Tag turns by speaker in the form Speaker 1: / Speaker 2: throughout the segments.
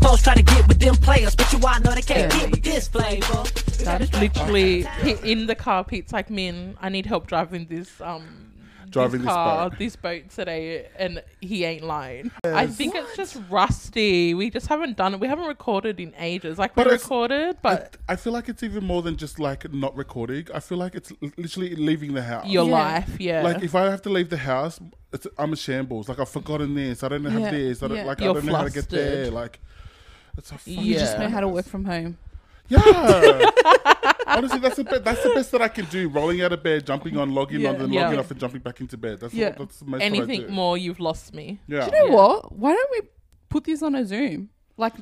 Speaker 1: Pros try to get with them players, but you all know they can't get with this flavor.
Speaker 2: That is literally Pete- in the car. Pete's like, "Man, I need help driving this um
Speaker 3: Driving this
Speaker 2: car,
Speaker 3: boat."
Speaker 2: this boat today," and he ain't lying. I think it's just rusty. We just haven't done it. We haven't recorded in ages. Like we
Speaker 3: But it's-
Speaker 2: recorded, but
Speaker 3: I feel like it's even more than just like not recording. I feel like it's l- literally leaving the house.
Speaker 2: your
Speaker 4: Yeah.
Speaker 2: life, yeah.
Speaker 3: Like if I have to leave the house, it's, I'm a shambles. Like I've forgotten this. I don't have
Speaker 4: Yeah.
Speaker 3: this. I don't
Speaker 4: Yeah.
Speaker 3: like. I
Speaker 2: You're
Speaker 3: don't know how to get there.
Speaker 2: flustered.
Speaker 3: Like it's a fucking
Speaker 4: You just know how to
Speaker 3: mess.
Speaker 4: work from home.
Speaker 3: Yeah. Honestly, that's the best. That's the best that I can do. Rolling out of bed, jumping on, logging on,
Speaker 4: Yeah.
Speaker 3: then
Speaker 2: Yeah.
Speaker 3: logging off, and jumping back into bed. That's
Speaker 4: Yeah.
Speaker 3: all, that's the most that I
Speaker 2: Anything
Speaker 3: do.
Speaker 2: more, you've lost me.
Speaker 3: Yeah.
Speaker 4: Do you know
Speaker 2: Yeah.
Speaker 4: what? Why don't we put this on a Zoom? Like,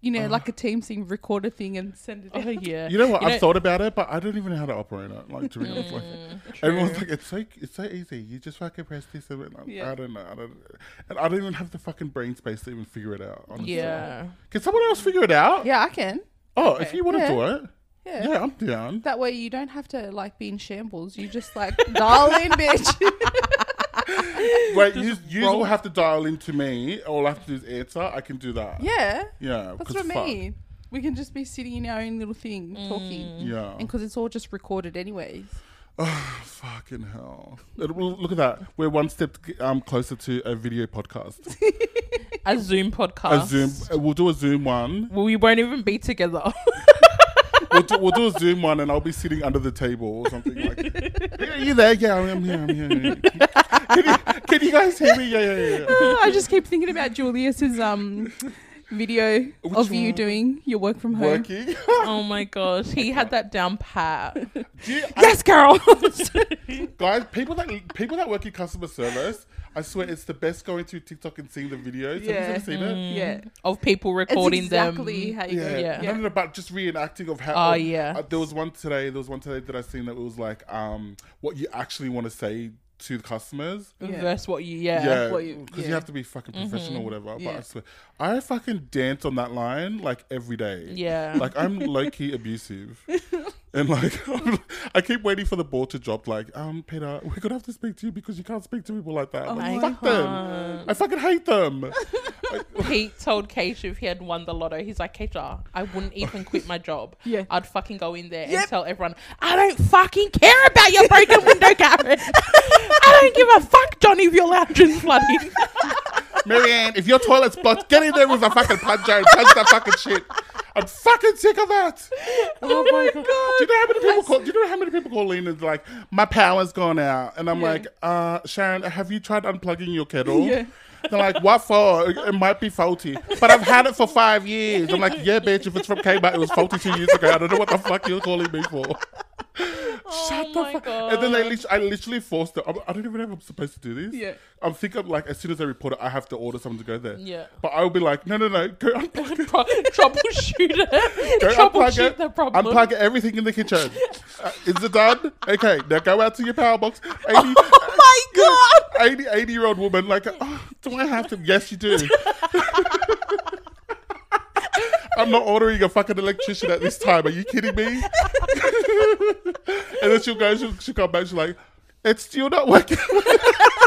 Speaker 4: you know, like a team thing, record a thing and send it
Speaker 2: Oh
Speaker 4: out.
Speaker 2: yeah.
Speaker 3: You know what?
Speaker 2: You
Speaker 3: I've
Speaker 2: know-
Speaker 3: thought about it, but I don't even know how to operate it. Like to be honest, like
Speaker 4: Mm.
Speaker 3: everyone's like, it's so it's so easy. You just fucking press this, and like,
Speaker 4: Yeah.
Speaker 3: I don't know, I don't, and I don't even have the fucking brain space to even figure it out. Honestly.
Speaker 2: yeah.
Speaker 3: Can someone else figure it out?
Speaker 4: Yeah, I can.
Speaker 3: Oh, if you want to
Speaker 4: Yeah.
Speaker 3: do it,
Speaker 4: Yeah.
Speaker 3: yeah. I'm down.
Speaker 4: That way you don't have to like be in shambles. You just like dial in, bitch.
Speaker 3: Wait, you you will have to dial into me. All I have to do is answer. I can do that.
Speaker 4: yeah.
Speaker 3: yeah.
Speaker 4: That's
Speaker 3: 'cause
Speaker 4: what I
Speaker 3: fuck. Mm.
Speaker 4: mean. We can just be sitting in our own little thing talking.
Speaker 3: Yeah.
Speaker 4: And because it's all just recorded anyways.
Speaker 3: Fucking hell. It- well, look at that. We're one step um, closer to a video podcast.
Speaker 2: A Zoom podcast.
Speaker 3: A Zoom. We'll do a Zoom one.
Speaker 2: We won't even be together.
Speaker 3: we'll, do, we'll do a Zoom one, and I'll be sitting under the table or something like. Are you there? Yeah, I'm here. I'm here. I'm here. Can, you, can you guys hear me? Yeah, yeah, yeah, yeah.
Speaker 4: I just keep thinking about Julius's um video of you
Speaker 3: one?
Speaker 4: doing your work from home.
Speaker 3: Working.
Speaker 2: oh my gosh, he had that down pat.
Speaker 3: Do you- I-
Speaker 4: Yes, girl.
Speaker 3: guys, people that people that work in customer service, I swear it's the best going through TikTok and seeing the videos.
Speaker 4: Yeah.
Speaker 3: Have you ever seen it?
Speaker 4: yeah.
Speaker 2: Of people
Speaker 4: Mm. It's
Speaker 2: recording
Speaker 4: exactly
Speaker 2: them.
Speaker 4: how you
Speaker 3: Yeah.
Speaker 4: do
Speaker 2: Mm, Yeah.
Speaker 4: it.
Speaker 3: No, no, no, but just reenacting of how.
Speaker 2: Oh, yeah.
Speaker 3: Uh, there was one today. There was one today that I seen that was like, um, what you actually want to say to the customers.
Speaker 4: Yeah.
Speaker 2: Versus what you, yeah.
Speaker 3: Yeah,
Speaker 4: what
Speaker 3: because you,
Speaker 4: you- yeah. Mm-hmm.
Speaker 3: have to be fucking professional, or whatever. But
Speaker 4: Yeah.
Speaker 3: I swear, I fucking dance on that line like every day.
Speaker 2: Yeah.
Speaker 3: like I'm low key abusive, and like I keep waiting for the ball to drop. Like, um, Peter, we're gonna have to speak to you because you can't speak to people like
Speaker 4: Oh
Speaker 3: that.
Speaker 2: my
Speaker 3: Like, fuck them. I fucking hate them.
Speaker 2: Pete told Keisha if he had won the lotto, he's like, Keisha, I wouldn't even quit my job.
Speaker 4: Yeah.
Speaker 2: I'd fucking go in there
Speaker 4: Yep.
Speaker 2: and tell everyone, I don't fucking care about your broken window, Karen. I don't give a fuck, Johnny, if your lounge is flooding.
Speaker 3: Marianne, if your toilet's blocked, get in there with a fucking plunger and punch that fucking shit. I'm fucking sick of that.
Speaker 4: Oh my god.
Speaker 3: Do you know how many people call? Do you know how many people call in and like, my power's gone out, and I'm like, uh, Sharon, have you tried unplugging your kettle?
Speaker 4: Yeah.
Speaker 3: They're like, what for? It it might be faulty, but I've had it for five years. I'm like, yeah, bitch. If it's from Kmart, it was faulty two years ago. I don't know what the fuck you're calling me for.
Speaker 4: Oh
Speaker 3: Shut the
Speaker 2: my
Speaker 3: fuck. And then they lit- I literally forced them. I'm- I don't even know if I'm supposed to do this.
Speaker 4: Yeah.
Speaker 3: I'm thinking like as soon as they report it, I have to order someone to go there.
Speaker 2: Yeah.
Speaker 3: But I will be like, no, no, no, go unplug it.
Speaker 2: Pro- troubleshoot it.
Speaker 3: Go unplug
Speaker 2: troubleshoot
Speaker 3: it.
Speaker 2: the problem.
Speaker 3: Unplug everything in the kitchen. Uh, is it done? Okay, now go out to your power box. 80,
Speaker 2: Oh my god!
Speaker 3: 80, 80 year old woman, like, oh, do I have to? Yes, you do. I'm not ordering a fucking electrician at this time. Are you kidding me? and then she'll go, she'll, she'll come back, she's like, it's still not working.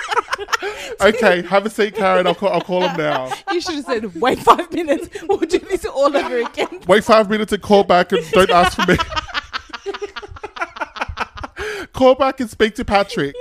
Speaker 3: okay, have a seat, Karen. I'll call, I'll call him now.
Speaker 4: You should have said, wait five minutes. We'll do this all over again.
Speaker 3: Wait five minutes and call back and don't ask for me. call back and speak to Patrick.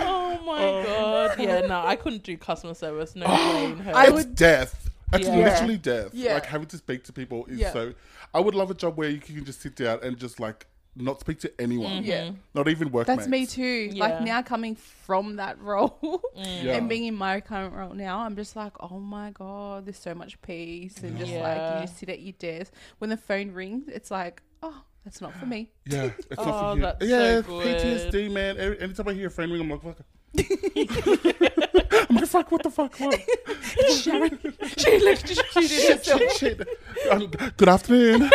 Speaker 2: Oh my god! Yeah, no, I couldn't do customer service. No way in hell.
Speaker 4: I
Speaker 3: it's
Speaker 4: would-
Speaker 3: death. It's
Speaker 2: Yeah.
Speaker 3: literally death.
Speaker 4: Yeah.
Speaker 3: Like having to speak to people is
Speaker 4: Yeah.
Speaker 3: so. I would love a job where you can just sit down and just like not speak to anyone.
Speaker 4: Yeah.
Speaker 3: Not even workmates.
Speaker 4: That's me too. Like
Speaker 2: Yeah.
Speaker 4: now coming from that role
Speaker 3: Yeah.
Speaker 4: and being in my current role now, I'm just like, oh my god, there's so much peace and just like
Speaker 2: Yeah.
Speaker 4: you just sit at your desk. When the phone rings, it's like, oh, that's not for me.
Speaker 3: Yeah, it's
Speaker 2: Oh,
Speaker 3: not for you.
Speaker 2: that's so
Speaker 3: yeah, it's
Speaker 2: good.
Speaker 3: PTSD, man. Every, anytime I hear a friend ring, I'm like, fuck. I'm like, fuck, what the fuck? What?
Speaker 4: Sharon, she electrocuted
Speaker 3: shit,
Speaker 4: herself.
Speaker 3: shit, shit. Um, good afternoon.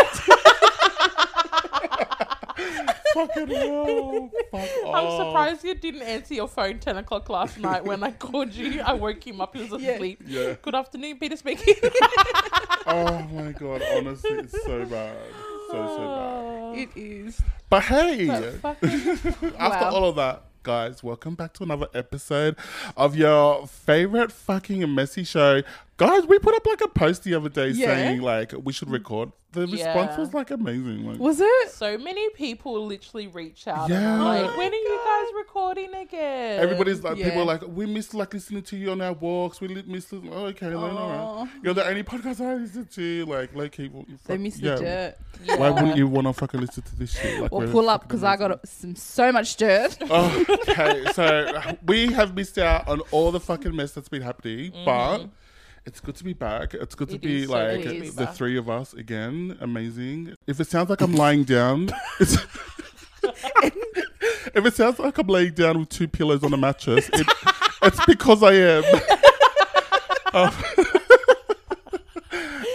Speaker 3: Fucking hell. Fuck
Speaker 2: I'm
Speaker 3: off.
Speaker 2: surprised you didn't answer your phone 10 o'clock last night when I called you. I woke him up. He was
Speaker 4: Yeah.
Speaker 2: asleep.
Speaker 3: Yeah.
Speaker 2: Good afternoon, Peter speaking.
Speaker 3: Oh my god, honestly, it's so bad. So, so bad.
Speaker 4: It is.
Speaker 3: But hey,
Speaker 2: Fucking-
Speaker 3: after
Speaker 4: Wow.
Speaker 3: all of that, guys, welcome back to another episode of your favorite fucking messy show, Guys, we put up like a post the other day
Speaker 4: Yeah.
Speaker 3: saying like we should record. The response
Speaker 2: Yeah.
Speaker 3: was like amazing. Like,
Speaker 4: Was it?
Speaker 2: So many people literally reach out.
Speaker 3: Yeah.
Speaker 2: And are
Speaker 3: Oh
Speaker 2: like, when are you guys recording again?
Speaker 3: Everybody's like, people
Speaker 4: Yeah.
Speaker 3: are like, we miss like listening to you on our walks. We li- miss, li- oh, okay, then, all
Speaker 4: Aw.
Speaker 3: right. You're the only podcast I listen to. Like, low key, well, fuck-
Speaker 4: They missed the dirt.
Speaker 3: Why wouldn't you want to fucking listen to this shit? Like,
Speaker 4: Or
Speaker 3: we're
Speaker 4: pull up
Speaker 3: fucking
Speaker 4: because I
Speaker 3: amazing.
Speaker 4: got some so much dirt.
Speaker 3: Oh, okay, so we have missed out on all the fucking mess that's been happening, but it's good to be back. It's good to
Speaker 2: Mm. It
Speaker 3: be
Speaker 2: is so
Speaker 3: like
Speaker 2: good to be
Speaker 3: the
Speaker 2: back.
Speaker 3: three of us again. Amazing. If it sounds like I'm lying down, it's. if it sounds like I'm laying down with two pillows on a mattress, it, it's because I am. Um,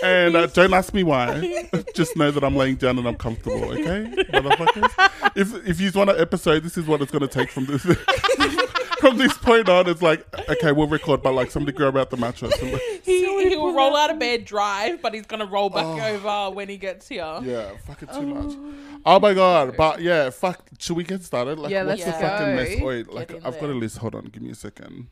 Speaker 3: and uh, don't ask me why. Just know that I'm laying down and I'm comfortable. Okay, motherfuckers. If if you want an episode, this is what it's going to take from this. from this point on, it's like okay, we'll record, but like somebody grab out the mattress. And, like,
Speaker 2: He, he'll roll out of bed, drive, but he's gonna roll back
Speaker 3: Oh.
Speaker 2: over when he gets here.
Speaker 3: yeah, fucking too much. Oh my god, but yeah, fuck. Should we get started? Like,
Speaker 4: Yeah,
Speaker 3: what's
Speaker 2: let's
Speaker 3: the fucking mess?
Speaker 4: go.
Speaker 3: Wait, like,
Speaker 2: in
Speaker 3: I've got
Speaker 2: there.
Speaker 3: a list. Hold on, give me a second.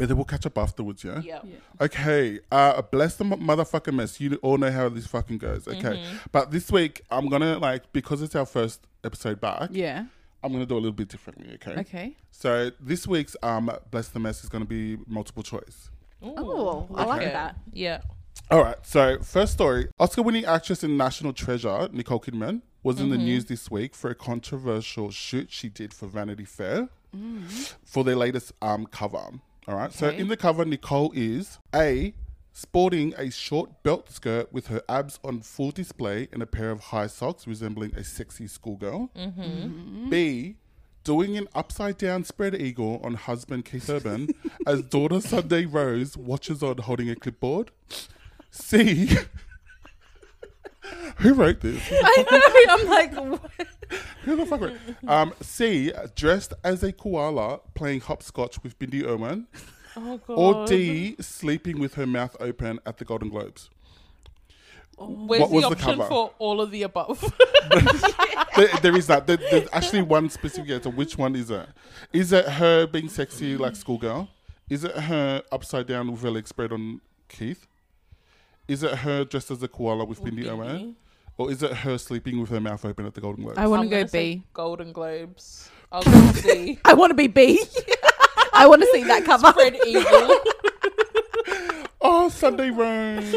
Speaker 3: And then we'll catch up afterwards, yeah?
Speaker 2: Yep.
Speaker 3: Okay, uh, bless the mo- motherfucking mess. You all know how this fucking goes, okay? But this week, I'm gonna, like, because it's our first episode back,
Speaker 4: Yeah.
Speaker 3: I'm gonna do a little bit differently, okay?
Speaker 4: Okay.
Speaker 3: So this week's um, Bless the Mess is gonna be multiple choice.
Speaker 2: Ooh,
Speaker 4: Oh, I like
Speaker 2: yeah.
Speaker 4: that.
Speaker 2: Yeah.
Speaker 3: All right, so first story Oscar winning actress and national treasure, Nicole Kidman, was in the news this week for a controversial shoot she did for Vanity Fair for their latest um, cover. All right, so
Speaker 4: Okay.
Speaker 3: in the cover, Nicole is A, sporting a short belt skirt with her abs on full display and a pair of high socks resembling a sexy schoolgirl. B, doing an upside down spread eagle on husband Keith Urban as daughter Sunday Rose watches on holding a clipboard. C, who wrote this?
Speaker 4: I know. I'm like, what?
Speaker 3: Who the fuck wrote um, C, dressed as a koala playing hopscotch with Bindi Irwin.
Speaker 2: Oh god.
Speaker 3: Or D, sleeping with her mouth open at the Golden Globes.
Speaker 2: Where's
Speaker 3: What was
Speaker 2: the
Speaker 3: the
Speaker 2: option
Speaker 3: cover?
Speaker 2: for all of the above?
Speaker 3: There- there is that. There, there's actually one specific answer. Which one is it? Is it her being sexy like schoolgirl? Is it her upside down with her legs spread on Keith? Is it her dressed as a koala with Bindi Irwin? Or is it her sleeping with her mouth open at the Golden Globes?
Speaker 4: I want to
Speaker 2: I'm
Speaker 4: go
Speaker 2: gonna say
Speaker 4: B.
Speaker 2: Golden Globes. I'll go C.
Speaker 4: I want to be B. I want to see that cover.
Speaker 2: Fred Eagle.
Speaker 3: oh, Sunday Rose.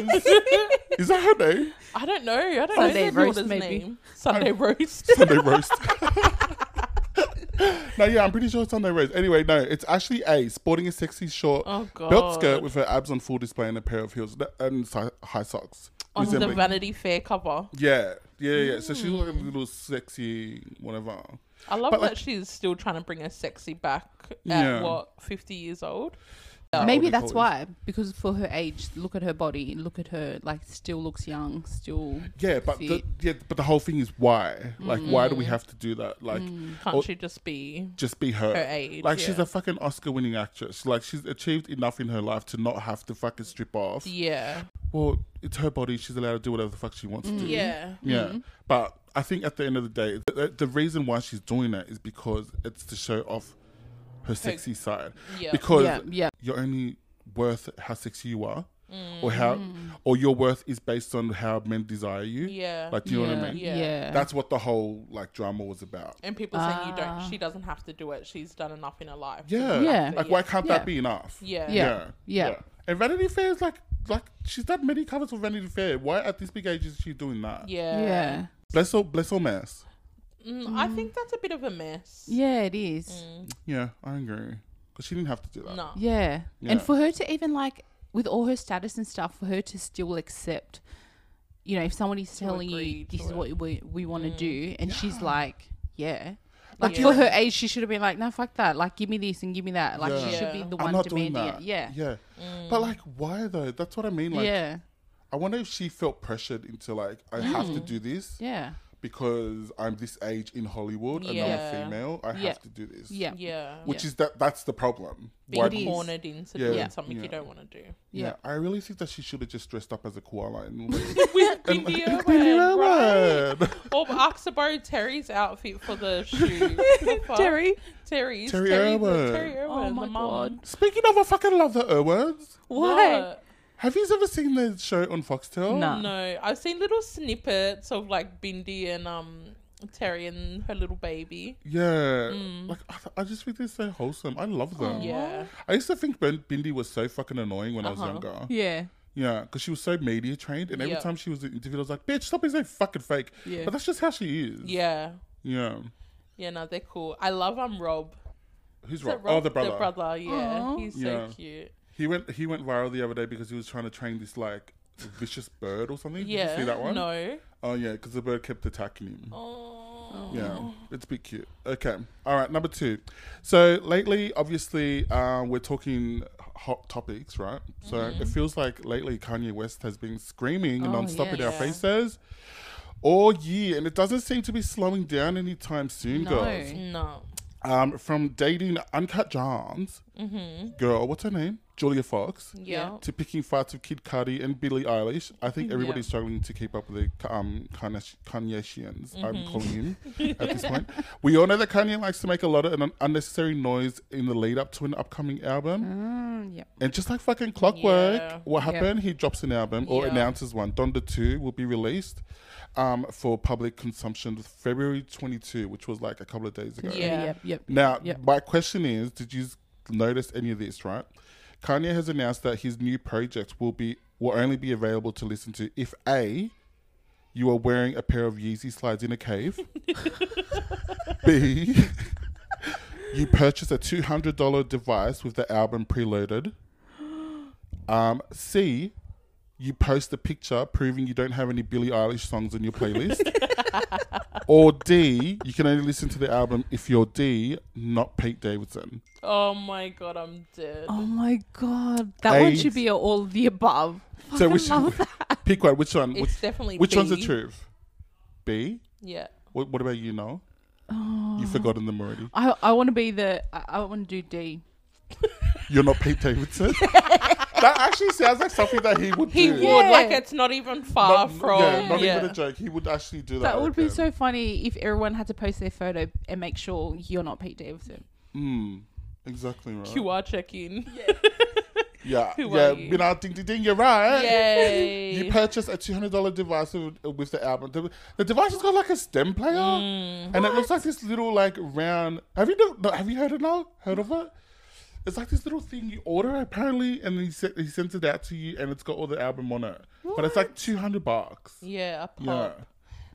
Speaker 3: is that her name?
Speaker 2: I don't know. I don't
Speaker 4: Sunday
Speaker 2: know the
Speaker 4: roast,
Speaker 2: daughter's
Speaker 4: maybe.
Speaker 2: name. Sunday
Speaker 3: Oh.
Speaker 2: roast.
Speaker 3: Sunday Roast. no, yeah, I'm pretty sure it's Sunday Rose. Anyway, no, it's actually A, sporting a sexy short
Speaker 2: Oh god.
Speaker 3: belt skirt with her abs on full display and a pair of heels and si- high socks.
Speaker 2: on the Mm.
Speaker 3: resembling-
Speaker 2: Vanity Fair cover.
Speaker 3: Yeah, yeah, yeah. So she's like a little sexy, whatever.
Speaker 2: I love
Speaker 3: But,
Speaker 2: that
Speaker 3: like-
Speaker 2: she's still trying to bring her sexy back at
Speaker 3: Yeah.
Speaker 2: what fifty years old.
Speaker 4: Maybe that's
Speaker 3: Nicole is.
Speaker 4: why, because for her age, look at her body, look at her, like, still looks young, still.
Speaker 3: Yeah, but the,
Speaker 4: Fit.
Speaker 3: yeah, but the whole thing is why? Like, why do
Speaker 2: Mm.
Speaker 3: we have to do that? Like,
Speaker 2: Can't
Speaker 3: or
Speaker 2: she just be?
Speaker 3: just be her.
Speaker 2: Mm. Her age,
Speaker 3: Like, she's
Speaker 2: yeah.
Speaker 3: a fucking Oscar-winning actress. Like, she's achieved enough in her life to not have to fucking strip off.
Speaker 2: Yeah.
Speaker 3: Well, it's her body. She's allowed to do whatever the fuck she wants to
Speaker 2: Mm-hmm.
Speaker 3: do.
Speaker 2: Yeah.
Speaker 3: Yeah, but I think at the end of the day, the- the, the reason why she's doing that is because it's to show off her sexy side.
Speaker 2: Yeah.
Speaker 3: Because
Speaker 4: Yeah, yeah.
Speaker 3: you're only worth how sexy you are, or how, or your worth is based on how men desire you.
Speaker 2: Mm. Yeah.
Speaker 3: Like, do you
Speaker 4: yeah,
Speaker 3: know what I mean?
Speaker 4: Yeah.
Speaker 2: Yeah.
Speaker 3: That's what the whole like drama was about.
Speaker 2: and people saying you
Speaker 4: Ah.
Speaker 2: don't. She doesn't have to do it. She's done enough in her life.
Speaker 3: Yeah.
Speaker 4: Yeah.
Speaker 3: Like, why can't
Speaker 4: Yeah.
Speaker 3: that be enough?
Speaker 2: Yeah.
Speaker 4: Yeah. Yeah.
Speaker 3: And Vanity Fair is like, like she's done many covers for Vanity Fair. Why at this big age is she doing that?
Speaker 2: Yeah.
Speaker 4: yeah.
Speaker 3: Bless all, bless all mass.
Speaker 2: Mm, I think that's a bit of a mess.
Speaker 4: Yeah, it is.
Speaker 2: Mm.
Speaker 3: Yeah, I agree. Because she didn't have to do that.
Speaker 2: No.
Speaker 4: Yeah.
Speaker 3: Yeah.
Speaker 4: And for her to even like with all her status and stuff, for her to still accept, you know, if somebody's telling you
Speaker 2: agree
Speaker 4: this
Speaker 2: to
Speaker 4: is
Speaker 2: it. Mm.
Speaker 4: what we, we want to do, and she's like, yeah.
Speaker 3: Like,
Speaker 4: Like
Speaker 2: you
Speaker 4: for
Speaker 2: know-
Speaker 4: her age, she should have been like, no, fuck that. Like, give me this and give me that. Like, she
Speaker 3: Yeah.
Speaker 4: should be
Speaker 2: Yeah.
Speaker 4: the
Speaker 3: I'm
Speaker 4: one
Speaker 3: not doing
Speaker 4: demanding
Speaker 3: that.
Speaker 4: it. Yeah.
Speaker 3: Yeah.
Speaker 2: Mm.
Speaker 3: But like, why though? That's what I mean. Like,
Speaker 4: yeah.
Speaker 3: I wonder if she felt pressured into like, I have
Speaker 2: Mm.
Speaker 3: to do this
Speaker 4: Yeah. because
Speaker 3: because I'm this age in Hollywood and
Speaker 2: Yeah.
Speaker 3: I'm a female. I
Speaker 4: Yeah.
Speaker 3: have to do this.
Speaker 4: Yeah. Yeah.
Speaker 2: Yeah.
Speaker 3: Which is that that's the problem. Why-
Speaker 2: Being cornered into
Speaker 3: Yeah.
Speaker 2: doing
Speaker 3: Yeah.
Speaker 2: something
Speaker 3: Yeah.
Speaker 2: you don't want to do.
Speaker 3: yeah. I really think that she should have just dressed up as a koala and like,
Speaker 2: With
Speaker 3: and-
Speaker 2: Bindi
Speaker 3: Bindi
Speaker 2: Irwin, right?
Speaker 3: Irwin.
Speaker 2: Or ask to borrow Terry's outfit for the shoe.
Speaker 4: Terry.
Speaker 2: Terry's.
Speaker 3: Terry
Speaker 2: Terry
Speaker 3: Irwin.
Speaker 2: Terry Irwin.
Speaker 4: Oh
Speaker 2: the
Speaker 4: my
Speaker 2: mum.
Speaker 4: god.
Speaker 3: Speaking of, I fucking love the Irwins.
Speaker 4: Why?
Speaker 2: What?
Speaker 3: Have you ever seen the show on Foxtel?
Speaker 4: No.
Speaker 2: No, I've seen little snippets of like Bindi and um Terry and her little baby.
Speaker 3: Yeah. Like I, I just think they're so wholesome. I love them.
Speaker 2: Mm. Yeah. Uh-huh.
Speaker 3: I used to think Ben Bindi was so fucking annoying when I was younger.
Speaker 4: Yeah.
Speaker 3: Yeah, because she was so media trained, and every
Speaker 2: Yeah.
Speaker 3: time she was interviewed, I was like, "Bitch, stop being so fucking fake."
Speaker 4: Yeah.
Speaker 3: But that's just how she is.
Speaker 2: Yeah.
Speaker 3: Yeah.
Speaker 2: Yeah, no, they're cool. I love um Rob.
Speaker 3: Who's
Speaker 2: Is it
Speaker 3: right? Oh, the brother.
Speaker 2: The brother, yeah.
Speaker 4: Aw.
Speaker 2: He's
Speaker 3: Yeah.
Speaker 2: so cute.
Speaker 3: He went. He went viral the other day because he was trying to train this like vicious bird or something. Did you
Speaker 2: Yeah.
Speaker 3: see that one?
Speaker 2: No.
Speaker 3: Oh yeah, because the bird kept attacking him.
Speaker 2: Oh.
Speaker 3: Yeah, it's a bit cute. Okay, all right, number two. So lately, obviously, um, we're talking hot topics, right? So it feels like lately Kanye West has been screaming
Speaker 4: Mm-hmm. Oh,
Speaker 3: nonstop in our
Speaker 2: yes.
Speaker 3: faces all year, and it doesn't seem to be slowing down anytime soon,
Speaker 4: No.
Speaker 3: girls.
Speaker 2: No.
Speaker 3: Um, from dating Uncut Jams
Speaker 4: Mm-hmm.
Speaker 3: girl, what's her name? Julia Fox.
Speaker 2: Yeah.
Speaker 3: To picking fights with Kid Cudi and Billie Eilish, I think everybody's
Speaker 2: Yeah.
Speaker 3: struggling to keep up with the um, Kanash- Kanyesians.
Speaker 2: Mm-hmm.
Speaker 3: I'm calling him at this point. We all know that Kanye likes to make a lot of an unnecessary noise in the lead up to an upcoming album,
Speaker 4: Mm, yep.
Speaker 3: and just like fucking clockwork,
Speaker 2: Yeah.
Speaker 3: what
Speaker 4: Yep.
Speaker 3: happened? He drops an album or
Speaker 2: Yeah.
Speaker 3: announces one. Donda Two will be released um, for public consumption February 22, which was like a couple of days ago.
Speaker 2: Yeah.
Speaker 4: Yep. Yep.
Speaker 3: Now,
Speaker 4: Yep.
Speaker 3: my question is, did you s- notice any of this, right? Kanye has announced that his new project will be will only be available to listen to if A, you are wearing a pair of Yeezy slides in a cave. B, you purchase a two hundred dollar device with the album preloaded. Um, C, you post a picture proving you don't have any Billie Eilish songs on your playlist. or D, you can only listen to the album if you're D, not Pete Davidson.
Speaker 2: Oh my god, I'm dead.
Speaker 4: Oh my god, that one
Speaker 3: Eight.
Speaker 4: should be a all of the above.
Speaker 3: So which pick one? Which one?
Speaker 2: It's
Speaker 3: Which,
Speaker 2: definitely
Speaker 3: which one's the
Speaker 2: B.
Speaker 3: truth? B.
Speaker 2: Yeah.
Speaker 3: What, what about you? No,
Speaker 2: Oh.
Speaker 3: you've forgotten them already.
Speaker 4: I I want to be the I, I want to do D.
Speaker 3: You're not Pete Davidson. that actually sounds like something that he would
Speaker 2: He
Speaker 3: do.
Speaker 2: would
Speaker 4: Yeah.
Speaker 2: like it's not even far
Speaker 3: Not-
Speaker 2: from
Speaker 3: yeah, not
Speaker 2: yeah.
Speaker 3: even a joke. He would actually do that.
Speaker 4: That
Speaker 3: I
Speaker 4: would be
Speaker 3: reckon.
Speaker 4: so funny if everyone had to post their photo and make sure you're not Pete Davidson.
Speaker 3: Mm, exactly right.
Speaker 2: QR check in.
Speaker 3: yeah,
Speaker 2: Who
Speaker 3: yeah.
Speaker 2: are you?
Speaker 3: You know, ding, ding, ding. You're right.
Speaker 2: Yay.
Speaker 3: You purchased a two hundred dollar device with, with the album. The, the device has got like a stem player,
Speaker 2: Mm.
Speaker 3: and it looks like this little like round. Have you no, no, have you heard it now? Heard of it? It's like this little thing you order apparently, and he se- he sends it out to you, and it's got all the album on it. But it's like two hundred bucks.
Speaker 2: yeah, a pop.
Speaker 3: Yeah,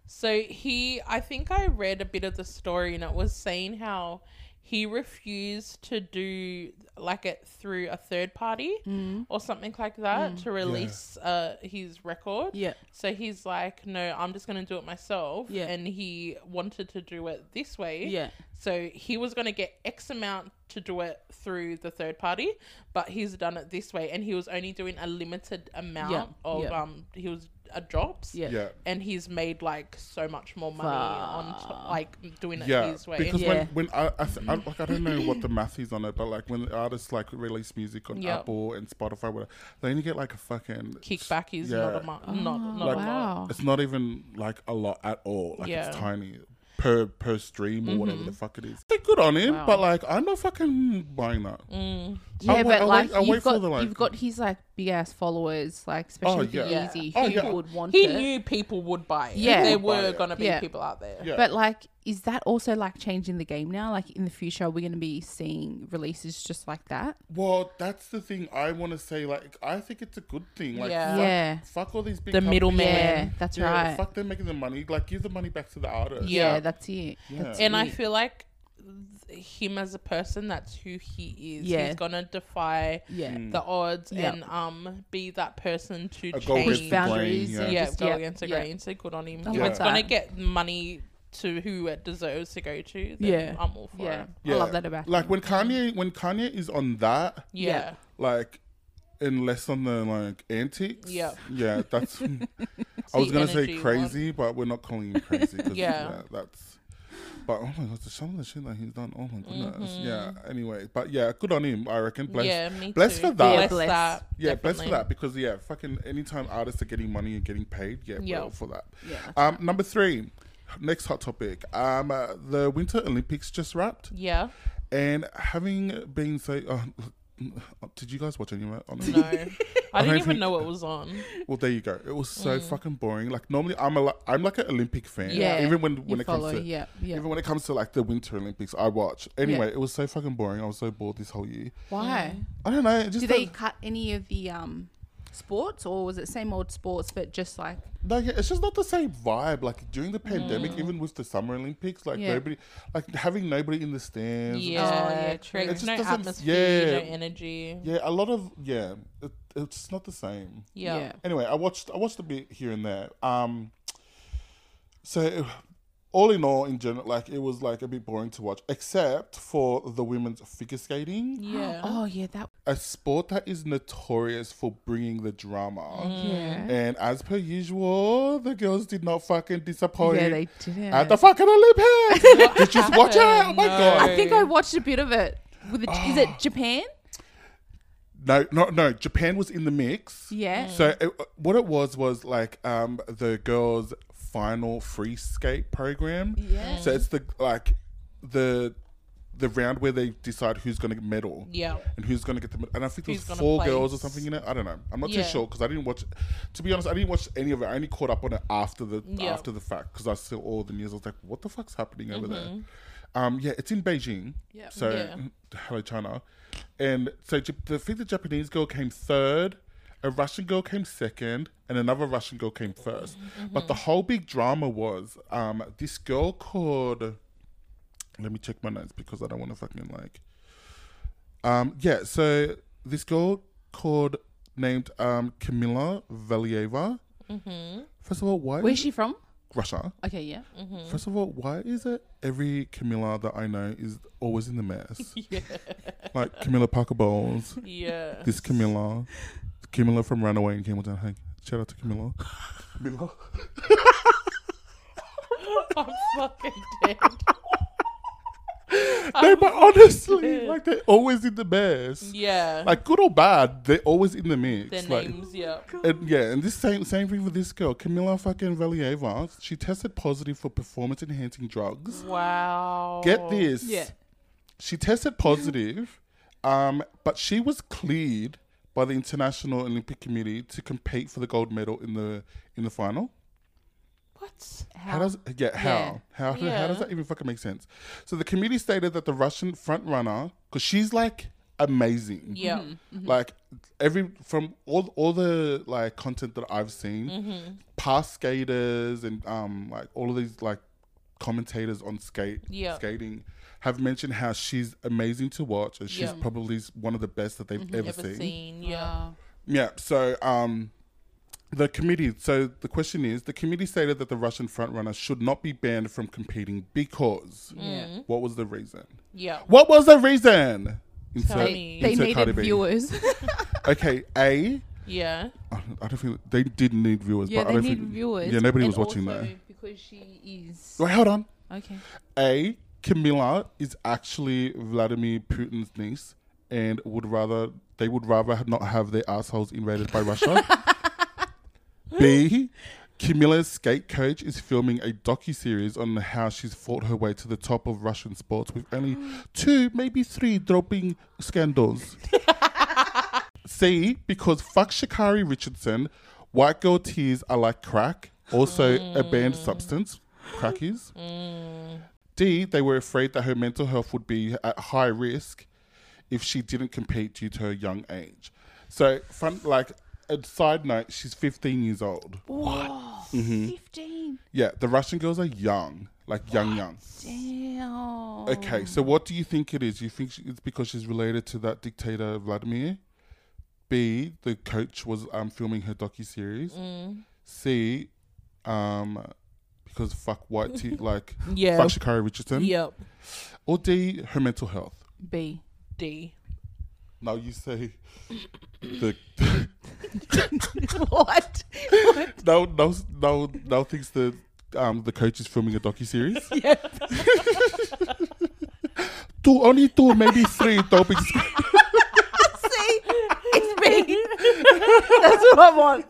Speaker 2: So he, I think I read a bit of the story and it was saying how he refused to do like it through a third party
Speaker 4: Mm.
Speaker 2: or something like that to release uh, his record.
Speaker 4: Yeah.
Speaker 2: So he's like, no, I'm just going to do it myself.
Speaker 4: Yeah.
Speaker 2: And he wanted to do it this way.
Speaker 4: Yeah.
Speaker 2: So he was going to get X amount to do it through the third party, but he's done it this way. And he was only doing a limited amount of,
Speaker 4: yeah.
Speaker 2: um, he was, uh, drops
Speaker 4: Yeah.
Speaker 3: yeah,
Speaker 2: and he's made like so much more money on to, like doing it
Speaker 3: yeah.
Speaker 2: his way.
Speaker 3: Because
Speaker 4: Yeah.
Speaker 3: when when I, I, th- I
Speaker 2: Mm-hmm.
Speaker 3: like I don't know what the math is on it, but like when artists like release music on
Speaker 2: Yeah.
Speaker 3: Apple and Spotify, whatever, they only get like a fucking
Speaker 2: Kickback is not a mo- not not
Speaker 4: Like- Oh,
Speaker 2: a lot.
Speaker 4: Wow.
Speaker 3: It's not even like a lot at all. Like
Speaker 2: Yeah.
Speaker 3: it's tiny per per stream or whatever the fuck it is. They're good on him,
Speaker 4: Mm-hmm. Wow. Mm.
Speaker 3: but like I'm not fucking buying that.
Speaker 4: Yeah,
Speaker 3: wait-
Speaker 4: but
Speaker 3: I'll
Speaker 4: like
Speaker 3: wait- I'll wait
Speaker 4: you've
Speaker 3: for
Speaker 4: got
Speaker 3: the, like- Oh,
Speaker 4: you've got his like big ass followers, like especially with
Speaker 3: yeah.
Speaker 4: the
Speaker 2: Yeah.
Speaker 4: Yeezy,
Speaker 3: Oh,
Speaker 4: who
Speaker 3: yeah.
Speaker 4: would want
Speaker 2: He
Speaker 4: it.
Speaker 2: knew people would buy it.
Speaker 4: Yeah.
Speaker 2: there
Speaker 4: Would
Speaker 3: buy
Speaker 2: were
Speaker 3: it.
Speaker 2: gonna be
Speaker 4: Yeah.
Speaker 2: people out there.
Speaker 3: Yeah.
Speaker 4: But like, is that also like changing the game now? Like in the future, are we going to be seeing releases just like that?
Speaker 3: Well, that's the thing I want to say. Like I think it's a good thing. Like
Speaker 2: Yeah.
Speaker 3: Fuck,
Speaker 4: Yeah.
Speaker 3: fuck all these big
Speaker 2: The
Speaker 3: companies.
Speaker 2: middleman.
Speaker 4: Yeah, that's
Speaker 3: Yeah,
Speaker 4: right.
Speaker 3: Fuck them making the money. Like give the money back to the artist.
Speaker 4: yeah.
Speaker 2: Yeah.
Speaker 4: that's it.
Speaker 3: Yeah.
Speaker 4: That's
Speaker 2: And I
Speaker 4: it.
Speaker 2: feel like th- him as a person, that's who he is.
Speaker 4: Yeah.
Speaker 2: He's gonna defy
Speaker 4: Yeah.
Speaker 3: Mm.
Speaker 2: the odds
Speaker 4: Yeah.
Speaker 2: and um be that person to
Speaker 3: A goal
Speaker 2: change.
Speaker 3: against the
Speaker 4: Boundaries
Speaker 3: grain.
Speaker 4: and
Speaker 2: yeah,
Speaker 4: just-
Speaker 2: go
Speaker 4: yeah,
Speaker 2: against the
Speaker 4: yeah.
Speaker 2: grain. So good on him.
Speaker 4: I
Speaker 2: If
Speaker 4: like
Speaker 2: it's gonna
Speaker 4: that.
Speaker 2: get money to who it deserves to go to, then
Speaker 4: Yeah.
Speaker 2: I'm all for
Speaker 4: yeah.
Speaker 2: it.
Speaker 3: Yeah.
Speaker 4: I love that about
Speaker 3: Like
Speaker 4: him.
Speaker 3: when Kanye when Kanye is on that,
Speaker 2: Yeah.
Speaker 3: like and less on the like antics.
Speaker 2: Yep.
Speaker 3: Yeah, that's. I was
Speaker 2: the
Speaker 3: gonna say
Speaker 2: energy one.
Speaker 3: crazy, but we're not calling him crazy. 'cause,
Speaker 2: Yeah.
Speaker 3: that's. But oh my god, the- some of the shit that he's done. Oh my goodness. Yeah. Anyway, but yeah, good on him. I reckon. Bless.
Speaker 2: Mm-hmm. yeah, me
Speaker 3: bless
Speaker 2: too.
Speaker 3: for that.
Speaker 4: Yeah,
Speaker 2: Bless,
Speaker 4: bless.
Speaker 2: that.
Speaker 3: Yeah, bless for
Speaker 2: definitely.
Speaker 3: that because yeah, fucking anytime artists are getting money and getting paid, yeah, we're
Speaker 2: Yeah.
Speaker 3: all for that.
Speaker 4: Yeah.
Speaker 3: Um, number three, next hot topic. Um, uh, the Winter Olympics just wrapped.
Speaker 2: Yeah.
Speaker 3: And having been so, uh, Did you guys watch any of it? Honestly?
Speaker 2: No, I
Speaker 3: don't
Speaker 2: didn't even
Speaker 3: think-
Speaker 2: know it was on.
Speaker 3: Well, there you go. It was so fucking boring. Like normally, I'm a li- I'm like an Olympic fan.
Speaker 4: Mm. Yeah.
Speaker 3: Even when
Speaker 4: You
Speaker 3: when it
Speaker 4: follow,
Speaker 3: comes to
Speaker 4: yeah, yeah.
Speaker 3: even when it comes to like the Winter Olympics, I watch. Anyway, it was so fucking boring. I was so bored this whole year.
Speaker 4: Why?
Speaker 3: I don't know. It just
Speaker 4: Do they
Speaker 3: don't-
Speaker 4: cut any of the um, sports, or was it same old sports but just like
Speaker 3: No, yeah, it's just not the same vibe. Like during the pandemic, even with the Summer Olympics, like
Speaker 4: Mm. Yeah.
Speaker 3: nobody, like having nobody in the stands.
Speaker 2: Yeah,
Speaker 4: yeah, true.
Speaker 2: true.
Speaker 4: It
Speaker 2: There's
Speaker 3: just
Speaker 2: no
Speaker 3: doesn't-
Speaker 2: atmosphere,
Speaker 3: yeah.
Speaker 2: no energy.
Speaker 3: Yeah, a lot of yeah, it, it's not the same.
Speaker 2: Yeah.
Speaker 4: Yeah.
Speaker 3: Anyway, I watched I watched a bit here and there. Um, so all in all, in general, like it was like a bit boring to watch, except for the women's figure skating,
Speaker 2: Yeah.
Speaker 4: oh yeah that
Speaker 3: a sport that is notorious for bringing the drama.
Speaker 4: yeah
Speaker 3: And as per usual, the girls did not fucking disappoint.
Speaker 4: yeah they didn't.
Speaker 3: at the fucking Olympics. Did you just watch out? Oh my
Speaker 2: No.
Speaker 3: god!
Speaker 4: I think I watched a bit of it. With the, is
Speaker 3: Oh.
Speaker 4: it Japan?
Speaker 3: No, no, no. Japan was in the mix.
Speaker 4: Yeah.
Speaker 3: So it, uh, what it was was like um the girls' final free skate program.
Speaker 4: Yeah.
Speaker 3: So it's the like the the round where they decide who's going to medal.
Speaker 2: Yeah.
Speaker 3: And who's going to get the medal? And I think there
Speaker 2: Who's
Speaker 3: was
Speaker 2: gonna
Speaker 3: four girls or
Speaker 2: place.
Speaker 3: something in it. I don't know. I'm not
Speaker 2: Yeah.
Speaker 3: too sure because I didn't watch. To be honest, I didn't watch any of it. I only caught up on it after the
Speaker 2: Yeah.
Speaker 3: after the fact because I saw all the news. I was like, "What the fuck's happening over there?" Um, yeah, it's in Beijing.
Speaker 4: Yeah.
Speaker 3: So
Speaker 2: Mm-hmm. Yeah.
Speaker 3: hello China, and so Jap- the I think the Japanese girl came third, a Russian girl came second, and another Russian girl came 1st
Speaker 2: Mm-hmm.
Speaker 3: But the whole big drama was um, this girl called. Let me check my notes because I don't want to fucking like. Um, yeah, so this girl called named um, Camilla Valieva. First of all, why
Speaker 4: Where's
Speaker 3: is-
Speaker 4: she from?
Speaker 3: Russia?
Speaker 4: Okay, yeah.
Speaker 3: First of all, why is it every Camilla that I know is always in the mess? Like Camilla Parker Bowles,
Speaker 2: Yeah.
Speaker 3: this Camilla, Camilla from Runaway and Campbelltown. Hey, shout out to Camilla. Camilla.
Speaker 2: I'm fucking dead.
Speaker 3: No, but honestly, like they're always in the mess.
Speaker 2: Yeah.
Speaker 3: Like good or bad, they're always in the mix.
Speaker 2: Their
Speaker 3: like,
Speaker 2: names, yeah.
Speaker 3: And yeah, and this same same thing with this girl, Camilla fucking Valieva. She tested positive for performance enhancing drugs.
Speaker 2: Wow.
Speaker 3: Get this.
Speaker 4: Yeah.
Speaker 3: She tested positive, um, but she was cleared by the International Olympic Committee to compete for the gold medal in the in the final.
Speaker 2: What?
Speaker 3: How does yeah how how how
Speaker 2: Yeah.
Speaker 3: does that even fucking make sense? So the committee stated that the Russian front runner, because she's like amazing,
Speaker 2: Yeah. Mm-hmm.
Speaker 3: like every from all all the like content that I've seen,
Speaker 2: Mm-hmm.
Speaker 3: past skaters and um like all of these like commentators on skate
Speaker 2: Yeah.
Speaker 3: skating have mentioned how she's amazing to watch and she's
Speaker 2: Yeah. Mm-hmm.
Speaker 3: probably one of the best that they've ever,
Speaker 2: Ever
Speaker 3: seen.
Speaker 2: seen? Yeah.
Speaker 4: Wow.
Speaker 3: Yeah. So um the committee so the question is the committee stated that the Russian frontrunner should not be banned from competing because
Speaker 4: Mm. Yeah.
Speaker 3: what was the reason?
Speaker 2: Yeah.
Speaker 3: What was the reason? Insert,
Speaker 2: Tell
Speaker 4: They,
Speaker 2: me.
Speaker 4: they
Speaker 3: insert Cardi
Speaker 4: needed
Speaker 3: B.
Speaker 4: viewers.
Speaker 3: Okay, A
Speaker 2: Yeah.
Speaker 3: I don't- I don't think they didn't need viewers.
Speaker 4: yeah,
Speaker 3: but I
Speaker 4: they
Speaker 3: don't
Speaker 4: need
Speaker 3: think,
Speaker 4: viewers.
Speaker 3: Yeah, nobody
Speaker 4: and
Speaker 3: was watching
Speaker 4: also
Speaker 3: that.
Speaker 4: Because she is.
Speaker 3: Wait, hold on.
Speaker 4: Okay.
Speaker 3: A. Camilla is actually Vladimir Putin's niece, and would rather they would rather not have their assholes invaded by Russia. B. Camilla's skate coach is filming a docu series on how she's fought her way to the top of Russian sports with only two, maybe three dropping scandals. C, because fuck Shikari Richardson, white girl tears are like crack, also a banned substance, crack is. D, they were afraid that her mental health would be at high risk if she didn't compete due to her young age. So, fun, like, a side note, she's 15 years old.
Speaker 4: Wow.
Speaker 3: Mm-hmm.
Speaker 4: 15.
Speaker 3: Yeah, the Russian girls are young, like young, young.
Speaker 4: Damn.
Speaker 3: Okay, so what do you think it is? You think she- it's because she's related to that dictator Vladimir? B, the coach was um, filming her docu series.
Speaker 2: Mm.
Speaker 3: C, um, because fuck white tea, like
Speaker 2: Yeah.
Speaker 3: fuck Shakira Richardson.
Speaker 2: Yep.
Speaker 3: Or D, her mental health.
Speaker 4: B.
Speaker 2: D.
Speaker 3: Now you say the
Speaker 4: what?
Speaker 3: now now now now thinks the um the coach is filming a docu series.
Speaker 2: Yeah.
Speaker 3: two, only two, maybe three topics.
Speaker 4: See? It's B. That's what I want.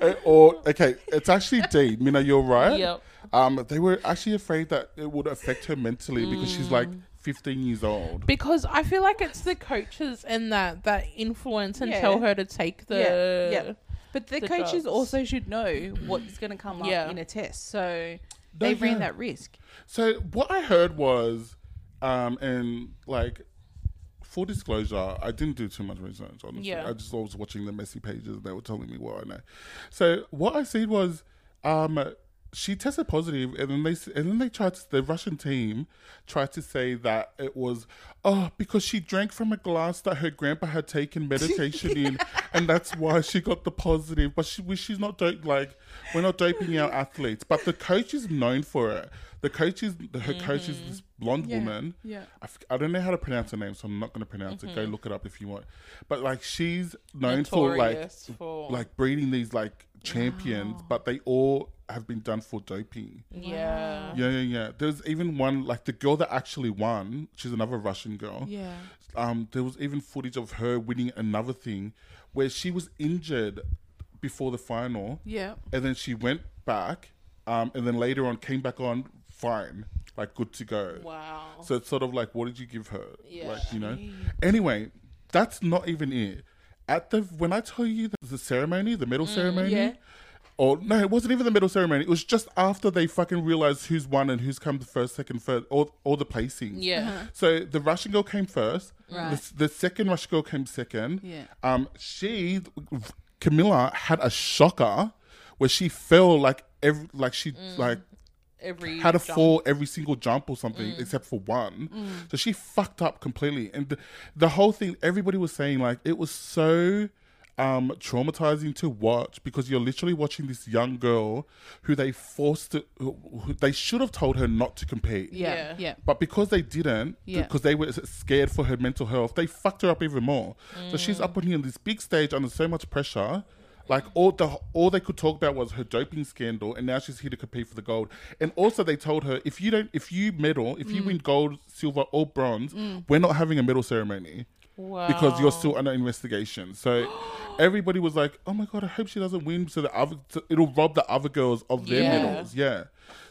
Speaker 3: Uh, or okay, it's actually D. Mina, you're right.
Speaker 2: Yep.
Speaker 5: Mm.
Speaker 3: Um, they were actually afraid that it would affect her mentally because she's like 15 years old.
Speaker 2: Because I feel like it's the coaches and that that influence and
Speaker 5: Yeah.
Speaker 2: tell her to take the.
Speaker 5: Yeah, yeah. But the,
Speaker 2: the
Speaker 5: coaches
Speaker 2: drugs.
Speaker 5: also should know what's going to come
Speaker 2: Yeah.
Speaker 5: up in a test, so they
Speaker 3: No,
Speaker 5: ran
Speaker 3: yeah.
Speaker 5: that risk.
Speaker 3: So what I heard was, um, and like, full disclosure, I didn't do too much research. Honestly,
Speaker 2: Yeah.
Speaker 3: I just was watching the messy pages, and they were telling me what I know. So what I seen was, um, she tested positive, and then they s- and then they tried to, the Russian team tried to say that it was oh because she drank from a glass that her grandpa had taken medication in, and that's why she got the positive. But she we- she's not dope like we're not doping our athletes, but the coach is known for it. The coach is the, her coach is this blonde woman.
Speaker 5: Mm-hmm. yeah. Mm-hmm.
Speaker 3: I, f- I don't know how to pronounce her name, so I'm not going to pronounce it. Go look it up if you want. But like she's known for like
Speaker 2: Notorious for-
Speaker 3: like breeding these like champions, but they all have been done for doping.
Speaker 2: Yeah.
Speaker 3: Yeah, yeah, yeah. There's even one like the girl that actually won. She's another Russian girl.
Speaker 5: Yeah.
Speaker 3: Um, there was even footage of her winning another thing, where she was injured before the final,
Speaker 5: Yeah.
Speaker 3: and then she went back, um, and then later on came back on fine, like good to go.
Speaker 2: Wow.
Speaker 3: So it's sort of like, what did you give her?
Speaker 2: Yeah.
Speaker 3: Like, you know. Anyway, that's not even it. At the when I tell you the, the ceremony, the medal
Speaker 2: Mm,
Speaker 3: ceremony,
Speaker 5: yeah.
Speaker 3: or no, it wasn't even the medal ceremony. It was just after they fucking realized who's won and who's come first, second, third, all all the placings.
Speaker 2: Yeah.
Speaker 5: Uh-huh.
Speaker 3: So the Russian girl came first.
Speaker 4: Uh. Right.
Speaker 3: The, the second Russian girl came second.
Speaker 4: Yeah.
Speaker 3: Um, she Camilla had a shocker where she fell like every like she
Speaker 4: Mm.
Speaker 3: like
Speaker 2: Every
Speaker 3: had a
Speaker 2: jump.
Speaker 3: fall every single jump or something
Speaker 4: Mm.
Speaker 3: except for one. So she fucked up completely. And the, the whole thing, everybody was saying like it was so um traumatizing to watch because you're literally watching this young girl who they forced to who, who they should have told her not to compete.
Speaker 4: Yeah.
Speaker 2: Yeah.
Speaker 4: Yeah.
Speaker 3: But because they didn't,
Speaker 4: Yeah.
Speaker 3: because they were scared for her mental health, they fucked her up even more. So she's up on here on this big stage under so much pressure. Like all the all they could talk about was her doping scandal, and now she's here to compete for the gold. And also they told her if you don't, if you medal, if you win gold, silver, or bronze, we're not having a medal ceremony
Speaker 2: Wow.
Speaker 3: because you're still under investigation. So everybody was like, "Oh my god, I hope she doesn't win." So the other, so it'll rob the other girls of their
Speaker 2: Yeah.
Speaker 3: medals. Yeah.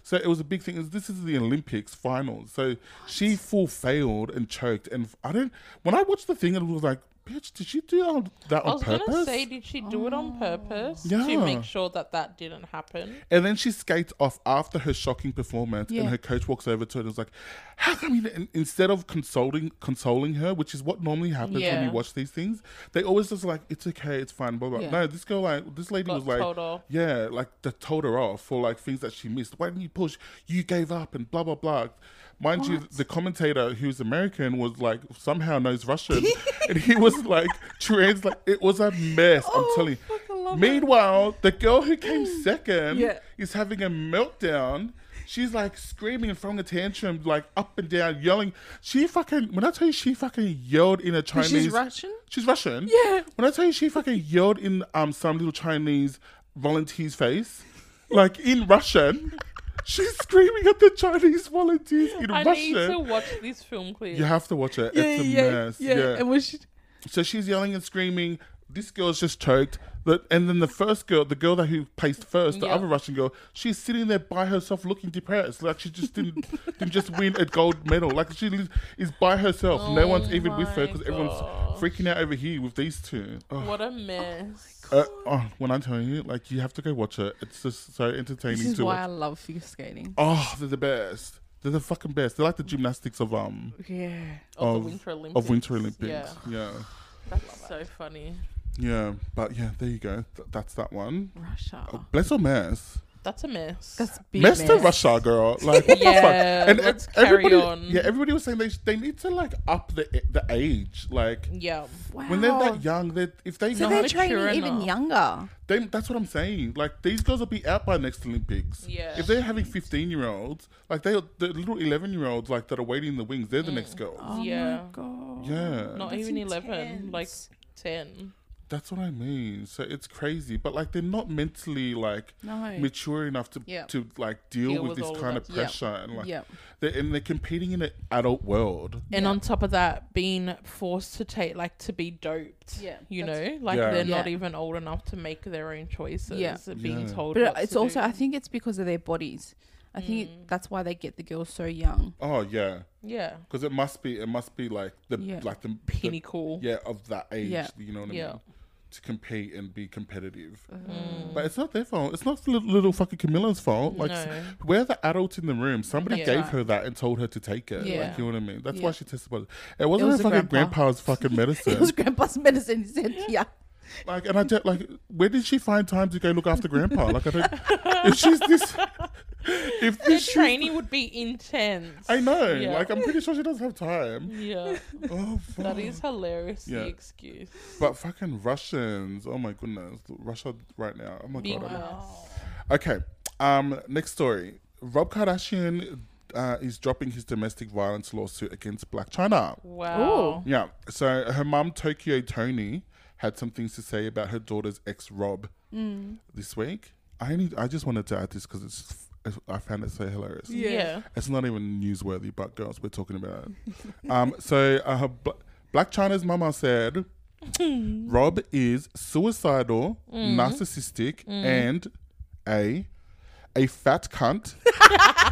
Speaker 3: So it was a big thing. It was- This is the Olympics finals. So she full failed and choked. And I don't. When I watched the thing, it was like, "Bitch, did she do that on, that
Speaker 2: I
Speaker 3: on
Speaker 2: was
Speaker 3: purpose?"
Speaker 2: gonna say, did she do it on purpose
Speaker 3: Yeah.
Speaker 2: to make sure that that didn't happen?
Speaker 3: And then she skates off after her shocking performance,
Speaker 4: Yeah.
Speaker 3: and her coach walks over to her and is like, "How come?" You, didn't-" instead of consoling consoling her, which is what normally happens when
Speaker 2: Yeah.
Speaker 3: you watch these things, they always just like, "It's okay, it's fine." Blah blah.
Speaker 4: Yeah.
Speaker 3: No, this girl like this lady
Speaker 2: Got
Speaker 3: was like,
Speaker 2: told off.
Speaker 3: "Yeah," like they told her off for like things that she missed. Why didn't you push? You gave up and blah blah blah. Mind you, the commentator who's American was like somehow knows Russian, and he was like trans. Like it was a mess.
Speaker 5: Oh,
Speaker 3: I'm telling you. Meanwhile, the girl who came second
Speaker 5: Mm. Yeah.
Speaker 3: is having a meltdown. She's like screaming and throwing a tantrum, like up and down, yelling. She fucking when I tell you she fucking yelled in a Chinese.
Speaker 5: She's Russian.
Speaker 3: She's Russian. Yeah. When I tell you she fucking yelled in um some little Chinese volunteer's face, like in Russian. She's screaming at the Chinese volunteers in
Speaker 2: I need to
Speaker 3: Russian.
Speaker 2: watch this film, please.
Speaker 3: You have to watch it. it's a mess. yeah.
Speaker 5: And was she,
Speaker 3: So she's yelling and screaming. This girl's just choked. The, and then the first girl, the girl that who placed first, the
Speaker 2: Yeah.
Speaker 3: other Russian girl, she's sitting there by herself, looking depressed, like she just didn't didn't just win a gold medal. Like she li- is by herself. no one's even with her
Speaker 2: Oh my
Speaker 3: because everyone's
Speaker 2: gosh.
Speaker 3: freaking out over here with these two. Oh,
Speaker 2: What a mess.
Speaker 3: uh, oh, when I'm telling you, like you have to go watch it. It's just so entertaining
Speaker 5: this is
Speaker 3: to
Speaker 5: why I
Speaker 3: watch.
Speaker 5: love figure skating.
Speaker 3: Oh, they're the best. They're the fucking best. They're like the gymnastics of um
Speaker 5: Yeah.
Speaker 2: of,
Speaker 3: of-
Speaker 2: the Winter Olympics.
Speaker 3: of Winter Olympics.
Speaker 2: Yeah,
Speaker 3: yeah.
Speaker 2: that's so funny.
Speaker 3: Yeah, but yeah, there you go. Th- that's that one.
Speaker 5: Russia.
Speaker 3: Oh, bless or mess?
Speaker 2: That's a mess.
Speaker 5: That's big
Speaker 3: Mess, to
Speaker 5: mess.
Speaker 3: Russia, girl. Like, what the fuck?
Speaker 2: Yeah,
Speaker 3: And
Speaker 2: let's
Speaker 3: e-
Speaker 2: carry
Speaker 3: everybody,
Speaker 2: on.
Speaker 3: Yeah, everybody was saying they sh- they need to like up the the age. Like
Speaker 2: yeah.
Speaker 4: Wow.
Speaker 3: when they're that young, they if they
Speaker 4: so
Speaker 3: know,
Speaker 4: they're
Speaker 2: mature
Speaker 4: training even
Speaker 2: enough.
Speaker 4: younger.
Speaker 3: they, that's what I'm saying. Like these girls will be out by next Olympics.
Speaker 2: Yeah.
Speaker 3: If they're having 15 year olds, like they the little 11 year olds like that are waiting in the wings, they're the next girls.
Speaker 4: Oh
Speaker 2: Yeah.
Speaker 4: my god.
Speaker 3: Yeah.
Speaker 2: Mm. Not even 11, like 10.
Speaker 3: That's what I mean. So it's crazy, but like they're not mentally like
Speaker 5: No.
Speaker 3: mature enough to
Speaker 5: Yeah.
Speaker 3: to like deal,
Speaker 2: Deal
Speaker 3: with,
Speaker 2: with
Speaker 3: this
Speaker 2: all of
Speaker 3: kind
Speaker 2: that.
Speaker 3: of
Speaker 5: Yeah.
Speaker 3: pressure and like
Speaker 5: Yeah.
Speaker 3: they're, and they're competing in an adult world.
Speaker 2: And on top of that, being forced to take, like, to be doped.
Speaker 5: Yeah,
Speaker 2: You know,
Speaker 5: that's-
Speaker 2: like
Speaker 3: Yeah.
Speaker 2: they're not
Speaker 5: Yeah.
Speaker 2: even old enough to make their own choices.
Speaker 5: Yeah.
Speaker 2: Being
Speaker 3: Yeah.
Speaker 2: told.
Speaker 4: But
Speaker 2: what
Speaker 4: it's
Speaker 2: to
Speaker 4: also
Speaker 2: do.
Speaker 4: I think it's because of their bodies.
Speaker 5: I think it, that's why they get the girls so young.
Speaker 3: Oh yeah,
Speaker 2: Yeah.
Speaker 3: because it must be it must be like the
Speaker 5: Yeah.
Speaker 3: like the the-
Speaker 2: Pinnacle.
Speaker 3: yeah of that age.
Speaker 5: Yeah.
Speaker 3: You know what I
Speaker 2: Yeah.
Speaker 3: mean? To compete and be competitive,
Speaker 2: Mm.
Speaker 3: but it's not their fault. It's not little, little fucking Camilla's fault. Like s-
Speaker 2: No.
Speaker 3: we're the adults in the room. Somebody
Speaker 2: Yeah.
Speaker 3: gave her that and told her to take it.
Speaker 5: Yeah.
Speaker 3: Like you know what I mean? That's
Speaker 5: Yeah.
Speaker 3: why she tested. positive. It wasn't
Speaker 5: was
Speaker 3: her
Speaker 5: a
Speaker 3: fucking
Speaker 5: grandpa.
Speaker 3: grandpa's fucking medicine.
Speaker 5: It was grandpa's medicine. He said, "Yeah,
Speaker 3: Like, and I don't like. Where did she find time to go look after grandpa? Like, I don't. if she's this, if
Speaker 2: The
Speaker 3: this, she,
Speaker 2: training would be intense.
Speaker 3: I know.
Speaker 2: Yeah.
Speaker 3: Like, I'm pretty sure she doesn't have time.
Speaker 2: Yeah.
Speaker 3: Oh, fuck.
Speaker 2: That is hilarious.
Speaker 3: Yeah.
Speaker 2: The excuse.
Speaker 3: But fucking Russians. Oh my goodness, Russia right now. Oh my
Speaker 2: Big
Speaker 3: god. I love-
Speaker 2: ass.
Speaker 3: Okay. Um. Next story. Rob Kardashian uh, is dropping his domestic violence lawsuit against Black China.
Speaker 2: Wow.
Speaker 3: Yeah. So her mum, Tokyo Tony, had some things to say about her daughter's ex Rob this week. I need. I just wanted to add this because it's. I found it so hilarious.
Speaker 2: Yeah.
Speaker 3: It's not even newsworthy, but girls, we're talking about it. um. So uh, Bla- Black China's mama said, Rob is suicidal, narcissistic, and a a fat cunt.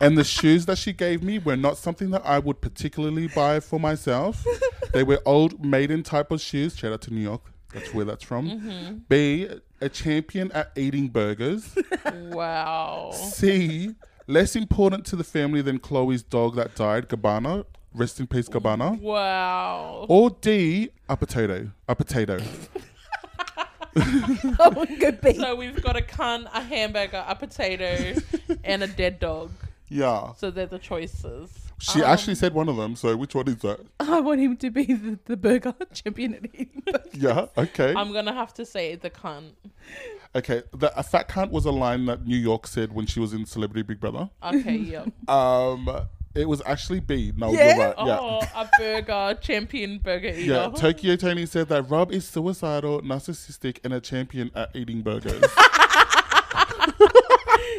Speaker 3: and the shoes that she gave me were not something that I would particularly buy for myself. they were old maiden type of shoes. Shout out to New York. That's where that's from. B, a champion at eating burgers.
Speaker 2: Wow.
Speaker 3: C, less important to the family than Chloe's dog that died, Gabbana. Rest in peace, Gabbana.
Speaker 2: Wow.
Speaker 3: Or D, a potato. A potato.
Speaker 5: I wouldn't go beat."
Speaker 2: So we've got a cunt, a hamburger, a potato, and a dead dog.
Speaker 3: yeah.
Speaker 2: So they're the choices.
Speaker 3: She actually said one of them, so which one is that?
Speaker 5: I want him to be the, the burger champion at eating. burgers.
Speaker 3: Yeah, okay.
Speaker 2: I'm gonna have to say the cunt.
Speaker 3: okay, the, a fat cunt was a line that New York said when she was in Celebrity Big Brother.
Speaker 2: Okay, yep.
Speaker 3: Um, it was actually B. No,
Speaker 5: Yeah?
Speaker 3: you're right. Yeah.
Speaker 2: Oh, a burger champion burger eater.
Speaker 3: Yeah, Tokyo Tony said that Rob is suicidal, narcissistic, and a champion at eating burgers.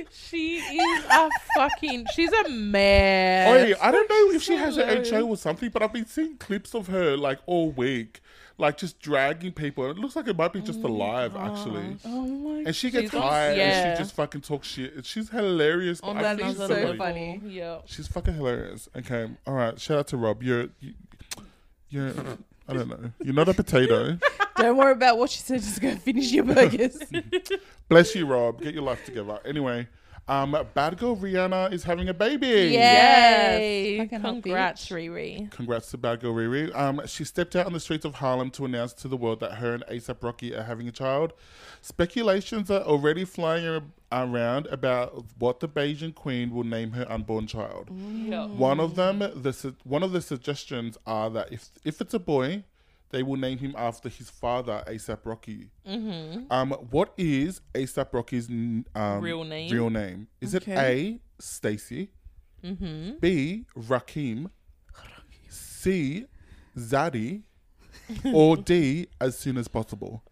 Speaker 2: she is a fucking. She's a man.
Speaker 3: Oi, Oh, I don't know if she has her own show or something, but I've been seeing clips of her like all week, like just dragging people. And it looks like it might be just alive, actually.
Speaker 5: Oh my!
Speaker 3: And she gets
Speaker 2: Oh She's on-
Speaker 3: tired and
Speaker 2: yeah.
Speaker 3: she just fucking talks shit. And She's hilarious. but
Speaker 2: On
Speaker 3: I
Speaker 2: that
Speaker 3: think
Speaker 5: is
Speaker 2: other
Speaker 5: so
Speaker 2: level.
Speaker 3: somebody-
Speaker 5: funny.
Speaker 2: Yeah.
Speaker 3: She's fucking hilarious. Okay, all right. Shout out to Rob. You're, you, you're, I don't know. You're not a potato.
Speaker 5: Don't worry about what she said. Just go finish your burgers.
Speaker 3: Bless you, Rob. Get your life together. Anyway, um, bad girl Rihanna is having a baby.
Speaker 2: Yay!
Speaker 5: Fucking hot
Speaker 2: Congrats,
Speaker 5: bitch.
Speaker 2: Riri.
Speaker 3: Congrats to Bad Girl Riri. Um, she stepped out on the streets of Harlem to announce to the world that her and ASAP Rocky are having a child. Speculations are already flying ar- around about what the Beijing queen will name her unborn child.
Speaker 2: Yep.
Speaker 3: One of them, the su- one of the suggestions are that if if it's a boy, they will name him after his father, ASAP Rocky. Mm-hmm. Um, what is ASAP Rocky's n- um,
Speaker 2: Real name?
Speaker 3: Real name is
Speaker 5: Okay.
Speaker 3: it A. Stacy, mm-hmm. B. Rakim, C. Zaddy, or D. As soon as possible.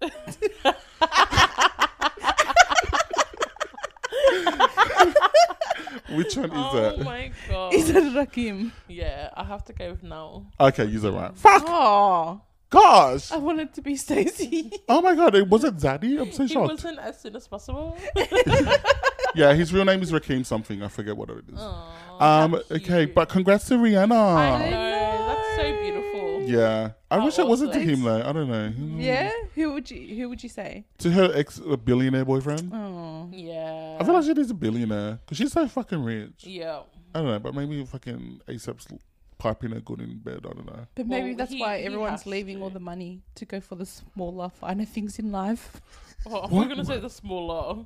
Speaker 3: Which one is
Speaker 2: Oh
Speaker 3: that?
Speaker 2: my god.
Speaker 5: Is it Rakim?
Speaker 2: yeah, I have to go with no.
Speaker 3: Okay, you're right. Fuck,
Speaker 5: Oh,
Speaker 3: gosh.
Speaker 5: I want it to be Stacey.
Speaker 3: Oh my god, it wasn't Zaddy. I'm so
Speaker 2: He
Speaker 3: shocked.
Speaker 2: wasn't as soon as possible.
Speaker 3: Yeah, his real name is Rakim something. I forget what it is.
Speaker 2: Aw,
Speaker 3: um,
Speaker 2: how
Speaker 3: okay,
Speaker 2: cute.
Speaker 3: but congrats to Rihanna.
Speaker 2: I know that's so beautiful.
Speaker 3: Yeah, I wish it wasn't to
Speaker 2: awesome.
Speaker 3: him though. I don't know.
Speaker 5: yeah. Who would you? Who would you say?
Speaker 3: To her ex uh, billionaire boyfriend.
Speaker 5: Oh,
Speaker 2: Yeah.
Speaker 3: I feel like she needs a billionaire because she's so fucking rich.
Speaker 2: yeah.
Speaker 3: I don't know, but maybe fucking ASAP's l- piping her good in bed. I don't know.
Speaker 5: but
Speaker 2: Well,
Speaker 5: maybe that's
Speaker 2: he-
Speaker 5: why
Speaker 2: he
Speaker 5: everyone's
Speaker 2: has
Speaker 5: leaving
Speaker 2: to.
Speaker 5: all the money to go for the smaller, finer things in life.
Speaker 2: Oh,
Speaker 3: What-
Speaker 2: I'm gonna say the smaller.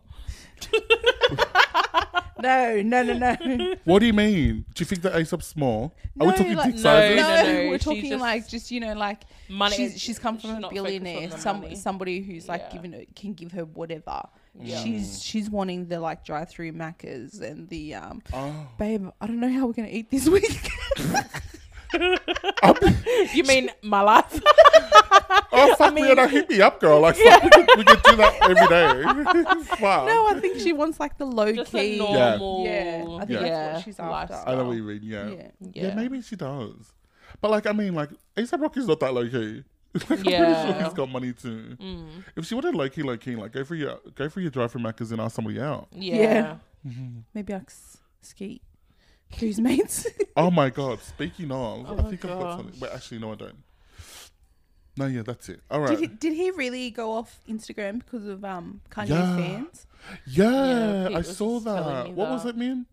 Speaker 5: No, no, no, no. no,
Speaker 3: What do you mean? Do you think that ASAP's small? Are we talking
Speaker 5: like,
Speaker 3: dick
Speaker 5: no,
Speaker 3: sizes?
Speaker 5: no,
Speaker 2: No, no,
Speaker 5: We're
Speaker 2: she's
Speaker 5: talking
Speaker 2: just-
Speaker 5: like just you know like
Speaker 2: Money.
Speaker 5: she's she's come
Speaker 2: she's
Speaker 5: from a
Speaker 2: not focused on
Speaker 5: billionaire,
Speaker 2: the
Speaker 5: some
Speaker 2: money.
Speaker 5: somebody who's like
Speaker 2: Yeah.
Speaker 5: given it can give her whatever.
Speaker 2: Yeah.
Speaker 5: She's she's wanting the like drive through macas and the um
Speaker 3: Oh.
Speaker 5: babe, I don't know how we're gonna eat this week.
Speaker 2: You mean my life?
Speaker 3: Oh fuck, we Rihanna, hit me up, girl. Like fuck, we, could, we could do that every day. fuck.
Speaker 5: no, I think she wants like the low
Speaker 2: Just
Speaker 5: key.
Speaker 2: a normal.
Speaker 5: Yeah, I think that's what she's after.
Speaker 2: lifestyle.
Speaker 3: I know what you mean. Yeah. yeah,
Speaker 5: Yeah.
Speaker 2: Yeah.
Speaker 3: maybe she does. But like, I mean, like ASAP Rocky's not that low key. Like, I'm pretty sure
Speaker 2: Yeah. Mm.
Speaker 3: he's got money too. If she wanted low key, low key, like go for your go for your drive from Macca's and ask somebody out.
Speaker 2: Yeah.
Speaker 5: Yeah. Maybe I s- ski. Cruise mates.
Speaker 3: Oh my god! Speaking of, I think I've got
Speaker 2: Oh gosh.
Speaker 3: something. Wait, actually, no, I don't. No, yeah, that's it. All right.
Speaker 5: did, he, did he really go off Instagram because of um Kanye
Speaker 3: Yeah.
Speaker 5: fans?
Speaker 3: yeah,
Speaker 2: Pete
Speaker 3: I
Speaker 2: was
Speaker 3: saw
Speaker 2: telling
Speaker 3: that.
Speaker 2: me
Speaker 3: What was
Speaker 2: that.
Speaker 3: it, man?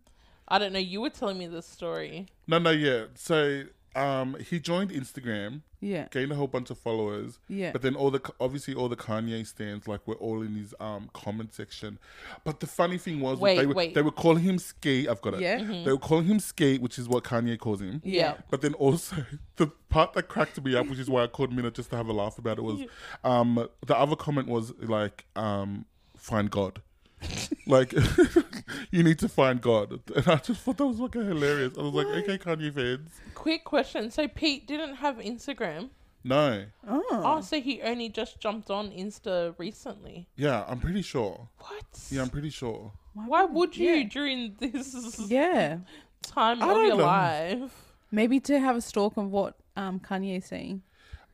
Speaker 2: I don't know. You were telling me this story.
Speaker 3: No, no, yeah. So, um, he joined Instagram,
Speaker 5: Yeah.
Speaker 3: gained a whole bunch of followers.
Speaker 5: Yeah.
Speaker 3: But then all the obviously all the Kanye stands like we're all in his um comment section. But the funny thing was
Speaker 2: Wait,
Speaker 3: they were
Speaker 2: wait. Mm-hmm.
Speaker 3: they were calling him Skate. I've got it.
Speaker 5: Yeah.
Speaker 3: They were calling him Skate, which is what Kanye calls him.
Speaker 2: Yeah.
Speaker 3: But then also the part that cracked me up, which is why I called Mina just to have a laugh about it, was um the other comment was like um find God. like you need to find God, and I just thought that was fucking hilarious. I was like, okay, Kanye fans,
Speaker 2: Quick question. So Pete didn't have Instagram.
Speaker 3: no,
Speaker 2: Oh, so he only just jumped on Insta recently.
Speaker 3: yeah, I'm pretty sure.
Speaker 2: What?
Speaker 3: Yeah, I'm pretty sure.
Speaker 2: Why would you
Speaker 5: Yeah.
Speaker 2: during this
Speaker 5: Yeah.
Speaker 2: time
Speaker 3: I
Speaker 2: of
Speaker 3: don't
Speaker 2: your
Speaker 3: know.
Speaker 2: life?
Speaker 5: Maybe to have a stalk of what um Kanye's saying.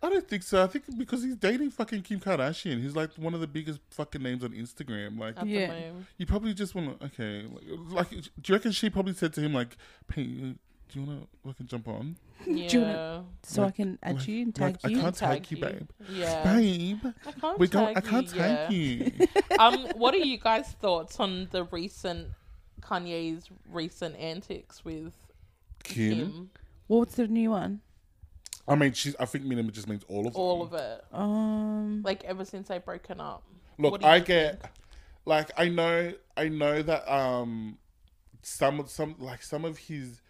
Speaker 3: I don't think so. I think because he's dating fucking Kim Kardashian, who's like one of the biggest fucking names on Instagram. Like,
Speaker 2: At
Speaker 5: Yeah.
Speaker 2: the moment.
Speaker 3: you probably just want to okay. Like, like, do you reckon she probably said to him like, "Pete, you- do you want to fucking jump on?"
Speaker 2: Yeah.
Speaker 5: you wanna- So I
Speaker 3: Like-
Speaker 5: can add
Speaker 3: like-
Speaker 5: you and tag
Speaker 3: like, I
Speaker 5: you.
Speaker 3: can't tag, you, babe.
Speaker 2: Yeah.
Speaker 3: Babe,
Speaker 2: I can't
Speaker 3: we can't. I
Speaker 2: tag
Speaker 3: can't
Speaker 2: you, yeah.
Speaker 3: tag you.
Speaker 2: um, what are you guys' thoughts on the recent Kanye's recent antics with
Speaker 3: Kim.
Speaker 2: him?
Speaker 5: What's the new one?
Speaker 3: I mean, she's. I think Minima just means all of them.
Speaker 2: All of it,
Speaker 5: Um
Speaker 2: like ever since they've broken up. What
Speaker 3: Look,
Speaker 2: do you
Speaker 3: I get like I know I know that um some of some like some of his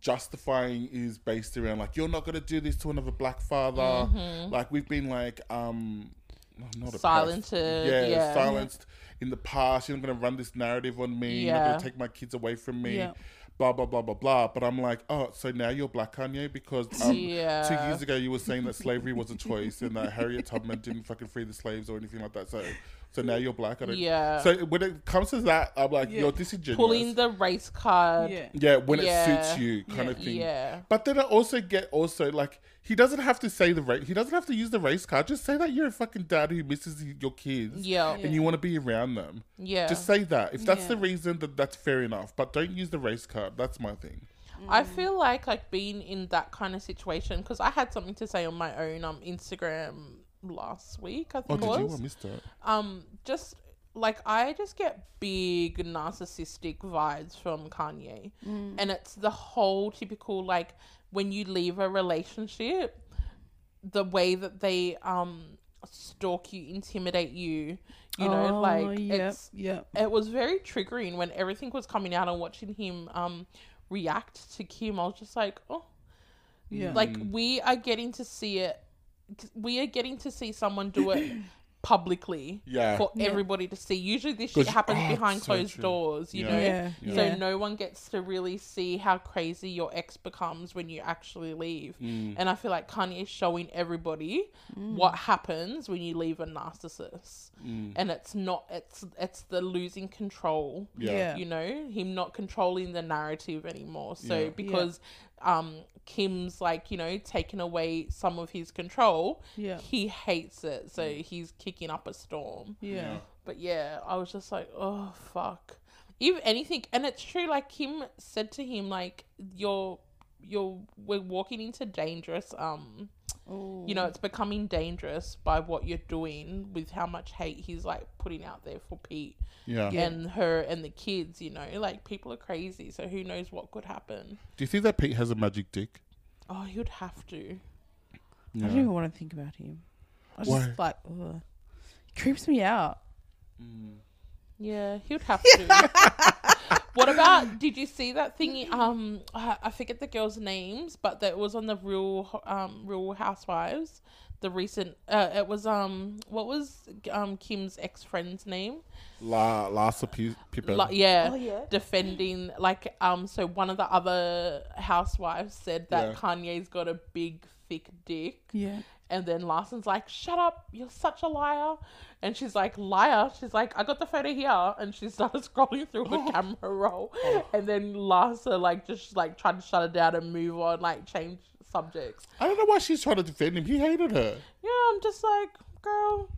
Speaker 3: justifying is based around like you're not gonna do this to another black father.
Speaker 2: Mm-hmm.
Speaker 3: Like we've been like um no, not oppressed.
Speaker 2: Silented, uh, yeah.
Speaker 3: silenced in the past. You're not gonna run this narrative on me. You're not
Speaker 2: Yeah.
Speaker 3: gonna take my kids away from me.
Speaker 5: Yeah.
Speaker 3: Blah blah blah blah blah. But I'm like, oh, so now you're black Kanye because um, two
Speaker 2: Yeah.
Speaker 3: years ago you were saying that slavery was a choice and that Harriet Tubman didn't fucking free the slaves or anything like that. So, so now you're black. I don't.
Speaker 2: Yeah.
Speaker 3: So when it comes to that, I'm like,
Speaker 5: Yeah.
Speaker 3: you're disingenuous.
Speaker 2: Pulling the race card.
Speaker 5: yeah.
Speaker 3: yeah, when it
Speaker 2: Yeah.
Speaker 3: suits you, kind of thing.
Speaker 2: Yeah.
Speaker 3: But then I also get also like he doesn't have to say the race. He doesn't have to use the race card. Just say that you're a fucking dad who misses y- your kids.
Speaker 2: Yeah.
Speaker 3: And you want to be around them.
Speaker 2: Yeah.
Speaker 3: Just say that. If that's the
Speaker 5: Yeah.
Speaker 3: reason, that that's fair enough. But don't use the race card. That's my thing.
Speaker 2: I feel like like being in that kind of situation because I had something to say on my own um Instagram last week. I
Speaker 3: Oh,
Speaker 2: think
Speaker 3: did
Speaker 2: it
Speaker 3: you?
Speaker 2: was.
Speaker 3: I missed it.
Speaker 2: um just like I just get big narcissistic vibes from Kanye.
Speaker 5: Mm.
Speaker 2: And it's the whole typical like when you leave a relationship, the way that they um stalk you, intimidate you, you know,
Speaker 5: Oh,
Speaker 2: like
Speaker 5: yep,
Speaker 2: it's
Speaker 5: yep.
Speaker 2: it was very triggering when everything was coming out and watching him um react to Kim. I was just like, oh,
Speaker 5: Yeah.
Speaker 2: like we are getting to see it. We are getting to see someone do it publicly
Speaker 3: Yeah.
Speaker 2: for
Speaker 5: Yeah.
Speaker 2: everybody to see. Usually, this shit
Speaker 3: 'Cause-
Speaker 2: happens
Speaker 3: oh,
Speaker 2: behind
Speaker 3: so
Speaker 2: closed
Speaker 3: true.
Speaker 2: doors, you
Speaker 3: Yeah.
Speaker 2: know.
Speaker 5: Yeah.
Speaker 2: So
Speaker 5: Yeah.
Speaker 2: no one gets to really see how crazy your ex becomes when you actually leave.
Speaker 5: Mm.
Speaker 2: And I feel like Kanye's showing everybody what happens when you leave a narcissist.
Speaker 5: Mm.
Speaker 2: And it's not it's it's the losing control.
Speaker 5: Yeah.
Speaker 2: You know, him not controlling the narrative anymore. So
Speaker 3: Yeah.
Speaker 2: because um Kim's like, you know, taken away some of his control,
Speaker 5: Yeah.
Speaker 2: he hates it. So
Speaker 5: Mm.
Speaker 2: he's kicking up a storm.
Speaker 5: yeah.
Speaker 2: But yeah, I was just like, oh fuck. If anything, and it's true. Like Kim said to him, like you're you're we're walking into dangerous. Um,
Speaker 5: Oh.
Speaker 2: you know, it's becoming dangerous by what you're doing with how much hate he's like putting out there for Pete
Speaker 3: Yeah.
Speaker 2: and her and the kids. You know, like people are crazy, so who knows what could happen.
Speaker 3: Do you think that Pete has a magic dick?
Speaker 2: Oh, he would have to.
Speaker 5: I don't even want to think about him. I just
Speaker 3: Why?
Speaker 5: like ugh. He creeps me out.
Speaker 2: Yeah, he would have to. what about? Did you see that thing? Um, I, I forget the girls' names, but that was on the Real um Real Housewives. The recent, uh, it was um, what was um Kim's ex friend's name?
Speaker 3: La Lassa Pi- Pippen.
Speaker 2: Like, yeah,
Speaker 5: Oh, yeah.
Speaker 2: defending like um. So one of the other housewives said that
Speaker 3: Yeah.
Speaker 2: Kanye's got a big thick dick.
Speaker 5: Yeah.
Speaker 2: And then Larson's like, shut up, you're such a liar. And she's like, liar. She's like, I got the photo here. And she started scrolling through her camera roll.
Speaker 3: Oh.
Speaker 2: And then Larsa, like, just like tried to shut it down and move on, like, change subjects.
Speaker 3: I don't know why she's trying to defend him. He hated her.
Speaker 2: Yeah, I'm just like, girl,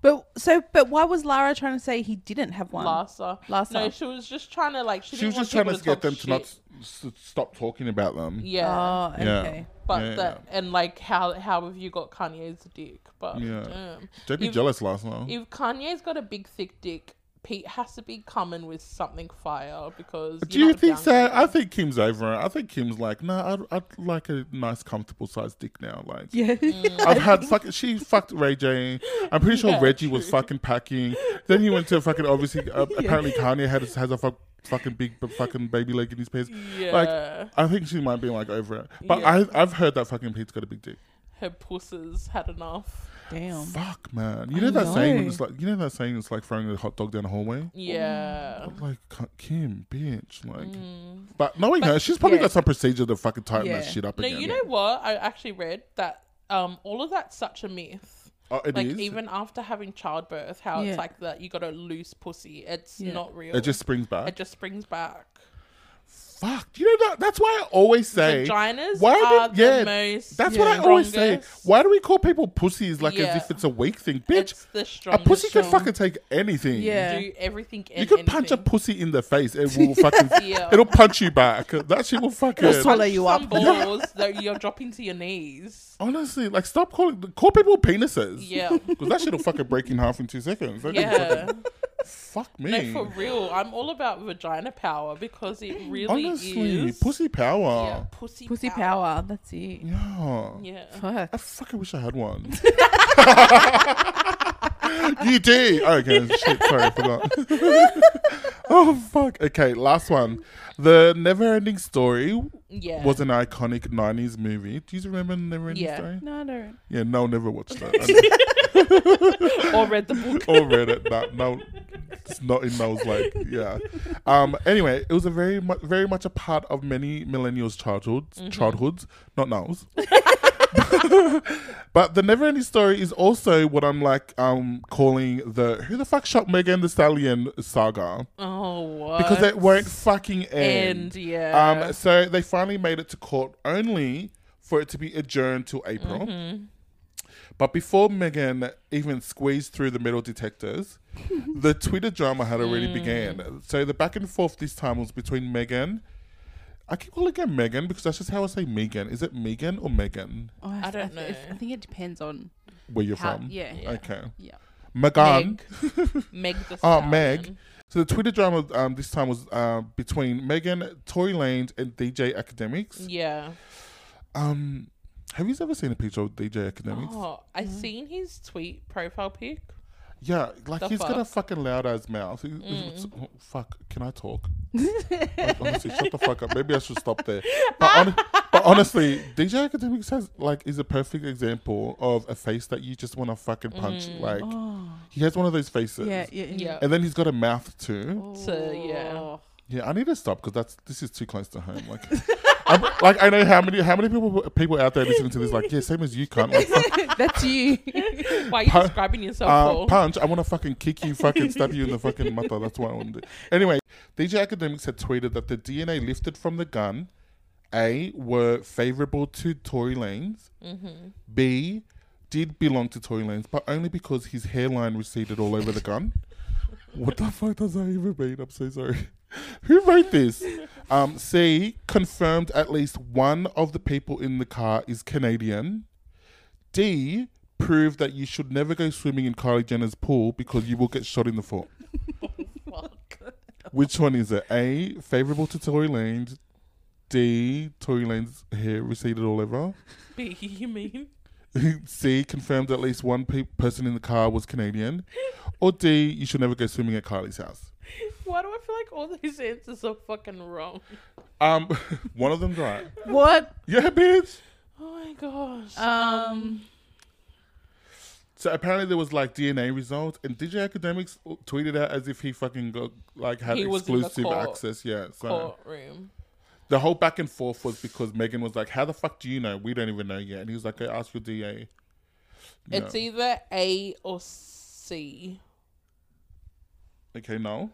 Speaker 5: But so, but why was Lara trying to say he didn't have one?
Speaker 2: Lassa.
Speaker 5: Lassa.
Speaker 2: No, she was just trying to like. She,
Speaker 3: She was just trying to get them to not s- s- stop talking about them.
Speaker 2: Yeah.
Speaker 5: Oh,
Speaker 3: Yeah.
Speaker 5: okay.
Speaker 2: but
Speaker 3: Yeah,
Speaker 2: that and like how how have you got Kanye's dick? But
Speaker 3: Yeah.
Speaker 2: damn.
Speaker 3: Don't be
Speaker 2: If-
Speaker 3: jealous, last night.
Speaker 2: if Kanye's got a big thick dick, Pete has to be coming with something fire because.
Speaker 3: Do
Speaker 2: you're
Speaker 3: you
Speaker 2: not
Speaker 3: think
Speaker 2: down
Speaker 3: so?
Speaker 2: for
Speaker 3: I
Speaker 2: it.
Speaker 3: think Kim's over it. I think Kim's like, no, I'd, I'd like a nice, comfortable sized dick now. Like,
Speaker 5: Yeah.
Speaker 3: I've had fucking. She fucked Ray J. I'm pretty sure
Speaker 2: Yeah,
Speaker 3: Reggie was fucking packing. Then he went to fucking. Obviously, uh, apparently Kanye had has a fuck, fucking big b- fucking baby leg in his pants.
Speaker 2: Yeah.
Speaker 3: Like, I think she might be like over it. But
Speaker 2: Yeah.
Speaker 3: I, I've heard that fucking Pete's got a big dick.
Speaker 2: her pusses had enough.
Speaker 5: Damn.
Speaker 3: Fuck man, you know that saying when
Speaker 5: know.
Speaker 3: it's like you know that saying it's like throwing a hot dog down the hallway.
Speaker 2: Yeah.
Speaker 3: Like K- Kim, bitch, like.
Speaker 2: Mm.
Speaker 3: But knowing her, she's probably
Speaker 5: yeah.
Speaker 3: got some procedure to fucking tighten that
Speaker 5: Yeah.
Speaker 3: shit up
Speaker 2: No,
Speaker 3: again.
Speaker 2: you know what? I actually read that um all of that's such a myth.
Speaker 3: oh, it
Speaker 2: Like
Speaker 3: is.
Speaker 2: even after having childbirth, how
Speaker 5: Yeah.
Speaker 2: it's like that you got a loose pussy. It's
Speaker 5: Yeah.
Speaker 2: not real.
Speaker 3: it just springs back.
Speaker 2: it just springs back.
Speaker 3: Fuck, you know that. That's why I always say
Speaker 2: Vaginas
Speaker 3: do-
Speaker 2: are the most
Speaker 3: That's what I always say.
Speaker 2: strongest.
Speaker 3: Why do we call people pussies like
Speaker 2: Yeah.
Speaker 3: as if it's a weak thing, bitch?
Speaker 2: It's the
Speaker 3: a
Speaker 2: strongest.
Speaker 3: pussy can
Speaker 2: one.
Speaker 3: fucking take anything.
Speaker 5: Yeah.
Speaker 2: do everything.
Speaker 3: You
Speaker 2: and
Speaker 3: can punch a
Speaker 2: anything.
Speaker 3: pussy in the face. It will fucking.
Speaker 2: Yeah.
Speaker 3: It'll punch you back. That shit will fucking.
Speaker 5: swallow Pull you
Speaker 2: some
Speaker 5: up.
Speaker 2: balls that you're dropping to your knees.
Speaker 3: Honestly, like stop calling call people penises.
Speaker 2: Yeah.
Speaker 3: Because that shit'll fucking break in half in two seconds. That shit'll
Speaker 2: Yeah.
Speaker 3: fucking- Fuck me.
Speaker 2: No, for real. I'm all about vagina power because it really
Speaker 3: Honestly,
Speaker 2: is.
Speaker 3: pussy
Speaker 2: Yeah,
Speaker 3: power.
Speaker 2: pussy,
Speaker 5: Pussy power. That's
Speaker 3: Mm.
Speaker 5: it.
Speaker 3: Yeah.
Speaker 2: Yeah.
Speaker 5: Fuck.
Speaker 3: I fucking wish I had one. you do. Okay, shit, sorry, I forgot. oh fuck. Okay, last one. The Never Ending Story
Speaker 2: Yeah.
Speaker 3: was an iconic '90s movie. Do you remember Never Ending
Speaker 2: Yeah.
Speaker 3: Story?
Speaker 5: No, I don't.
Speaker 3: Yeah, no, never watched that.
Speaker 2: or read the book.
Speaker 3: or read it. No, no, it's not in those. Like, yeah. Um. Anyway, it was a very, mu- very much a part of many millennials' childhoods, childhoods, not nows. but the never ending story is also what I'm like um calling the who the fuck shot Megan the Stallion saga
Speaker 2: Oh, what?
Speaker 3: because it won't fucking
Speaker 2: End,
Speaker 3: end.
Speaker 2: yeah.
Speaker 3: Um. So they finally made it to court only for it to be adjourned till April.
Speaker 2: Mm-hmm. Hmm.
Speaker 3: But before Megan even squeezed through the metal detectors, the Twitter drama had already
Speaker 2: Hmm.
Speaker 3: began. So the back and forth this time was between Megan. I keep calling her Megan because that's just how I say Megan. Is it Megan or Megan?
Speaker 5: Oh, I,
Speaker 2: don't
Speaker 5: th- I, th-
Speaker 2: know.
Speaker 5: I think it depends on
Speaker 3: Where you're
Speaker 5: how.
Speaker 3: from?
Speaker 5: Yeah.
Speaker 3: Okay.
Speaker 5: Yeah.
Speaker 3: Megan.
Speaker 2: Meg the
Speaker 3: Oh,
Speaker 2: Stallion.
Speaker 3: Meg. So the Twitter drama um, this time was uh, between Megan, Tory Lanez, and DJ Academics.
Speaker 2: Yeah.
Speaker 3: Um, have you ever seen a picture of DJ Academics?
Speaker 2: Oh, I
Speaker 5: Mm.
Speaker 2: seen his tweet profile pic.
Speaker 3: Yeah, like
Speaker 2: The
Speaker 3: he's got a
Speaker 2: fuck?
Speaker 3: fucking loud ass mouth. He- he's- oh, fuck, can I talk? like, honestly, shut the fuck up. Maybe I should stop there. But, hon- but honestly, DJ Academics has like is a perfect example of a face that you just want to fucking punch. Like he has one of those faces.
Speaker 5: Yeah. Yeah.
Speaker 2: Yeah. Oh.
Speaker 3: And then he's got a mouth too.
Speaker 2: So, yeah.
Speaker 5: Oh.
Speaker 3: Yeah, I need to stop because that's this is too close to home. Like, I'm, like I know how many how many people people out there listening to this like yeah same as you can't like fuck,
Speaker 5: That's you.
Speaker 2: Why are you
Speaker 3: Pu-
Speaker 2: describing yourself
Speaker 3: uh,
Speaker 2: for?
Speaker 3: punch. I want to fucking kick you, fucking stab you in the fucking mother. That's what I want to do. Anyway, DJ Academics had tweeted that the DNA lifted from the gun, A, were favorable to Tory Lanez, B, did belong to Tory Lanez, but only because his hairline receded all over the gun. What the fuck does that even mean? I'm so sorry. Who wrote this? Um, C confirmed at least one of the people in the car is Canadian. D proved that you should never go swimming in Kylie Jenner's pool because you will get shot in the foot. Which one is it? A favorable to Tory Lanez. D Tory Lanez hair receded all over.
Speaker 2: B, you mean?
Speaker 3: C confirmed at least one pe- person in the car was Canadian. Or D you should never go swimming at Kylie's house.
Speaker 2: Why do I feel like all these answers are fucking wrong?
Speaker 3: Um, one of them's right.
Speaker 5: what?
Speaker 3: Yeah, bitch.
Speaker 2: Oh my gosh.
Speaker 5: Um.
Speaker 3: So apparently there was like DNA results, and DJ Academics tweeted out as if he fucking got like had
Speaker 2: He was in the
Speaker 3: exclusive
Speaker 2: court-
Speaker 3: access. Yeah, so
Speaker 2: courtroom.
Speaker 3: the whole back and forth was because Megan was like, "How the fuck do you know? We don't even know yet." And he was like, "Go ask your DA." No.
Speaker 2: It's either A or C.
Speaker 3: okay, no.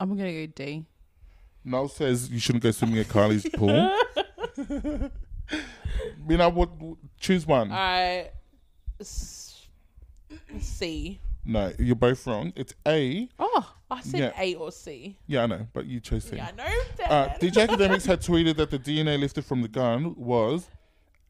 Speaker 5: I'm gonna go D.
Speaker 3: Noel says you shouldn't go swimming at Kylie's pool. you know what? Choose one.
Speaker 2: I s- C.
Speaker 3: No, you're both wrong. It's A.
Speaker 4: Oh,
Speaker 2: I said
Speaker 3: Yeah.
Speaker 2: A or C.
Speaker 3: Yeah, I know, but you chose C.
Speaker 2: Yeah, I know that.
Speaker 3: Uh, DJ Academics had tweeted that the DNA lifted from the gun was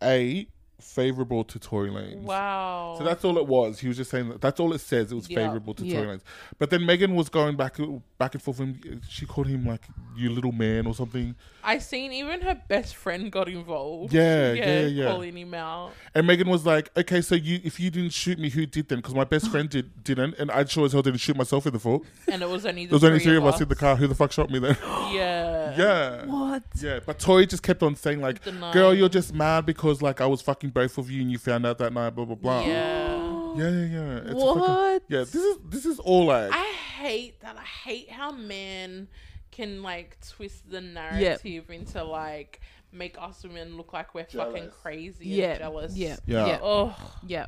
Speaker 3: A, favorable to Tory Lanez.
Speaker 2: wow.
Speaker 3: So that's all it was. He was just saying that. That's all it says. It was
Speaker 2: Yeah.
Speaker 3: favorable to
Speaker 4: Yeah.
Speaker 3: Tory Lanez. But then Megan was going back back and forth. with him. She called him like you little man or something.
Speaker 2: I seen even her best friend got involved.
Speaker 3: Yeah, yeah, yeah.
Speaker 2: Calling him out.
Speaker 3: And Megan was like, "Okay, so you if you didn't shoot me, who did then? Because my best friend did didn't, and I sure as hell didn't shoot myself in the foot.
Speaker 2: And it was only the
Speaker 3: There was
Speaker 2: three
Speaker 3: only three
Speaker 2: of
Speaker 3: of us in the car. Who the fuck shot me then?
Speaker 2: Yeah.
Speaker 3: yeah."
Speaker 5: What?
Speaker 3: Yeah, but Tori just kept on saying like,
Speaker 2: Denying.
Speaker 3: "Girl, you're just mad because like I was fucking both of you and you found out that night." Blah blah blah.
Speaker 2: Yeah.
Speaker 3: yeah, yeah. yeah. It's a Fucking,
Speaker 4: What?
Speaker 3: yeah, this is this is all like
Speaker 2: I hate that. I hate how men can like twist the narrative into like make us women look like we're fucking
Speaker 3: Jealous.
Speaker 2: crazy
Speaker 4: Yeah,
Speaker 2: and jealous.
Speaker 4: yeah,
Speaker 3: Yeah.
Speaker 4: yeah,
Speaker 2: Oh,
Speaker 4: yeah.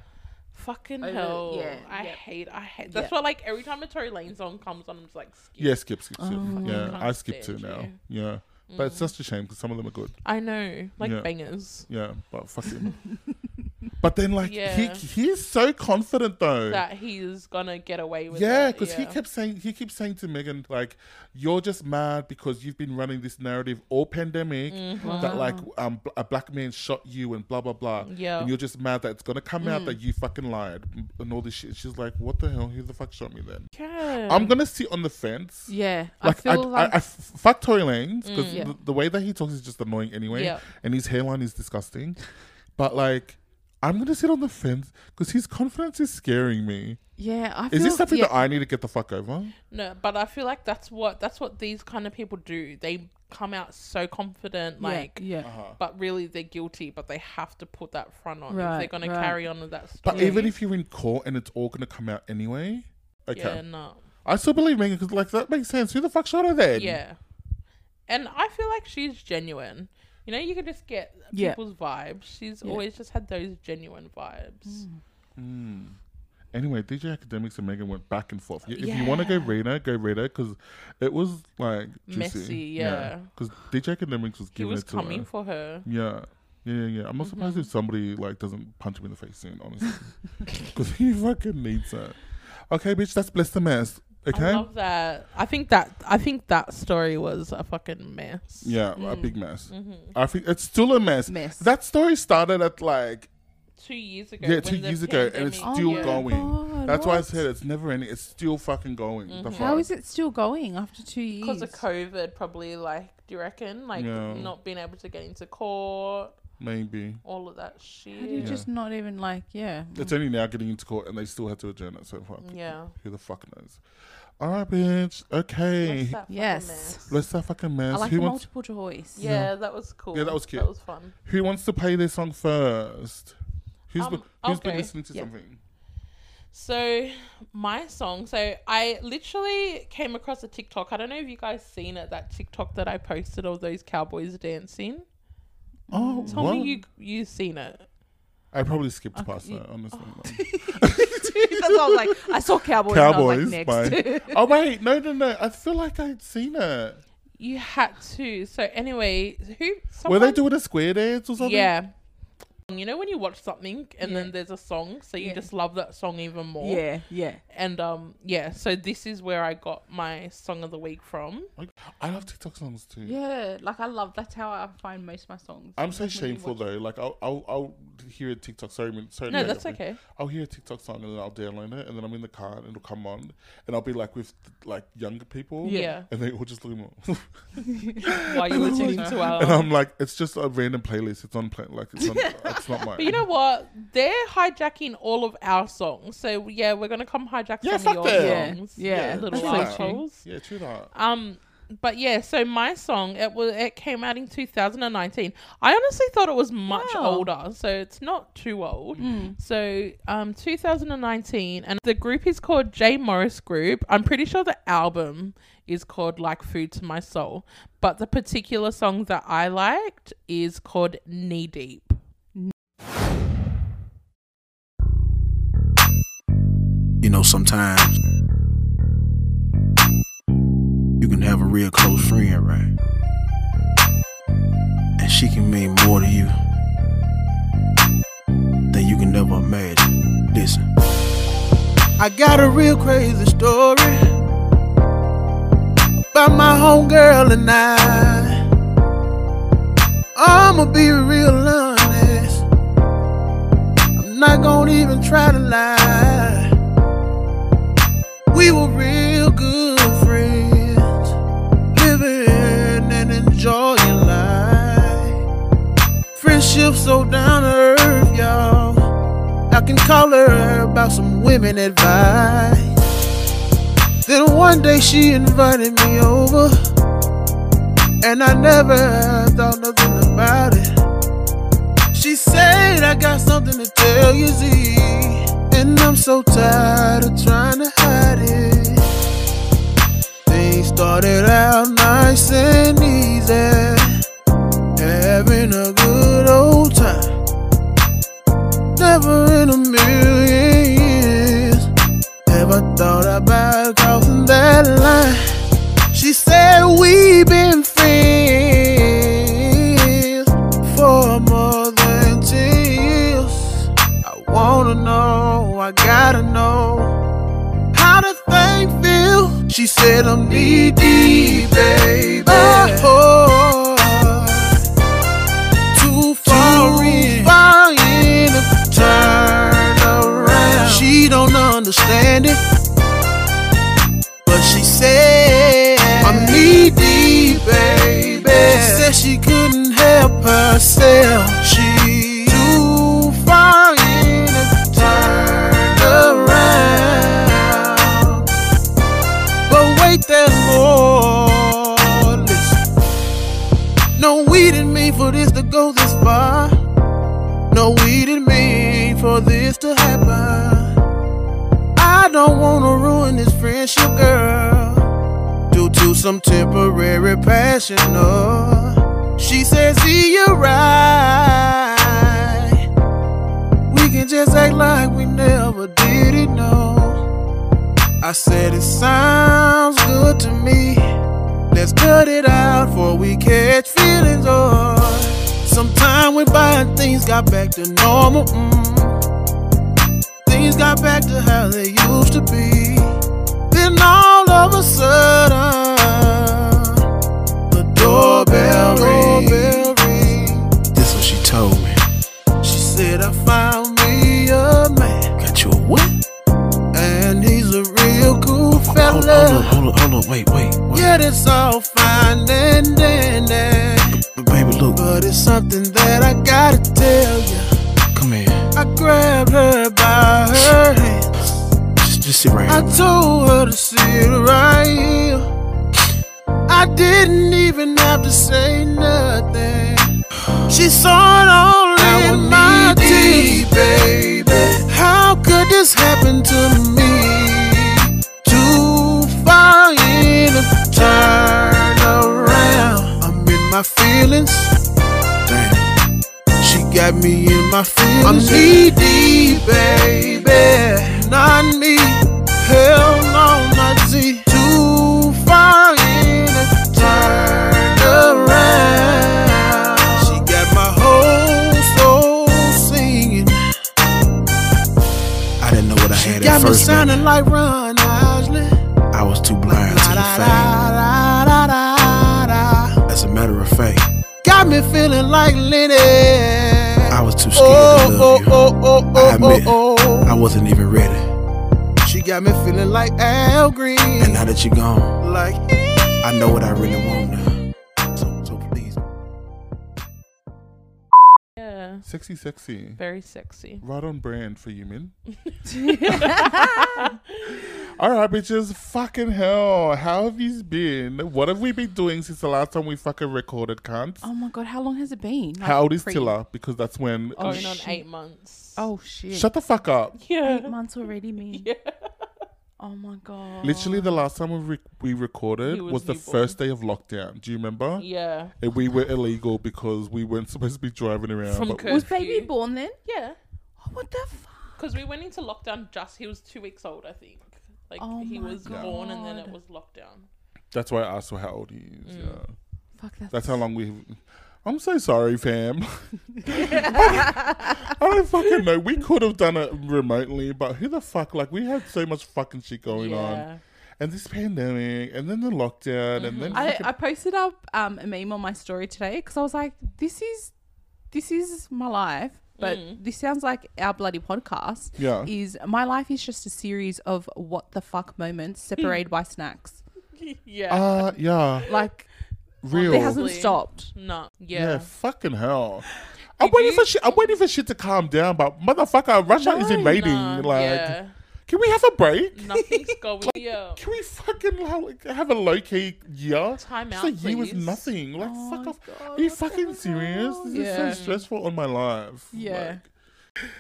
Speaker 2: fucking
Speaker 4: I really-
Speaker 2: hell.
Speaker 4: yeah,
Speaker 2: I
Speaker 4: yeah.
Speaker 2: hate. I hate. That's
Speaker 4: Yeah.
Speaker 2: why like every time a Tory Lane song comes on, I'm just like, skip. Oh,
Speaker 3: yeah, skip, skip, skip. yeah,
Speaker 2: can't
Speaker 3: I skipped it
Speaker 2: stand
Speaker 3: now.
Speaker 2: you.
Speaker 3: Yeah, but
Speaker 2: Mm.
Speaker 3: it's just a shame because some of them are good.
Speaker 2: I know, like
Speaker 3: Yeah.
Speaker 2: bangers.
Speaker 3: Yeah, but fuck him. but then like he
Speaker 2: Yeah.
Speaker 3: he's so confident though.
Speaker 2: That he's gonna get away with.
Speaker 3: yeah,
Speaker 2: it,
Speaker 3: because he kept saying he keeps saying to Megan like, "You're just mad because you've been running this narrative all pandemic that like um bl- a black man shot you and blah blah blah.
Speaker 2: Mm-hmm. Yeah. Mm.
Speaker 3: and you're just mad that it's gonna come out that you fucking lied and all this shit." She's like, "What the hell? Who the fuck shot me then?"
Speaker 2: Yeah.
Speaker 3: I'm gonna sit on the fence.
Speaker 4: Yeah,
Speaker 3: Like I,
Speaker 4: I feel like
Speaker 3: I, I f- fuck Tory Lanez because
Speaker 4: Yeah.
Speaker 3: the, the way that he talks is just annoying anyway,
Speaker 2: Mm. Yeah.
Speaker 3: and his hairline is disgusting. But like, I'm gonna sit on the fence because his confidence is scaring me.
Speaker 4: yeah. I feel,
Speaker 3: Is this something
Speaker 4: yeah,
Speaker 3: that I need to get the fuck over?
Speaker 2: No, but I feel like that's what that's what these kind of people do. They come out so confident,
Speaker 4: yeah,
Speaker 2: like,
Speaker 4: yeah,
Speaker 3: Uh-huh.
Speaker 2: but really they're guilty. But they have to put that front on if they're
Speaker 4: Right,
Speaker 2: gonna
Speaker 4: right.
Speaker 2: carry on with that story.
Speaker 3: But even if you're in court and it's all gonna come out anyway, okay,
Speaker 2: yeah, no,
Speaker 3: I still believe Megan because like that makes sense. Who the fuck shot her then?
Speaker 2: yeah, and I feel like she's genuine. You know, you can just get
Speaker 4: Yeah.
Speaker 2: people's vibes. She's
Speaker 4: Yeah. Mm.
Speaker 2: always just had those genuine vibes.
Speaker 3: Anyway, DJ Academics and Megan went back and forth. Y- If you want to go
Speaker 2: Yeah.
Speaker 3: read it, go read it because it was like juicy.
Speaker 2: Messy, yeah.
Speaker 3: Because DJ Academics was
Speaker 2: He
Speaker 3: giving
Speaker 2: was
Speaker 3: it to her.
Speaker 2: coming for her.
Speaker 3: Yeah. Yeah, yeah, yeah. I'm not surprised
Speaker 4: Mm-hmm.
Speaker 3: if somebody like doesn't punch him in the face soon, honestly, because he fucking needs it. Okay, bitch, that's bless the mess. Okay.
Speaker 2: I love that. I think that I think that story was a fucking mess. Mm-hmm.
Speaker 3: yeah, a big mess. I think it's still a mess.
Speaker 4: Mm. Mess.
Speaker 3: That story started at like
Speaker 2: Two years ago.
Speaker 3: yeah
Speaker 2: when
Speaker 3: two
Speaker 2: the
Speaker 3: years ago, and it's
Speaker 2: pandemic-
Speaker 3: still
Speaker 4: Oh my
Speaker 3: going.
Speaker 4: God,
Speaker 3: That's why I
Speaker 4: what? Mm-hmm.
Speaker 3: said it's never ending. It's still fucking going. The
Speaker 4: How
Speaker 3: fuck?
Speaker 4: is it still going after two years?
Speaker 2: because of COVID, probably like do you reckon like
Speaker 3: Yeah.
Speaker 2: not being able to get into court,
Speaker 3: Maybe
Speaker 4: Mm.
Speaker 2: all of that
Speaker 4: How do you
Speaker 2: shit.
Speaker 3: Yeah.
Speaker 4: just not even like yeah?
Speaker 3: it's only now getting into court, and they still had to adjourn it. So fuck.
Speaker 2: Yeah,
Speaker 3: Who the fuck knows? All right, bitch. Okay.
Speaker 2: Bless that fucking
Speaker 4: Yes.
Speaker 2: mess.
Speaker 3: Bless that fucking mess.
Speaker 4: I like
Speaker 3: Who
Speaker 4: the
Speaker 3: wants?
Speaker 4: multiple choice.
Speaker 2: Yeah, that was cool.
Speaker 3: Yeah, that was cute.
Speaker 2: That was fun.
Speaker 3: Who wants to play their song first? Who's
Speaker 2: Um,
Speaker 3: been, who's been
Speaker 2: okay.
Speaker 3: listening to
Speaker 4: Yeah.
Speaker 3: something?
Speaker 2: So my song. So I literally came across a TikTok. I don't know if you guys seen it. That TikTok that I posted of those cowboys dancing.
Speaker 3: Oh,
Speaker 2: Tell
Speaker 3: what?
Speaker 2: me you you seen it.
Speaker 3: I probably skipped past that, honestly.
Speaker 4: That's what I was like. I saw Cowboys.
Speaker 3: Cowboys
Speaker 4: And I was like, next.
Speaker 3: by. Oh, wait. No, no, no. I feel like I'd seen it.
Speaker 2: You had to. So anyway, who?
Speaker 3: Were
Speaker 2: Someone,
Speaker 3: they doing a square dance or something?
Speaker 2: Yeah. You know when you watch something and
Speaker 4: Yeah.
Speaker 2: then there's a song, so you
Speaker 4: Yeah.
Speaker 2: just love that song even more.
Speaker 4: yeah, yeah.
Speaker 2: And um, yeah. So this is where I got my song of the week from.
Speaker 3: Like, I love TikTok songs too.
Speaker 4: Yeah, like I love. That's how I find most of my songs.
Speaker 3: I'm so
Speaker 4: Like, when you
Speaker 3: shameful
Speaker 4: watch-
Speaker 3: though. Like I'll, I'll, I'll hear a TikTok. Sorry, min- sorry.
Speaker 2: No,
Speaker 3: Megan.
Speaker 2: that's okay.
Speaker 3: I'll hear a TikTok song and then I'll download it and then I'm in the car and it'll come on and I'll be like with like younger people.
Speaker 2: Yeah.
Speaker 3: And they all just look at me.
Speaker 2: While you're listening to
Speaker 3: and
Speaker 2: our.
Speaker 3: I'm like, it's just a random playlist. It's on play- like it's, on, it's not mine.
Speaker 2: But you know what? They're hijacking all of our songs. So yeah, we're gonna come hijack
Speaker 3: Yeah,
Speaker 2: some
Speaker 3: fuck
Speaker 2: of your
Speaker 3: them.
Speaker 2: songs.
Speaker 4: Yeah, yeah.
Speaker 2: Little
Speaker 3: That's fine.
Speaker 2: assholes.
Speaker 3: Yeah, true that.
Speaker 2: Um, but yeah, so my song it was it came out in 2019. I honestly thought it was much
Speaker 4: Wow. Hmm.
Speaker 2: older, so it's not too old. So um, 2019, and the group is called J Morris Group. I'm pretty sure the album is called like Food to My Soul, but the particular song that I liked is called Knee Deep.
Speaker 6: You know, sometimes you can have a real close friend, right? And she can mean more to you than you can ever imagine. Listen, I got a real crazy story about my homegirl and I. I'ma be real honest. I'm not gonna even try to lie. We were real good friends, living and enjoying life. Friendship so down to earth, y'all. I can call her about some women advice. Then one day she invited me over, and I never thought nothing about it. She said, I got something to tell you, Z, and I'm so tired of trying to hide it. Things started out nice and easy, having a good old time. Never in a million years have I thought about crossing that line. She said we've been friends for more than ten years. I wanna know, I gotta know how the thing feel. She said I'm knee deep, baby. Oh, too far in. Far in to turn around. She don't understand it, but she said I'm knee deep, baby. She said she couldn't help herself. She too far in to turn around. But wait, there's more. Listen. No, we didn't mean for this to go this far. No, we didn't mean for this to happen. I don't wanna ruin this friendship, girl, due to some temporary passion. Oh, she says, "See, you're right. We can just act like we never did it." No, I said it sounds good to me. Let's cut it out before we catch feelings or Sometime went by and things got back to normal. Mm. Things got back to how they used to be. Then all of a sudden, the doorbell, doorbell rings.
Speaker 7: This what she told me.
Speaker 6: She said, I found me a man,
Speaker 7: Got you a what?
Speaker 6: and he's a real cool fella.
Speaker 7: Hold, hold up, hold up, hold up, wait, wait. wait.
Speaker 6: Yeah, that's all fine and dandy,
Speaker 7: But baby, look,
Speaker 6: but it's something that I gotta tell ya.
Speaker 7: come here.
Speaker 6: I grabbed her by her hands.
Speaker 7: Just, just sit right
Speaker 6: I
Speaker 7: here.
Speaker 6: told her to sit right here. I didn't even have to say nothing. She saw it all in my teeth, baby. How could this happen to me? Too far in a turn around. I'm in my feelings.
Speaker 7: Damn.
Speaker 6: She got me in my feelings. I'm knee deep, baby. Not me. Hell no, not Z. Too far in a turn around. She got my whole soul singing.
Speaker 7: I didn't know what I
Speaker 6: She
Speaker 7: had at
Speaker 6: got me
Speaker 7: first. man.
Speaker 6: sounding like Ron Isley.
Speaker 7: I was too blind to the
Speaker 6: La,
Speaker 7: fact.
Speaker 6: da, da, da, da, da.
Speaker 7: As a matter of fact,
Speaker 6: Got me feeling like Lenny.
Speaker 7: I was too scared
Speaker 6: Oh,
Speaker 7: to
Speaker 6: oh,
Speaker 7: love you.
Speaker 6: oh, oh,
Speaker 7: I
Speaker 6: oh, oh,
Speaker 7: admit,
Speaker 6: oh.
Speaker 7: I wasn't even ready.
Speaker 6: She got me feeling like Al Green.
Speaker 7: And now that you're gone,
Speaker 6: like
Speaker 7: I know what I really want now. So, so please.
Speaker 2: Yeah.
Speaker 3: Sexy, sexy.
Speaker 2: Very sexy.
Speaker 3: Right on brand for you, men. All right, bitches. Fucking hell. How have you been? What have we been doing since the last time we fucking recorded, cunts?
Speaker 4: Oh my god, how long has it been? Like,
Speaker 3: How old is
Speaker 4: pre-
Speaker 3: Tilla? Because that's when.
Speaker 2: Going on eight months.
Speaker 4: Oh shit.
Speaker 3: Shut the fuck up.
Speaker 2: yeah.
Speaker 5: Eight months already, me.
Speaker 4: oh my god.
Speaker 3: Literally, the last time we, re- we recorded
Speaker 2: He
Speaker 3: was,
Speaker 2: was
Speaker 3: the
Speaker 2: newborn.
Speaker 3: first day of lockdown. Do you remember?
Speaker 2: Yeah.
Speaker 3: And we were illegal because we weren't supposed to be driving around.
Speaker 2: From
Speaker 3: but
Speaker 2: Cur-
Speaker 4: Was baby
Speaker 2: Curfew.
Speaker 4: born then?
Speaker 2: Yeah.
Speaker 4: Oh, what the fuck?
Speaker 2: Because we went into lockdown just, he was two weeks old, I think. Like,
Speaker 4: Oh
Speaker 2: he
Speaker 4: my
Speaker 2: was born and then it
Speaker 4: God.
Speaker 2: was lockdown.
Speaker 3: that's why I asked for how old he is. Yeah.
Speaker 4: Fuck that.
Speaker 3: That's how long we. I'm so sorry, fam. I don't fucking know. We could have done it remotely, but who the fuck? Like, we had so much fucking shit going on. And this pandemic, and then the lockdown, and then.
Speaker 5: Mm-hmm. I,
Speaker 3: fucking-
Speaker 5: I posted up um, a meme on my story today because I was like, this is this is my life, but
Speaker 4: Mm.
Speaker 5: this sounds like our bloody podcast.
Speaker 3: Yeah.
Speaker 5: is my life is just a series of what the fuck moments
Speaker 4: Mm.
Speaker 5: separated by snacks.
Speaker 2: yeah.
Speaker 3: uh, yeah.
Speaker 5: Like
Speaker 3: Real.
Speaker 5: it hasn't stopped.
Speaker 2: no.
Speaker 3: Yeah,
Speaker 2: Yeah.
Speaker 3: fucking hell. I'm
Speaker 2: Did
Speaker 3: waiting
Speaker 2: you-
Speaker 3: for shit. I'm waiting for shit to calm down, but motherfucker, Russia is invading.
Speaker 2: Nah,
Speaker 3: like,
Speaker 2: yeah.
Speaker 3: can we have a break?
Speaker 2: Nothing's going. Yeah.
Speaker 3: Can we fucking like, have a low key year?
Speaker 2: Time
Speaker 3: Just
Speaker 2: out,
Speaker 3: a year with
Speaker 2: please. Oh,
Speaker 3: nothing. Like, fuck off. Are you fucking serious? This
Speaker 5: Yeah.
Speaker 3: is so stressful on my life.
Speaker 5: Yeah.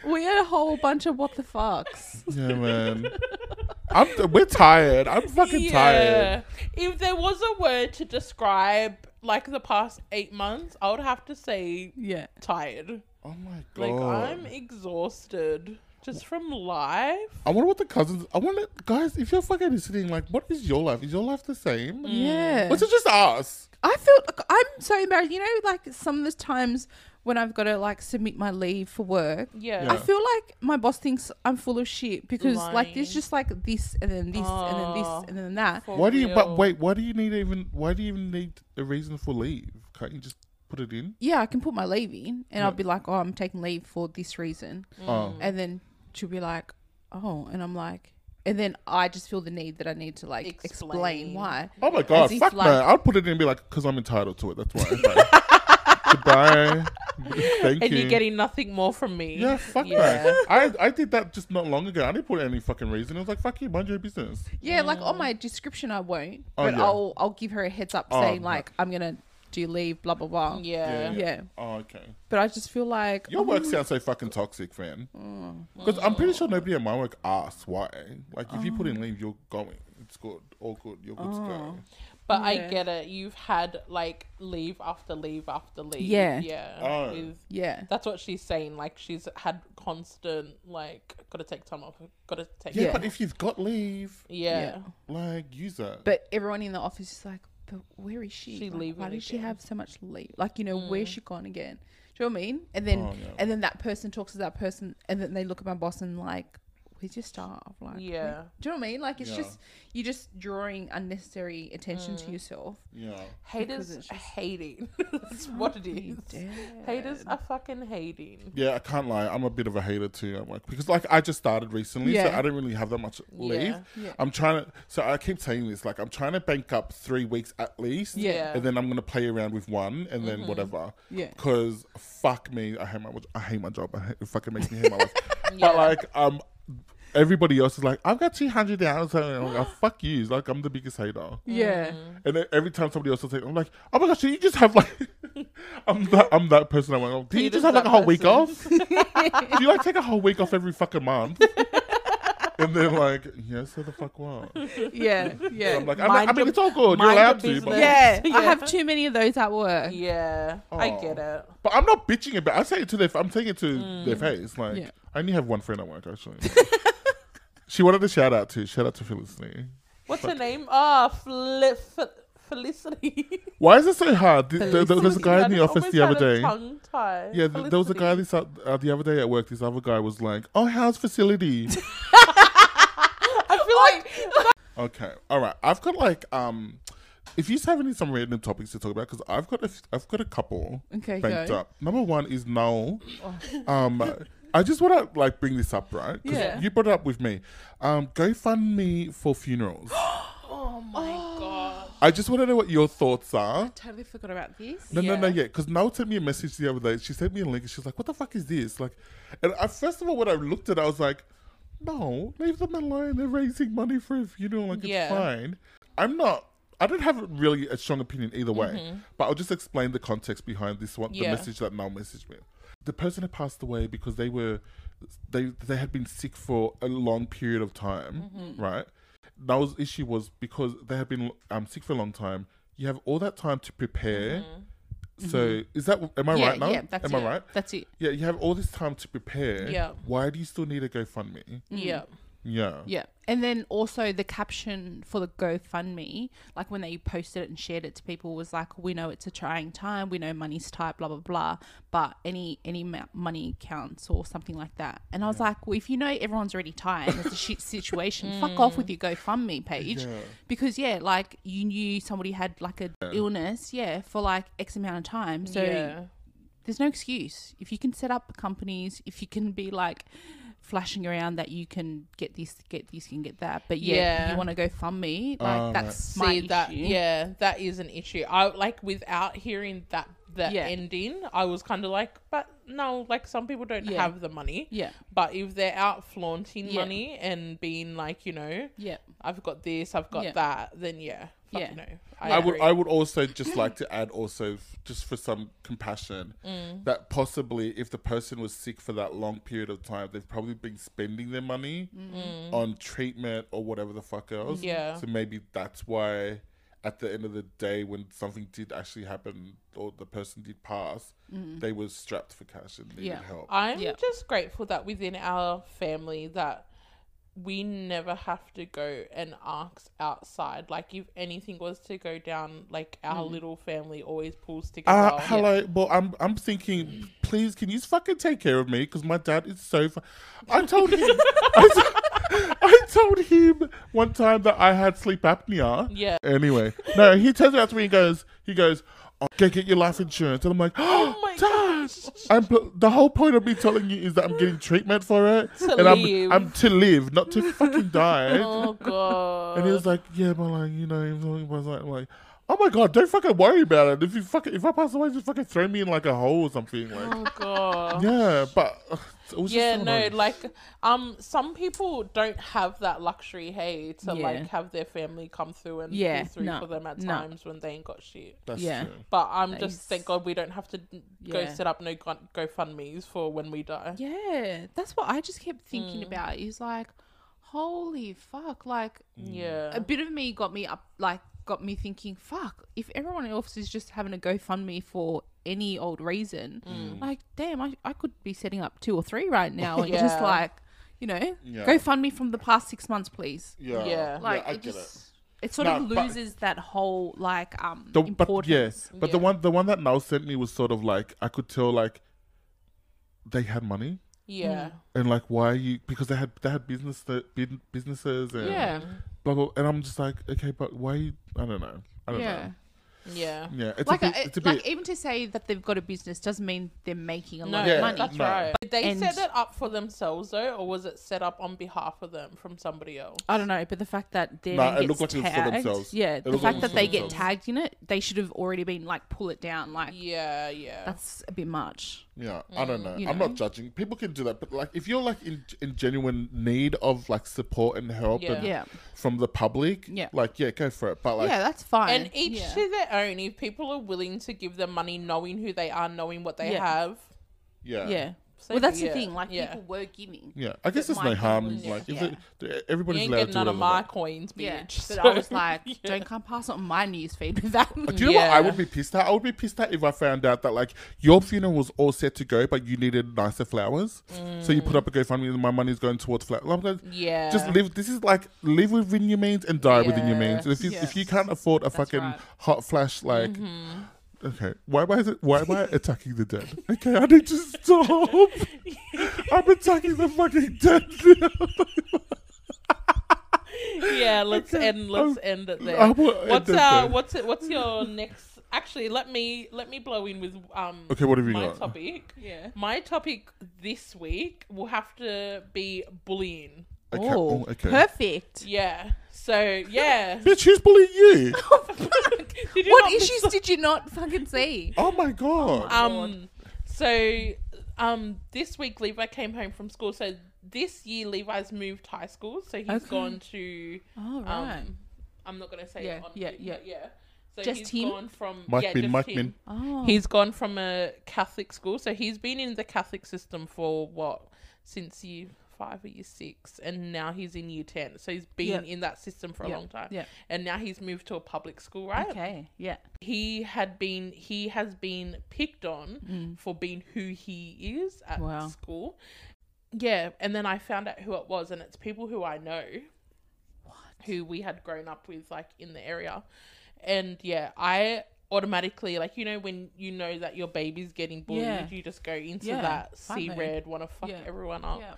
Speaker 5: We had a whole bunch of what the fucks.
Speaker 3: Like, yeah, man. I'm. We're tired. I'm fucking tired.
Speaker 2: If there was a word to describe like the past eight months, I would have to say
Speaker 5: yeah.
Speaker 2: tired.
Speaker 3: Oh my god.
Speaker 2: Like I'm exhausted just from life.
Speaker 3: I wonder what the cousins. I wonder, guys, if you're fucking listening, like, what is your life? Is your life the same?
Speaker 5: Yeah.
Speaker 3: Was it just us?
Speaker 5: I feel I'm so embarrassed. You know, like some of the times when I've got to like submit my leave for work,
Speaker 2: Yeah.
Speaker 5: I feel like my boss thinks I'm full of shit because like there's
Speaker 2: Lying.
Speaker 5: just like this and then this and then
Speaker 2: Oh.
Speaker 5: this and then that.
Speaker 2: For
Speaker 3: Why do you?
Speaker 2: real.
Speaker 3: But wait, why do you need even? Why do you even need a reason for leave? Can't you just put it in?
Speaker 5: Yeah, I can put my leave in and I'll be like, oh, I'm taking leave for this reason,
Speaker 2: Mm.
Speaker 3: Oh,
Speaker 5: and then she'll be like, oh, and I'm like, and then I just feel the need that I need to like explain,
Speaker 2: Explain.
Speaker 5: why.
Speaker 3: oh my god,
Speaker 5: if,
Speaker 3: fuck
Speaker 5: like-
Speaker 3: man! I'll put it in and be like, because I'm entitled to it. That's why. Okay. Goodbye. Thank
Speaker 2: And
Speaker 3: you.
Speaker 2: you're getting nothing more from me.
Speaker 3: yeah, fuck man. I I did that just not long ago. I didn't put any fucking reason. It was like, fuck you, mind your business.
Speaker 5: Yeah, like on my description, I won't,
Speaker 3: Oh,
Speaker 5: but
Speaker 3: yeah.
Speaker 5: I'll I'll give her a heads up
Speaker 3: Oh,
Speaker 5: saying
Speaker 3: no.
Speaker 5: like I'm gonna do leave, blah blah blah.
Speaker 2: Yeah.
Speaker 5: yeah.
Speaker 3: Oh, okay.
Speaker 5: But I just feel like
Speaker 3: Your work sounds so fucking toxic, man. Because I'm pretty sure nobody at my work asks why. Like, if you put in leave, you're going. It's good. All good. You're good to go.
Speaker 2: But I
Speaker 5: Yeah.
Speaker 2: get it. You've had like leave after leave after leave.
Speaker 5: Yeah.
Speaker 2: Yeah.
Speaker 3: Oh.
Speaker 2: With-
Speaker 5: yeah.
Speaker 2: that's what she's saying. Like she's had constant like gotta take time off. Gotta take
Speaker 3: Yeah,
Speaker 2: time
Speaker 3: but
Speaker 2: off.
Speaker 3: if you've got leave,
Speaker 2: yeah.
Speaker 3: like, use it.
Speaker 5: But everyone in the office is like, but where is she?
Speaker 2: She
Speaker 5: Like,
Speaker 2: leaving
Speaker 5: Why did she
Speaker 2: again." Mm.
Speaker 5: have so much leave? Like, you know, where's she gone again? Do you know what I mean? And then
Speaker 3: Oh, yeah.
Speaker 5: and then that person talks to that person, and then they look at my boss and like, where's your staff? Like, where-
Speaker 2: Yeah.
Speaker 5: do you know what I mean? Like, it's
Speaker 3: Yeah.
Speaker 5: just you're just drawing unnecessary attention
Speaker 2: Mm.
Speaker 5: to yourself.
Speaker 3: yeah.
Speaker 2: Haters hating. That's what it is. Haters are fucking hating.
Speaker 3: Yeah, I can't lie. I'm a bit of a hater too at work because, like, I just started recently, so
Speaker 5: Yeah.
Speaker 3: I don't really have that much leave.
Speaker 5: Yeah.
Speaker 3: I'm trying to, so I keep saying this, like, I'm trying to bank up three weeks at least,
Speaker 2: Yeah.
Speaker 3: and then I'm gonna play around with one, and then whatever.
Speaker 5: Mm-hmm. Yeah.
Speaker 3: Because fuck me, I hate my I hate my job. I hate, it fucking makes me hate my life.
Speaker 2: Yeah.
Speaker 3: But like, um, everybody else is like, I've got 200 hours, and I'm like, fuck you. Like, I'm the biggest hater.
Speaker 5: Yeah.
Speaker 3: And then every time somebody else will say, I'm like, oh my gosh, did you just have like, I'm that, I'm that person. I'm like, oh, did you
Speaker 2: Peter's
Speaker 3: just have like a
Speaker 2: that
Speaker 3: whole week off? Do you like take a whole week off every fucking month? and they're like, yeah, so the fuck what?
Speaker 5: Yeah. Yeah.
Speaker 3: I'm like, I'm
Speaker 2: Mind
Speaker 3: like, I mean,
Speaker 2: your-
Speaker 3: it's all good. You're
Speaker 2: mind your
Speaker 3: allowed to. But,
Speaker 2: business.
Speaker 5: yeah.
Speaker 2: Yeah.
Speaker 5: I have too many of those at work.
Speaker 2: Yeah. I
Speaker 3: Aw.
Speaker 2: get it.
Speaker 3: but I'm not bitching about it. I say it to their, I'm saying it to
Speaker 2: Mm.
Speaker 3: their face. Like,
Speaker 5: Yeah.
Speaker 3: I only have one friend at work, actually. she wanted a shout out to, shout out to Felicity.
Speaker 2: What's her name? Ah, Fel- Fel- Felicity.
Speaker 3: Why is it so hard? Th- th- there was a guy in the
Speaker 2: Almost
Speaker 3: office the
Speaker 2: had
Speaker 3: other
Speaker 2: a
Speaker 3: day.
Speaker 2: Tongue tie.
Speaker 3: Yeah, th- there was a guy
Speaker 2: Felicity.
Speaker 3: this o- uh, the other day at work. This other guy was like, "Oh, how's facility?"
Speaker 2: I feel like
Speaker 3: okay, all right. I've got like um, if you have any some random topics to talk about, because I've got a f- I've got a couple.
Speaker 5: Okay,
Speaker 3: banked
Speaker 5: go.
Speaker 3: up. Number one is Noel.
Speaker 2: Oh.
Speaker 3: Um, I just want to like bring this up, right? 'Cause
Speaker 5: Yeah.
Speaker 3: You brought it up with me. Um, GoFundMe for funerals. I just want to know what your thoughts are.
Speaker 5: Totally forgot about this.
Speaker 3: No, no, no, yeah. Because Noel sent me a message the other day. She sent me a link and she's like, what the fuck is this? Like, and I, first of all, when I looked at it, I was like, no, leave them alone. They're raising money for a funeral. Like,
Speaker 2: Yeah.
Speaker 3: it's fine. I'm not, I don't have really a strong opinion either way. But I'll just explain the context behind this one,
Speaker 2: Mm-hmm. Yeah.
Speaker 3: the message that Noel messaged me. The person had passed away because they were, they, they had been sick for a long period of time,
Speaker 2: Mm-hmm.
Speaker 3: right? Noel's issue was because they had been um, sick for a long time. You have all that time to prepare. So is that am I
Speaker 5: Mm-hmm. Yeah,
Speaker 3: right now?
Speaker 5: yeah, that's
Speaker 3: am
Speaker 5: it.
Speaker 3: I right?
Speaker 5: That's it.
Speaker 3: Yeah, you have all this time to prepare.
Speaker 2: Yeah.
Speaker 5: Mm.
Speaker 3: Why do you still need a GoFundMe?
Speaker 2: yeah.
Speaker 3: Yeah.
Speaker 5: Yeah. And then also the caption for the GoFundMe, like when they posted it and shared it to people, was like, "We know it's a trying time. We know money's tight. Blah blah blah. But any any ma- money counts or something like that." And I was like, "Well, if you know everyone's already tight and it's a shit situation, fuck off with your GoFundMe page, because yeah, like you knew somebody had like a illness, yeah, for like X amount of time. So
Speaker 2: yeah.
Speaker 5: there's no excuse. If you can set up companies, if you can be like flashing around that you can get this, get this, and get that, but yeah,
Speaker 2: Yeah.
Speaker 5: you want to go fund me, like
Speaker 3: Oh,
Speaker 5: that's my
Speaker 2: See that?
Speaker 5: issue.
Speaker 2: Yeah, that is an issue. I like without hearing that that
Speaker 5: Yeah.
Speaker 2: ending, I was kind of like, but no, like some people don't
Speaker 5: Yeah.
Speaker 2: have the money.
Speaker 5: yeah,
Speaker 2: But if they're out flaunting
Speaker 5: Yeah.
Speaker 2: money and being like, you know,
Speaker 5: yeah,
Speaker 2: I've got this, I've got
Speaker 5: Yeah.
Speaker 2: that, then yeah, fuck
Speaker 5: Yeah.
Speaker 2: no.
Speaker 3: I would
Speaker 2: agree.
Speaker 3: I would also just like to add also f- just for some compassion that possibly if the person was sick for that long period of time they've probably been spending their money on treatment or whatever the fuck else
Speaker 2: Yeah.
Speaker 3: so maybe that's why at the end of the day when something did actually happen or the person did pass they were strapped for cash and needed
Speaker 5: Yeah.
Speaker 3: help
Speaker 2: I'm
Speaker 5: Yeah.
Speaker 2: just grateful that within our family that we never have to go and ask outside. Like if anything was to go down, like
Speaker 5: Mm.
Speaker 2: our little family always pulls together.
Speaker 3: Uh, hello. Well, I'm I'm thinking, please, can you fucking take care of me? Because my dad is so. Fu- I told him. I, t- I told him one time that I had sleep apnea.
Speaker 2: Yeah.
Speaker 3: Anyway, no, he turns out to me and goes, he goes, oh, go get your life insurance, and I'm like, oh
Speaker 2: my
Speaker 3: dad. I'm pl- the whole point of me telling you is that I'm getting treatment for it,
Speaker 2: To
Speaker 3: and
Speaker 2: live.
Speaker 3: I'm I'm to live, not to fucking die.
Speaker 2: Oh god.
Speaker 3: And he was like, "Yeah, but like, you know," he was like, "Like, oh my god, don't fucking worry about it. If you fucking, if I pass away, just fucking throw me in like a hole or something." Like,
Speaker 2: oh god.
Speaker 3: yeah, but it was
Speaker 2: Yeah,
Speaker 3: just so
Speaker 2: no,
Speaker 3: nice.
Speaker 2: like um some people don't have that luxury, hey, to
Speaker 5: Yeah.
Speaker 2: like have their family come through and
Speaker 5: Yeah,
Speaker 2: pull through
Speaker 5: no,
Speaker 2: for them at
Speaker 5: no.
Speaker 2: times when they ain't got shit.
Speaker 3: That's
Speaker 5: yeah.
Speaker 3: true.
Speaker 2: But I'm
Speaker 5: That
Speaker 2: just
Speaker 5: is-
Speaker 2: thank God we don't have to n- go
Speaker 5: Yeah.
Speaker 2: set up no go- GoFundmes for when we die.
Speaker 5: yeah. That's what I just kept thinking
Speaker 2: Mm.
Speaker 5: about. Is like, holy fuck! Like
Speaker 2: Yeah.
Speaker 5: a bit of me got me up, like got me thinking, fuck. If everyone else is just having a GoFundMe for any old reason,
Speaker 3: Mm.
Speaker 5: like damn, I I could be setting up two or three right now and just
Speaker 2: Yeah.
Speaker 5: like. You know,
Speaker 3: Yeah.
Speaker 5: GoFundMe from the past six months, please.
Speaker 3: Yeah,
Speaker 2: Yeah.
Speaker 5: like
Speaker 3: I
Speaker 5: it
Speaker 3: get
Speaker 5: just
Speaker 3: it.
Speaker 5: it, sort of
Speaker 3: No, but-
Speaker 5: loses that whole like um
Speaker 3: The, but yeah,
Speaker 5: importance.
Speaker 3: but the
Speaker 2: Yeah.
Speaker 3: one, the one that Niall sent me was sort of like I could tell like they had money
Speaker 2: yeah.
Speaker 3: and like why are you because they had they had business that bid- businesses and
Speaker 5: yeah,
Speaker 3: blah blah and I'm just like okay, but why? you- I don't know. I don't
Speaker 5: yeah.
Speaker 2: Yeah.
Speaker 3: know. Yeah, it's
Speaker 5: Like
Speaker 3: a bit.
Speaker 5: uh,
Speaker 3: it's a bit.
Speaker 5: like even to say that they've got a business doesn't mean they're making a
Speaker 2: No,
Speaker 5: lot
Speaker 3: Yeah,
Speaker 5: of money.
Speaker 2: that's
Speaker 3: no.
Speaker 2: right. Did they
Speaker 5: And-
Speaker 2: set it up for themselves though, or was it set up on behalf of them from somebody else?
Speaker 5: I don't know, but the fact that they
Speaker 3: Nah,
Speaker 5: are
Speaker 3: it
Speaker 5: gets
Speaker 3: looked like it was for
Speaker 5: tagged,
Speaker 3: themselves.
Speaker 5: yeah,
Speaker 3: It
Speaker 5: the
Speaker 3: looked
Speaker 5: fact
Speaker 3: like it was
Speaker 5: that
Speaker 3: for
Speaker 5: they get
Speaker 3: themselves.
Speaker 5: tagged in it, they should have already been like pull it down. Like
Speaker 2: Yeah, yeah.
Speaker 5: that's a bit much.
Speaker 3: Yeah, I don't know.
Speaker 5: you
Speaker 3: I'm
Speaker 5: know?
Speaker 3: not judging. People can do that, but like if you're like in, in genuine need of like support and help
Speaker 2: Yeah.
Speaker 3: and
Speaker 5: Yeah.
Speaker 3: from the public,
Speaker 5: Yeah.
Speaker 3: like yeah, go for it. But like
Speaker 5: yeah, that's fine.
Speaker 2: and each
Speaker 5: yeah.
Speaker 2: to their own. If people are willing to give them money, knowing who they are, knowing what they
Speaker 5: Yeah.
Speaker 2: have,
Speaker 3: yeah,
Speaker 5: yeah.
Speaker 2: So
Speaker 5: Well, that's
Speaker 2: be
Speaker 5: the
Speaker 2: it.
Speaker 5: thing. Like
Speaker 2: Yeah.
Speaker 5: people were giving.
Speaker 3: Yeah. I guess
Speaker 5: But
Speaker 3: there's no
Speaker 5: my
Speaker 3: harm.
Speaker 5: thing was-
Speaker 3: like if
Speaker 5: yeah.
Speaker 3: it,
Speaker 2: you
Speaker 3: everybody's
Speaker 2: ain't
Speaker 3: allowed to
Speaker 2: getting
Speaker 3: do
Speaker 2: none of
Speaker 3: whatever
Speaker 2: my
Speaker 3: they
Speaker 2: coins, bitch.
Speaker 5: Yeah,
Speaker 2: So,
Speaker 5: but I was like, don't come pass on my newsfeed with that.
Speaker 3: want. Uh, Do you know what I
Speaker 2: Yeah.
Speaker 3: would be pissed at? I would be pissed at if I found out that like your funeral was all set to go, but you needed nicer flowers, so you put up a GoFundMe and my money's going towards flowers. I'm like,
Speaker 2: yeah,
Speaker 3: Just live. This is like live within your means and die within your
Speaker 2: Yeah.
Speaker 3: means. And if you
Speaker 5: Yes.
Speaker 3: if you can't afford a fucking
Speaker 5: right.
Speaker 3: hot flash, like
Speaker 2: Mm-hmm.
Speaker 3: okay, why am I why am I attacking the dead? Okay, I need to stop. I'm attacking the fucking dead. now.
Speaker 2: yeah. Let's end. Let's
Speaker 3: I'm-
Speaker 2: end it
Speaker 3: I
Speaker 2: there.
Speaker 3: will end
Speaker 2: What's
Speaker 3: it
Speaker 2: uh?
Speaker 3: there.
Speaker 2: What's it? What's your next? Actually, let me let me blow in with um.
Speaker 3: okay, what have you
Speaker 2: my
Speaker 3: got?
Speaker 2: topic.
Speaker 5: Yeah.
Speaker 2: My topic this week will have to be bullying.
Speaker 3: Okay,
Speaker 5: Oh,
Speaker 3: oh, okay.
Speaker 5: perfect.
Speaker 2: Yeah. So yeah.
Speaker 3: Bitch, who's bullying you?
Speaker 2: Did you
Speaker 5: What
Speaker 2: not miss
Speaker 5: issues
Speaker 2: the-
Speaker 5: did you not fucking see?
Speaker 3: oh my god.
Speaker 2: Um. So, um, this week Levi came home from school. So this year Levi's moved high school. So he's
Speaker 5: Okay.
Speaker 2: gone to.
Speaker 5: All
Speaker 2: Um, I'm not gonna say.
Speaker 5: Yeah,
Speaker 2: it on
Speaker 5: yeah,
Speaker 2: here,
Speaker 5: yeah.
Speaker 2: but yeah. So
Speaker 5: Just
Speaker 2: he's
Speaker 5: him?
Speaker 2: gone from
Speaker 3: Mike
Speaker 2: yeah,
Speaker 3: Bin,
Speaker 2: just
Speaker 3: Mike
Speaker 2: him.
Speaker 3: Bin.
Speaker 5: Oh.
Speaker 2: He's gone from a Catholic school, so he's been in the Catholic system for what since year five or year six, and now he's in year ten. So he's been
Speaker 5: Yeah.
Speaker 2: in that system for a
Speaker 5: Yeah,
Speaker 2: long time,
Speaker 5: yeah.
Speaker 2: and now he's moved to a public school, right?
Speaker 5: Okay. Yeah.
Speaker 2: He had been he
Speaker 4: Mm.
Speaker 2: has been picked on for being who he is at
Speaker 5: Wow.
Speaker 2: school. yeah, and then I found out who it was, and it's people who I know, who we had grown up with, like in the area, and yeah, I automatically like you know when you know that your baby's getting bullied,
Speaker 4: Yeah.
Speaker 2: you just go into
Speaker 4: Yeah,
Speaker 2: that see
Speaker 4: fuck it.
Speaker 2: red, want to fuck
Speaker 4: Yeah.
Speaker 2: everyone up.
Speaker 4: Yeah.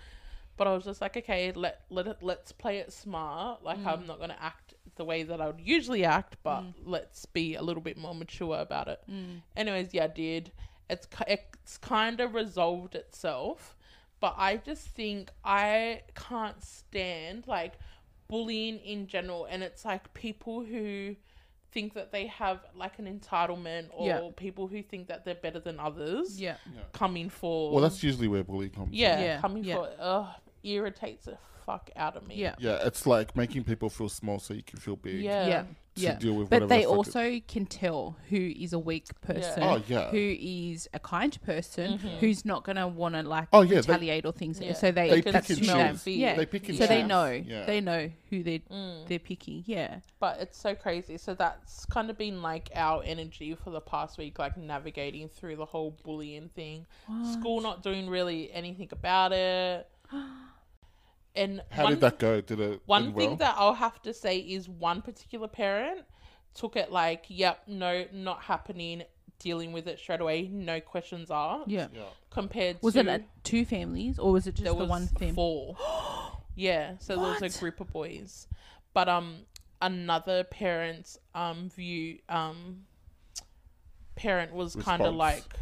Speaker 2: But I was just like, okay, let let it, let's play it smart. Like
Speaker 4: Mm.
Speaker 2: I'm not gonna act the way that I would usually act, but let's be a little bit more mature about it.
Speaker 4: Mm.
Speaker 2: Anyways, yeah, I did. It's ki- it's kind of resolved itself, but I just think I can't stand like bullying in general, and it's like people who think that they have like an entitlement or
Speaker 4: Yeah.
Speaker 2: people who think that they're better than others
Speaker 4: Yeah.
Speaker 2: coming for
Speaker 3: Well, that's usually where bullying comes. from.
Speaker 2: yeah,
Speaker 4: Yeah,
Speaker 2: coming
Speaker 4: yeah.
Speaker 2: for ugh, irritates the fuck out of me.
Speaker 4: Yeah.
Speaker 3: Yeah, it's like making people feel small so you can feel big.
Speaker 2: yeah,
Speaker 4: Yeah.
Speaker 3: To
Speaker 4: Yeah.
Speaker 3: deal with
Speaker 4: But
Speaker 3: whatever
Speaker 4: they
Speaker 3: the fuck it-
Speaker 4: also can tell who is a weak person,
Speaker 3: Oh, yeah. Mm-hmm.
Speaker 4: who is a kind person, who's not gonna want to like
Speaker 3: Oh, yeah, they-
Speaker 4: retaliate or things.
Speaker 2: Yeah.
Speaker 4: So they,
Speaker 3: They
Speaker 4: can
Speaker 3: pick and
Speaker 4: smell
Speaker 3: choose.
Speaker 4: them. Yeah.
Speaker 3: They pick and
Speaker 4: so they
Speaker 3: choose.
Speaker 4: know.
Speaker 3: Yeah. Mm.
Speaker 4: They know who they they're picking. Yeah.
Speaker 2: But it's so crazy. So that's kind of been like our energy for the past week, like navigating through the whole bullying thing. School not doing really anything about it. And
Speaker 3: How
Speaker 2: one,
Speaker 3: did that go? Did it
Speaker 2: one
Speaker 3: end
Speaker 2: thing
Speaker 3: well?
Speaker 2: that I'll have to say is one particular parent took it like, yep, no, not happening, dealing with it straight away, no questions asked.
Speaker 4: Yeah.
Speaker 3: Yeah.
Speaker 2: Compared
Speaker 4: Was
Speaker 2: to
Speaker 4: it at two families or was it just
Speaker 2: there
Speaker 4: the
Speaker 2: was
Speaker 4: one family?
Speaker 2: four. yeah, so there was a group of boys, but um, another parent's um view um parent was kind of
Speaker 3: Response.
Speaker 2: like,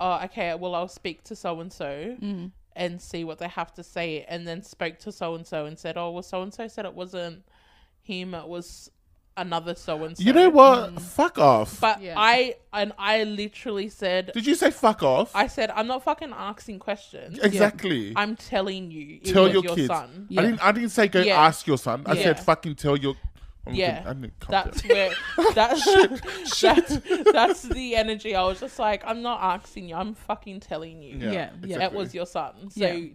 Speaker 2: oh, okay, well I'll speak to so and so
Speaker 4: Mm-hmm.
Speaker 2: and see what they have to say, and then spoke to so and so and said, oh, well so and so said it wasn't him, it was another so and so.
Speaker 3: You know what? Fuck off.
Speaker 2: Mm. But
Speaker 4: Yeah.
Speaker 2: I and I literally said.
Speaker 3: did you say fuck off?
Speaker 2: I said, I'm not fucking asking questions.
Speaker 3: exactly.
Speaker 2: I'm telling you, it
Speaker 3: tell
Speaker 2: was
Speaker 3: your,
Speaker 2: your,
Speaker 3: kids.
Speaker 2: son.
Speaker 3: I didn't. I didn't say go
Speaker 2: Yeah.
Speaker 3: ask your son. I said
Speaker 2: Yeah.
Speaker 3: fucking tell your. I'm
Speaker 2: Yeah,
Speaker 3: gonna- I didn't come
Speaker 2: that's
Speaker 3: down.
Speaker 2: where that's that's that's the energy. I was just like, I'm not asking you. I'm fucking telling you.
Speaker 4: Yeah, yeah.
Speaker 2: That was your son. So
Speaker 4: Yeah.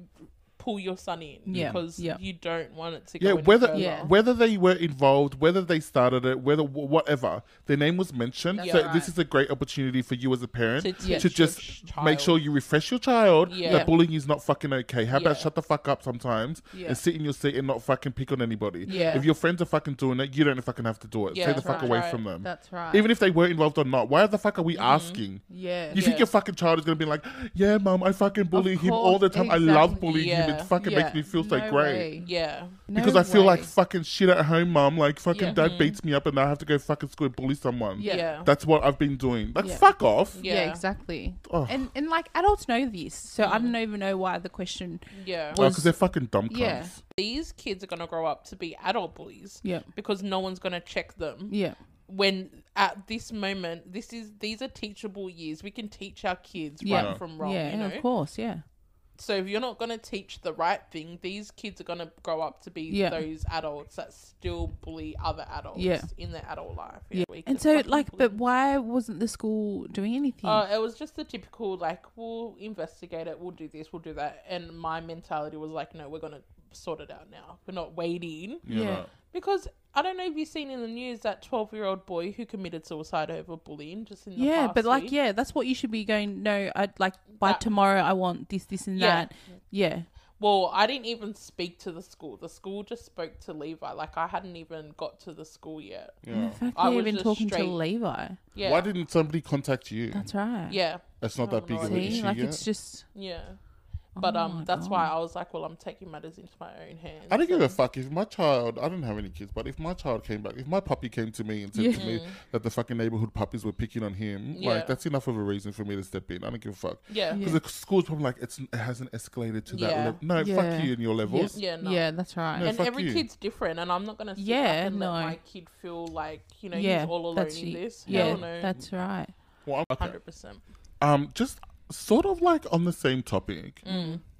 Speaker 2: pull your son in
Speaker 4: Yeah,
Speaker 2: because
Speaker 4: yeah.
Speaker 2: you don't want it to go.
Speaker 3: Yeah,
Speaker 2: any
Speaker 3: whether
Speaker 2: further.
Speaker 4: Yeah.
Speaker 3: whether they were involved, whether they started it, whether wh- whatever their name was mentioned,
Speaker 2: That's
Speaker 3: so
Speaker 4: right.
Speaker 3: this is a great opportunity for you as a parent
Speaker 2: To
Speaker 3: to,
Speaker 2: teach your
Speaker 3: just
Speaker 2: ch-
Speaker 3: make sure
Speaker 2: child.
Speaker 3: you refresh your child
Speaker 2: Yeah.
Speaker 3: that bullying is not fucking okay. How about
Speaker 2: Yeah.
Speaker 3: shut the fuck up sometimes
Speaker 4: Yeah.
Speaker 3: and sit in your seat and not fucking pick on anybody?
Speaker 4: Yeah.
Speaker 3: If your friends are fucking doing it, you don't fucking have to do it.
Speaker 2: Yeah,
Speaker 3: Stay the
Speaker 2: that's
Speaker 3: fuck
Speaker 2: right.
Speaker 3: away
Speaker 2: Right. Mm-hmm.
Speaker 3: from them.
Speaker 4: That's right.
Speaker 3: Even if they were involved or not, why the fuck are we asking?
Speaker 4: yeah.
Speaker 3: You think
Speaker 2: Yeah.
Speaker 3: your fucking child is gonna be like, yeah, mom, I fucking bully him all
Speaker 4: course,
Speaker 3: the time. I love
Speaker 4: exactly.
Speaker 3: bullying him.
Speaker 2: Yeah.
Speaker 3: It fucking
Speaker 4: Yeah.
Speaker 3: makes me feel so
Speaker 4: No
Speaker 3: great.
Speaker 4: way.
Speaker 2: Yeah.
Speaker 4: No
Speaker 3: Because I feel like
Speaker 4: way.
Speaker 3: fucking shit at home, mom. Like fucking
Speaker 2: Yeah.
Speaker 3: dad beats me up, and I have to go fucking school and bully someone.
Speaker 4: Yeah.
Speaker 2: Yeah.
Speaker 3: that's what I've been doing. Like
Speaker 4: Yeah.
Speaker 3: fuck off.
Speaker 2: Yeah.
Speaker 4: yeah. exactly.
Speaker 3: Oh.
Speaker 4: And and like adults know this, so I
Speaker 3: Mm.
Speaker 4: don't even know why the question.
Speaker 2: Yeah.
Speaker 3: because Oh, they're fucking dumb cunts.
Speaker 4: Yeah.
Speaker 2: These kids are gonna grow up to be adult bullies.
Speaker 4: Yeah.
Speaker 2: Because no one's gonna check them.
Speaker 4: Yeah.
Speaker 2: When at this moment, this is these are teachable years. We can teach our kids
Speaker 4: Yeah.
Speaker 2: right from wrong.
Speaker 4: yeah.
Speaker 2: you know?
Speaker 4: Of course. Yeah.
Speaker 2: So if you're not going to teach the right thing, these kids are going to grow up to be
Speaker 4: Yeah.
Speaker 2: those adults that still bully other adults
Speaker 4: Yeah.
Speaker 2: in their adult life.
Speaker 4: Yeah. And so like, but why wasn't the school doing anything?
Speaker 2: uh, it was just the typical like, we'll investigate it, we'll do this, we'll do that, and my mentality was like, no, we're going to sort it out now. We're not waiting
Speaker 3: You
Speaker 4: Yeah.
Speaker 3: know?
Speaker 2: because I don't know if you've seen in the news that twelve-year-old boy who committed suicide over bullying just in the
Speaker 4: yeah,
Speaker 2: past
Speaker 4: but like,
Speaker 2: week.
Speaker 4: yeah, that's what you should be going. No, I like by
Speaker 2: That-
Speaker 4: tomorrow. I want this, this, and
Speaker 2: Yeah.
Speaker 4: that. Yeah,
Speaker 2: Well, I didn't even speak to the school. The school just spoke to Levi. Like I hadn't even got to the school yet.
Speaker 3: Yeah.
Speaker 4: In fact,
Speaker 2: I
Speaker 4: you're
Speaker 2: was
Speaker 4: even
Speaker 2: just
Speaker 4: talking
Speaker 2: straight-
Speaker 4: to Levi.
Speaker 2: Yeah.
Speaker 3: Why didn't somebody contact you?
Speaker 4: That's right.
Speaker 2: Yeah,
Speaker 3: That's not that big of an
Speaker 4: See,
Speaker 3: issue
Speaker 4: like
Speaker 3: yet.
Speaker 4: it's just
Speaker 2: yeah. But
Speaker 4: Oh
Speaker 2: um,
Speaker 4: my
Speaker 2: that's why I was like, well, I'm taking matters into my own hands.
Speaker 3: I don't give a
Speaker 2: So-
Speaker 3: fuck if my child. I don't have any kids, but if my child came back, if my puppy came to me and said to me that the fucking neighborhood puppies were picking on him,
Speaker 2: Yeah.
Speaker 3: like that's enough of a reason for me to step in. I don't give a fuck.
Speaker 2: Yeah.
Speaker 4: Yeah.
Speaker 3: Because the school's probably like it's, it hasn't escalated to that
Speaker 2: Yeah.
Speaker 3: level. No,
Speaker 4: Yeah.
Speaker 3: fuck you and your levels.
Speaker 2: Yeah, no.
Speaker 4: yeah, that's right.
Speaker 3: No,
Speaker 2: And
Speaker 3: fuck
Speaker 2: every
Speaker 3: you.
Speaker 2: kid's different, and I'm not gonna sit back
Speaker 4: Yeah,
Speaker 2: and
Speaker 4: no.
Speaker 2: let my kid feel like you know
Speaker 4: yeah,
Speaker 2: he's all alone
Speaker 4: that's
Speaker 2: in
Speaker 4: y-
Speaker 2: this.
Speaker 4: Yeah,
Speaker 2: Hell no,
Speaker 4: that's right.
Speaker 3: Well, I'm, okay.
Speaker 2: hundred percent.
Speaker 3: um, just sort of like on the same topic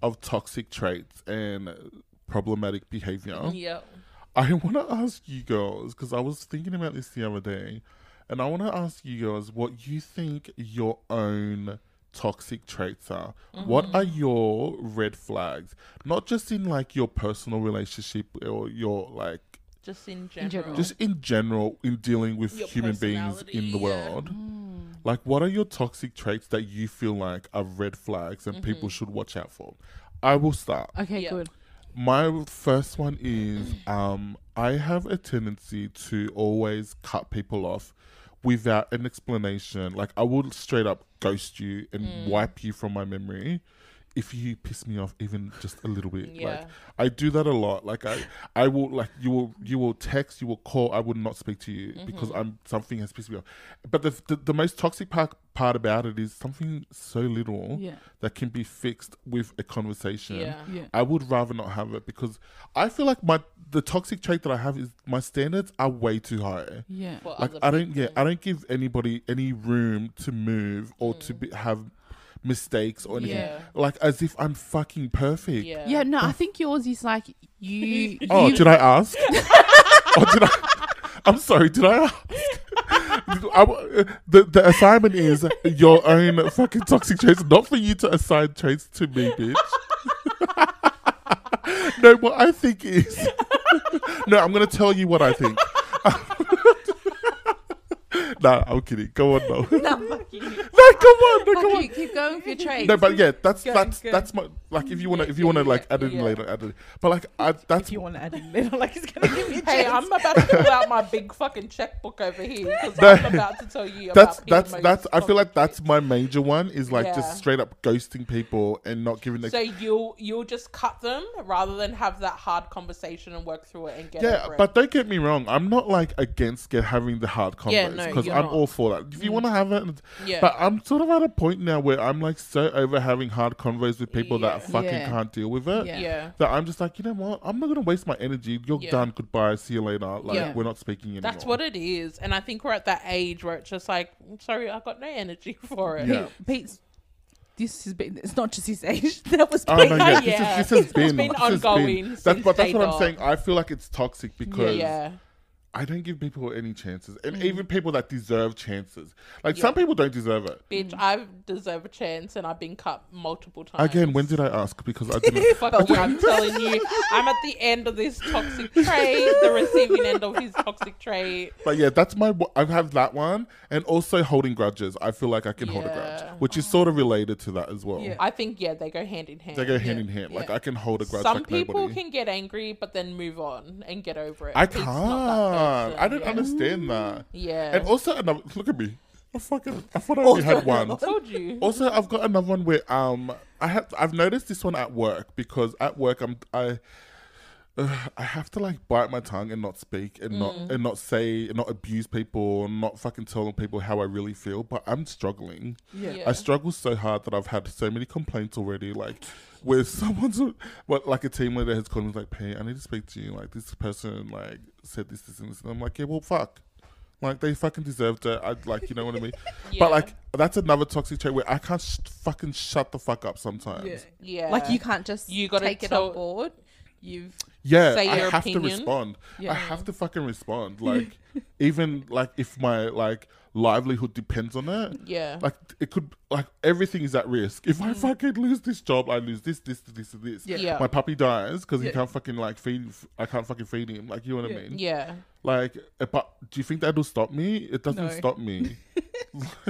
Speaker 3: of toxic traits and problematic behavior.
Speaker 2: Yeah,
Speaker 3: I want to ask you girls because I was thinking about this the other day, and I want to ask you girls what you think your own toxic traits are. What are your red flags? Not just in like your personal relationship or your like
Speaker 2: just in general.
Speaker 4: general.
Speaker 3: just in general in dealing with
Speaker 2: Your
Speaker 3: human beings in
Speaker 2: personality, yeah.
Speaker 3: the
Speaker 2: Hmm.
Speaker 3: world.
Speaker 2: Mm-hmm.
Speaker 3: Like, what are your toxic traits that you feel like are red flags and people should watch out for? I will start.
Speaker 4: Okay,
Speaker 2: Yeah.
Speaker 4: good.
Speaker 3: My first one is um, I have a tendency to always cut people off without an explanation. Like, I will straight up ghost you and
Speaker 2: Mm.
Speaker 3: wipe you from my memory if you piss me off even just a little bit.
Speaker 2: Yeah.
Speaker 3: Like, I do that a lot. Like, I, I will, like, you will, you will text, you will call, I will not speak to you because
Speaker 2: Mm-hmm.
Speaker 3: I'm, something has pissed me off. But the, the, the most toxic part, part about it is something so little
Speaker 4: Yeah.
Speaker 3: that can be fixed with a conversation.
Speaker 2: Yeah.
Speaker 4: Yeah.
Speaker 3: I would rather not have it because I feel like my the toxic trait that I have is my standards are way too high.
Speaker 4: Yeah.
Speaker 2: For
Speaker 3: Like
Speaker 2: other
Speaker 3: I don't
Speaker 2: people.
Speaker 3: yeah, I don't give anybody any room to move or to be, have mistakes or anything.
Speaker 2: Hmm. Yeah.
Speaker 3: Like as if I'm fucking perfect.
Speaker 2: Yeah.
Speaker 4: Yeah, no, I think yours is like you.
Speaker 3: Oh,
Speaker 4: you-
Speaker 3: did I ask? oh, did I? I'm sorry. Did I ask? I w- the the assignment is your own fucking toxic traits, not for you to assign traits to me, bitch. no, what I think is no. I'm gonna tell you what I think. nah, I'm kidding. Go on, no. no, come on, no, come on.
Speaker 4: you keep going with your trade.
Speaker 3: No, but yeah, that's
Speaker 5: Go,
Speaker 3: that's
Speaker 5: go.
Speaker 3: that's my like. If you wanna, if you wanna, like, add it in
Speaker 2: yeah.
Speaker 3: later, add it. But like, I, that's
Speaker 5: If you want to add in little, like it's gonna give me a
Speaker 2: Hey,
Speaker 5: chance.
Speaker 2: I'm about to pull out my big fucking checkbook over here because
Speaker 3: That-
Speaker 2: I'm about to tell you
Speaker 3: that's
Speaker 2: about Peter
Speaker 3: that's
Speaker 2: Mo's
Speaker 3: that's i feel like
Speaker 2: toxic
Speaker 3: that's my major one is like
Speaker 2: Yeah.
Speaker 3: just straight up ghosting people and not giving
Speaker 2: traits.
Speaker 3: the
Speaker 2: so you'll you'll just cut them rather than have that hard conversation and work through it and get
Speaker 3: yeah
Speaker 2: over it.
Speaker 3: but don't get me wrong i'm not like against get having the hard
Speaker 2: Yeah,
Speaker 3: convos
Speaker 2: no,
Speaker 3: because
Speaker 2: you're
Speaker 3: i'm
Speaker 2: not. Mm.
Speaker 3: all for that if you want to have it and-
Speaker 2: Yeah.
Speaker 3: but i'm sort of at a point now where i'm like so over having hard convos with people that
Speaker 2: Yeah.
Speaker 3: fucking
Speaker 4: Yeah.
Speaker 3: can't deal with it
Speaker 4: Yeah.
Speaker 2: yeah.
Speaker 3: that i'm just like you know what i'm not gonna waste my energy you're
Speaker 2: Yeah.
Speaker 3: done goodbye see you later like
Speaker 2: Yeah.
Speaker 3: we're not speaking anymore
Speaker 2: That's what it is. And I think we're at that age where it's just like, "I'm sorry, I got no energy for it.
Speaker 3: Yeah.
Speaker 5: Pete's. This has been. It's not just his age. That was
Speaker 3: Oh
Speaker 5: Pete.
Speaker 3: no, yeah, this,
Speaker 2: Yeah.
Speaker 3: Is, this has
Speaker 2: It's
Speaker 3: been,
Speaker 2: been
Speaker 3: this has
Speaker 2: ongoing
Speaker 3: Been, that's
Speaker 2: since
Speaker 3: but that's
Speaker 2: day
Speaker 3: what I'm
Speaker 2: dot.
Speaker 3: saying. I feel like it's toxic because
Speaker 2: Yeah.
Speaker 3: I don't give people any chances,
Speaker 2: Mm.
Speaker 3: and even people that deserve chances. Like some people don't deserve it.
Speaker 2: Bitch, I deserve a chance and I've been cut multiple times.
Speaker 3: Again, when did I ask? Because I didn't.
Speaker 2: Fuck you, I'm telling you, I'm at the end of this toxic trait, the receiving end of his toxic trait.
Speaker 3: but yeah, that's my. I have that one, and also holding grudges. I feel like I can hold a
Speaker 2: Yeah.
Speaker 3: grudge, which is sort of related to that as well.
Speaker 2: I think, yeah, they go hand in hand.
Speaker 3: They go hand in hand. Like I can hold a grudge.
Speaker 2: Some
Speaker 3: like
Speaker 2: people
Speaker 3: nobody.
Speaker 2: can get angry, but then move on and get over it.
Speaker 3: I
Speaker 2: Pete's
Speaker 3: can't.
Speaker 2: not that
Speaker 3: I
Speaker 2: person, yeah.
Speaker 3: don't
Speaker 2: Mm.
Speaker 3: understand that.
Speaker 2: Yeah.
Speaker 3: And also another. Look at me. I fucking. I thought I
Speaker 2: Oh,
Speaker 3: only had one.
Speaker 2: I told you.
Speaker 3: Also, I've got another one where um, I have I've noticed this one at work because at work I'm I. uh, I have to like bite my tongue and not speak and not
Speaker 2: Mm.
Speaker 3: and not say and not abuse people and not fucking telling people how I really feel, but I'm struggling.
Speaker 2: Yeah.
Speaker 3: I struggle so hard that I've had so many complaints already. Like, where someone's, well, like a team leader has called me like, "Hey, I need to speak to you." Like, this person like said this, this, and this, and I'm like, "Yeah, well, fuck." Like they fucking deserved it. I like, you know what I mean.
Speaker 2: Yeah.
Speaker 3: But like, that's another toxic trait where I can't sh- fucking shut the fuck up sometimes. Yeah,
Speaker 2: yeah.
Speaker 5: Like you can't just
Speaker 2: You gotta
Speaker 5: take it
Speaker 2: tell-
Speaker 5: on board. You've
Speaker 2: Say
Speaker 3: I
Speaker 2: your
Speaker 3: have
Speaker 2: opinion.
Speaker 3: to respond. I have to fucking respond. Like, even like if my like livelihood depends on it.
Speaker 2: Yeah.
Speaker 3: Like it could like everything is at risk. If I fucking lose this job, I lose this, this, this, and this.
Speaker 2: Mm. Yeah.
Speaker 3: My puppy dies because he can't fucking like feed. I can't fucking feed him. Like you know what I mean?
Speaker 2: yeah.
Speaker 3: Like, uh, but do you think that'll stop me? It doesn't
Speaker 5: No.
Speaker 3: stop me.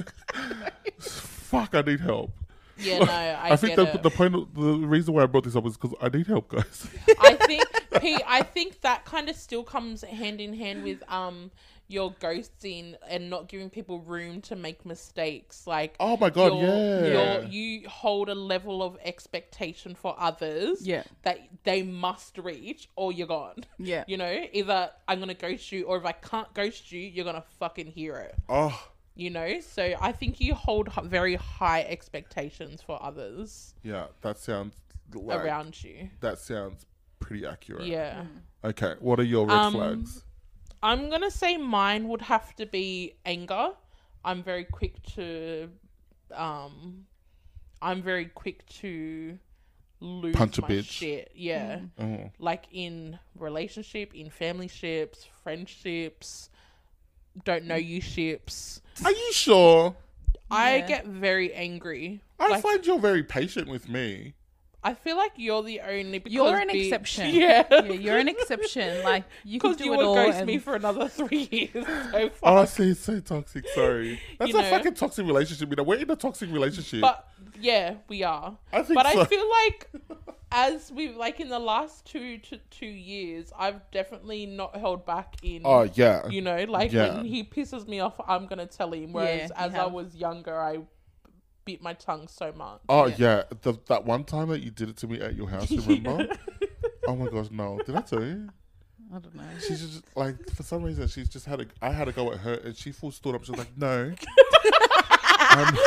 Speaker 3: Fuck! I need help.
Speaker 2: Yeah, no, I,
Speaker 3: I, think
Speaker 2: get
Speaker 3: the,
Speaker 2: it.
Speaker 3: the point, of, the reason why I brought this up is because I need help, guys.
Speaker 2: I think Pete, I think that kind of still comes hand in hand with um your ghosting and not giving people room to make mistakes. Like
Speaker 3: Oh my God, yeah.
Speaker 2: you're- you hold a level of expectation for others
Speaker 4: Yeah.
Speaker 2: that they must reach or you're gone.
Speaker 4: Yeah.
Speaker 2: You know, either I'm gonna ghost you or if I can't ghost you, you're gonna fucking hear it.
Speaker 3: oh,
Speaker 2: You know? So I think you hold h- very high expectations for others
Speaker 3: yeah, that sounds like,
Speaker 2: around you.
Speaker 3: That sounds pretty accurate.
Speaker 2: Yeah.
Speaker 3: Okay, what are your red
Speaker 2: Um,
Speaker 3: flags?
Speaker 2: I'm gonna say mine would have to be anger. I'm very quick to, um, I'm very quick to lose
Speaker 3: Punch a
Speaker 2: my
Speaker 3: bitch.
Speaker 2: shit. Yeah,
Speaker 4: Mm.
Speaker 3: Oh.
Speaker 2: like in relationship, in family ships, friendships, don't know
Speaker 4: Mm.
Speaker 2: you ships.
Speaker 3: Are you sure?
Speaker 2: I get very angry.
Speaker 3: I
Speaker 2: like,
Speaker 3: find you're very patient with me.
Speaker 2: I feel like you're the only. Because
Speaker 4: You're an
Speaker 2: bitch-
Speaker 4: exception.
Speaker 2: Yeah.
Speaker 4: Yeah, you're an exception. Like you could
Speaker 2: Because
Speaker 4: do
Speaker 2: you
Speaker 4: it
Speaker 2: would
Speaker 4: all.
Speaker 2: ghost
Speaker 4: and-
Speaker 2: me for another three years.
Speaker 3: Oh,
Speaker 2: So fuck.
Speaker 3: Honestly, it's so toxic. Sorry, that's
Speaker 2: You
Speaker 3: a
Speaker 2: know.
Speaker 3: fucking toxic relationship. You know, we're in a toxic relationship.
Speaker 2: But yeah, we are.
Speaker 3: I think
Speaker 2: but I
Speaker 3: so.
Speaker 2: feel like as we've like in the last two to two years, I've definitely not held back in.
Speaker 3: Oh yeah.
Speaker 2: you know, like
Speaker 3: Yeah.
Speaker 2: when he pisses me off, I'm gonna tell him. Whereas
Speaker 5: you
Speaker 2: as I
Speaker 5: have.
Speaker 2: was younger, I bit my tongue so much.
Speaker 3: Oh yeah, The, that one time that you did it to me at your house, remember? oh my gosh, no! Did I tell you?
Speaker 5: I don't know.
Speaker 3: She's just like for some reason she's just had a. I had a go at her and she full stood up. She's like, no, um,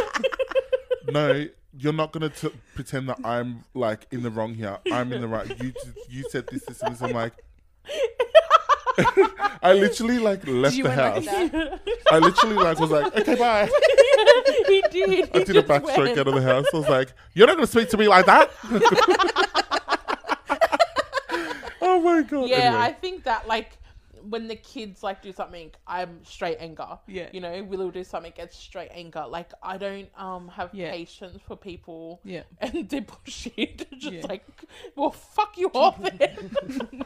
Speaker 3: no, you're not gonna t- pretend that I'm like in the wrong here. I'm in the right. You you said this, this, and this. I'm like, I literally like left
Speaker 5: you
Speaker 3: the
Speaker 5: went like
Speaker 3: house. I literally like was like, okay, bye.
Speaker 2: he did.
Speaker 3: I did a backstroke out of the house. I was like, "You're not going to speak to me like that." oh my god!
Speaker 2: Yeah,
Speaker 3: Anyway.
Speaker 2: I think that like when the kids like do something, I'm straight anger.
Speaker 8: Yeah.
Speaker 2: You know, Willow do something, it's straight anger. Like I don't um have
Speaker 8: Yeah.
Speaker 2: patience for people
Speaker 8: Yeah.
Speaker 2: and their bullshit. Just
Speaker 8: Yeah.
Speaker 2: like, well, fuck you off then.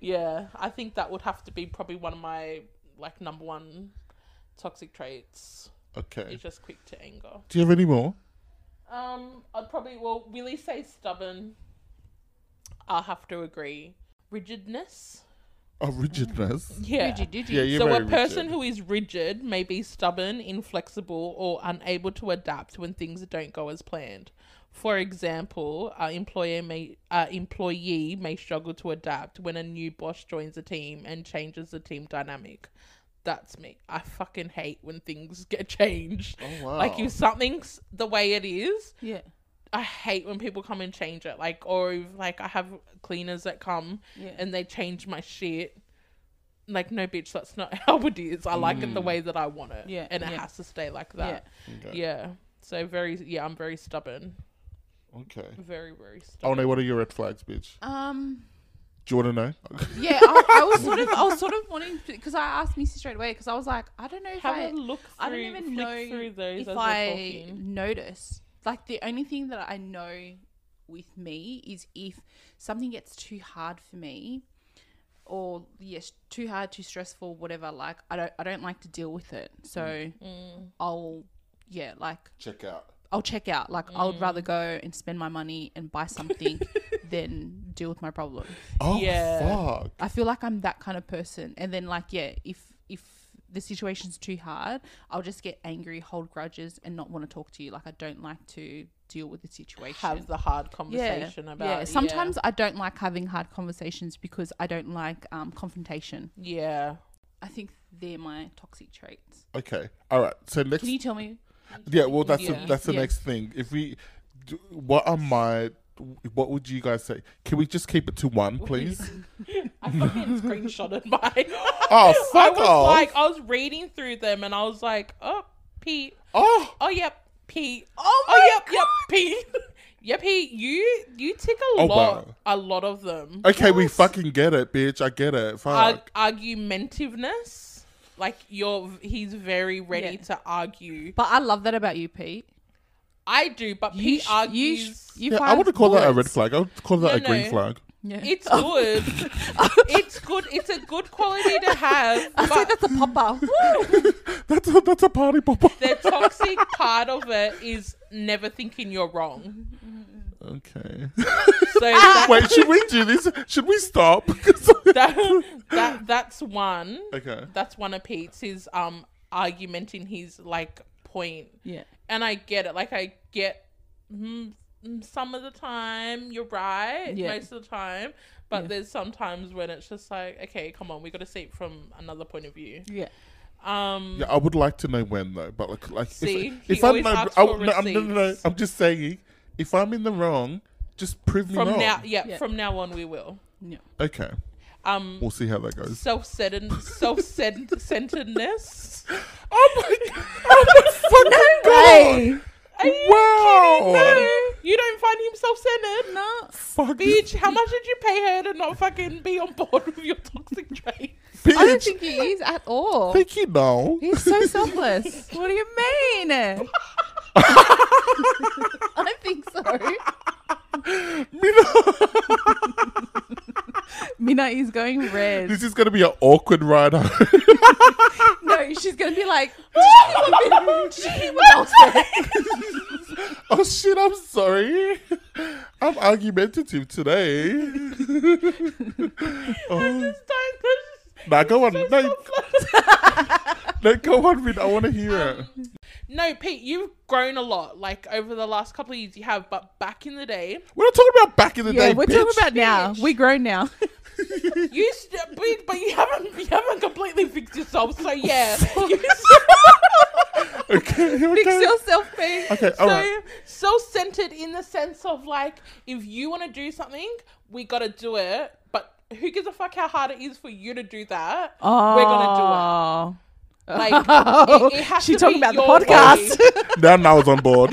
Speaker 2: yeah, I think that would have to be probably one of my like number one toxic traits.
Speaker 3: okay.
Speaker 2: It's just quick to anger.
Speaker 3: Do you have any more?
Speaker 2: Um, I'd probably well Willie say stubborn. I'll have to agree. Rigidness.
Speaker 3: Oh, rigidness.
Speaker 2: Yeah.
Speaker 5: Did you? Did you?
Speaker 3: Yeah, you're
Speaker 2: so a
Speaker 3: very
Speaker 2: person
Speaker 3: rigid.
Speaker 2: who is rigid may be stubborn, inflexible, or unable to adapt when things don't go as planned. For example, our employer may uh, employee may struggle to adapt when a new boss joins a team and changes the team dynamic. That's me. I fucking hate when things get changed.
Speaker 3: Oh, wow.
Speaker 2: Like if something's the way it is,
Speaker 5: Yeah.
Speaker 2: I hate when people come and change it. Like, or if, like I have cleaners that come and they change my shit. Like, no, bitch, that's not how it is. I like it the way that I want it.
Speaker 5: Yeah,
Speaker 2: And it
Speaker 5: yeah.
Speaker 2: has to stay like that. Mm. Yeah.
Speaker 3: Okay.
Speaker 2: So, very, yeah, I'm very stubborn.
Speaker 3: Okay.
Speaker 2: Very, very stubborn.
Speaker 3: Oh no! What are your red flags, bitch?
Speaker 5: Um.
Speaker 3: Do you want to know?
Speaker 5: Yeah. I, I was sort of. I was sort of wanting because I asked Missy straight away because I was like, I don't know if
Speaker 2: Have
Speaker 5: I
Speaker 2: a look through,
Speaker 5: I don't even
Speaker 2: flick
Speaker 5: know
Speaker 2: through those
Speaker 5: if
Speaker 2: as
Speaker 5: I
Speaker 2: we're talking.
Speaker 5: notice. Like the only thing that I know with me is if something gets too hard for me, or yes, too hard, too stressful, whatever. Like I don't, I don't like to deal with it. So I'll, yeah, like
Speaker 3: Check out.
Speaker 5: I'll check out. Like I would rather go and spend my money and buy something than deal with my problem.
Speaker 3: Oh
Speaker 2: Yeah.
Speaker 3: fuck!
Speaker 5: I feel like I'm that kind of person. And then like yeah, if if the situation's too hard, I'll just get angry, hold grudges, and not want to talk to you. Like I don't like to deal with the situation.
Speaker 2: Have the hard conversation
Speaker 5: yeah.
Speaker 2: about
Speaker 5: yeah. Sometimes I don't like having hard conversations because I don't like um, confrontation.
Speaker 2: Yeah.
Speaker 5: I think they're my toxic traits.
Speaker 3: Okay. All right. So next.
Speaker 5: Can you tell me?
Speaker 3: yeah. Well, that's the
Speaker 2: Yeah.
Speaker 3: that's the
Speaker 5: Yeah.
Speaker 3: next thing. If we, do- what are my, what would you guys say? Can we just keep it to one, please?
Speaker 2: I fucking screenshotted my.
Speaker 3: oh
Speaker 2: I
Speaker 3: fuck
Speaker 2: was
Speaker 3: off!
Speaker 2: like, I was reading through them and I was like, oh, Pete.
Speaker 3: oh.
Speaker 2: Oh yep, Pete.
Speaker 5: Oh
Speaker 2: yep, yep, Pete. yep, Pete. You you tick a
Speaker 3: Oh,
Speaker 2: lot,
Speaker 3: wow.
Speaker 2: a lot of them.
Speaker 3: Okay, we fucking get it, bitch. I get it.
Speaker 2: Ar-
Speaker 3: Fuck.
Speaker 2: argumentiveness, like you're, he's very ready
Speaker 5: Yeah.
Speaker 2: to argue.
Speaker 5: But I love that about you, Pete.
Speaker 2: I do, but
Speaker 5: You
Speaker 2: Pete
Speaker 5: sh- you, sh-
Speaker 2: argues.
Speaker 5: you
Speaker 3: yeah, I
Speaker 5: find
Speaker 3: wouldn't call that a red
Speaker 5: words.
Speaker 3: flag. I would call that
Speaker 2: No,
Speaker 3: a green
Speaker 2: no.
Speaker 3: flag.
Speaker 5: Yeah.
Speaker 2: it's good. it's good. It's a good quality to have.
Speaker 5: I say
Speaker 2: But
Speaker 5: that's a pop
Speaker 3: That's a, that's a party popper.
Speaker 2: the toxic part of it is never thinking you're wrong.
Speaker 3: Okay.
Speaker 2: So that,
Speaker 3: Wait, should we do this? Should we stop?
Speaker 2: that, that that's one.
Speaker 3: okay.
Speaker 2: that's one of Pete's his um argumenting his like point.
Speaker 8: Yeah.
Speaker 2: And I get it. Like I get mm, mm, some of the time you're right,
Speaker 8: Yeah.
Speaker 2: most of the time, but there's sometimes when it's just like, okay, come on, we got to see it from another point of view.
Speaker 8: Yeah.
Speaker 2: Um,
Speaker 3: Yeah, I would like to know when though. But like, like
Speaker 2: See,
Speaker 3: if,
Speaker 2: he
Speaker 3: if I'm
Speaker 2: always
Speaker 3: no,
Speaker 2: asks
Speaker 3: I,
Speaker 2: for
Speaker 3: no, I'm, no, no, no,
Speaker 2: receipts.
Speaker 3: I'm just saying, if I'm in the wrong, just prove me
Speaker 2: from
Speaker 3: wrong.
Speaker 2: now, yeah,
Speaker 8: Yeah.
Speaker 2: from now on we will.
Speaker 3: Okay,
Speaker 2: Um,
Speaker 3: we'll see how that goes.
Speaker 2: self-centered, self-centeredness.
Speaker 3: Oh my! Oh my fucking god!
Speaker 2: Are you
Speaker 3: Wow.
Speaker 2: kidding me? You don't find him self-centered? No.
Speaker 3: Fuck,
Speaker 2: Bitch, how much did you pay her to not fucking be on board with your toxic traits?
Speaker 5: I don't
Speaker 3: bitch.
Speaker 5: think he is at all.
Speaker 3: Thank you, no.
Speaker 5: He's so selfless. what do you mean? I don't think so.
Speaker 8: Mina is going red.
Speaker 3: This is gonna be an awkward ride. home.
Speaker 5: No, she's gonna be like, did you hear what I said?
Speaker 3: oh shit! I'm sorry. I'm argumentative today. oh, nah, go on. No, you- no, go on, Vin. I want to hear it.
Speaker 2: No, Pete, you've grown a lot, like over the last couple of years you have, but back in the day,
Speaker 3: We're not talking about back in the
Speaker 5: Yeah,
Speaker 3: day,
Speaker 5: we're
Speaker 3: bitch.
Speaker 5: talking about now. We grown now.
Speaker 2: you st- but, but you haven't you haven't completely fixed yourself, so yeah. You
Speaker 3: okay, okay.
Speaker 5: Fix yourself, babe.
Speaker 3: Okay, all right.
Speaker 2: so self-centered in the sense of like if you want to do something we gotta do it but who gives a fuck how hard it is for you to do that we're gonna
Speaker 5: Oh.
Speaker 2: do it like
Speaker 3: Oh.
Speaker 2: it, it has
Speaker 5: She
Speaker 2: to
Speaker 5: talking
Speaker 2: be
Speaker 5: about the
Speaker 2: your
Speaker 5: podcast.
Speaker 2: way.
Speaker 3: Now, now I was on board.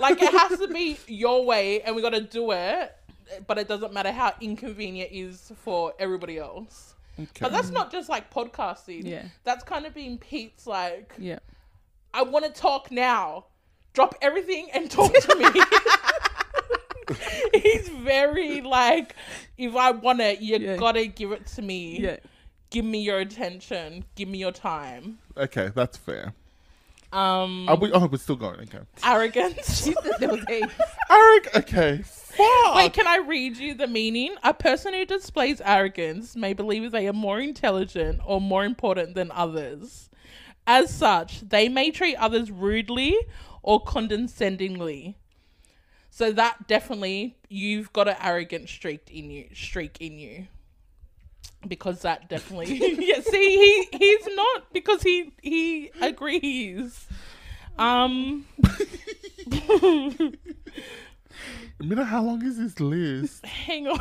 Speaker 2: like it has to be your way and we gotta do it but it doesn't matter how inconvenient it is for everybody else but that's not just like podcasting
Speaker 5: Yeah.
Speaker 2: that's kind of being pete's like
Speaker 5: Yeah.
Speaker 2: i want to talk now drop everything and talk to me he's very like if i want it you
Speaker 5: Yeah.
Speaker 2: gotta give it to me
Speaker 5: Yeah.
Speaker 2: give me your attention give me your time
Speaker 3: Okay, that's fair.
Speaker 2: um
Speaker 3: Are we, oh, we're still going. Okay.
Speaker 2: arrogance
Speaker 5: There was eight.
Speaker 3: Eric, okay. Fuck.
Speaker 2: Wait, can I read you the meaning? A person who displays arrogance may believe they are more intelligent or more important than others. As such, they may treat others rudely or condescendingly. So that definitely you've got an arrogant streak in you streak in you. Because that definitely Yeah, see he he's not because he he agrees. Um
Speaker 3: Mina, how long is this list?
Speaker 2: hang on.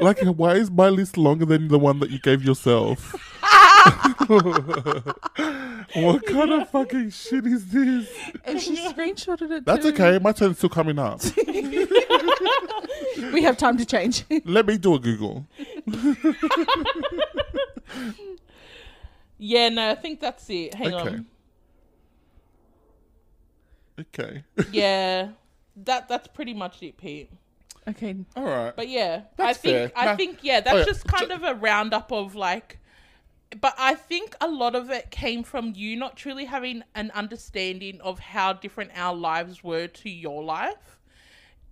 Speaker 3: Like, why is my list longer than the one that you gave yourself? what kind of fucking shit is this?
Speaker 5: And she screenshotted it.
Speaker 3: That's
Speaker 5: too.
Speaker 3: okay. My turn's still coming up.
Speaker 5: We have time to change.
Speaker 3: Let me do a Google.
Speaker 2: Yeah, no, I think that's it. Hang
Speaker 3: Okay.
Speaker 2: on.
Speaker 3: Okay.
Speaker 2: Yeah. That that's pretty much it, Pete.
Speaker 5: okay.
Speaker 3: All right.
Speaker 2: But yeah,
Speaker 3: That's
Speaker 2: I think
Speaker 3: fair.
Speaker 2: I
Speaker 3: Nah.
Speaker 2: think yeah, that's
Speaker 3: Oh, yeah.
Speaker 2: just kind of a roundup of like but I think a lot of it came from you not truly having an understanding of how different our lives were to your life.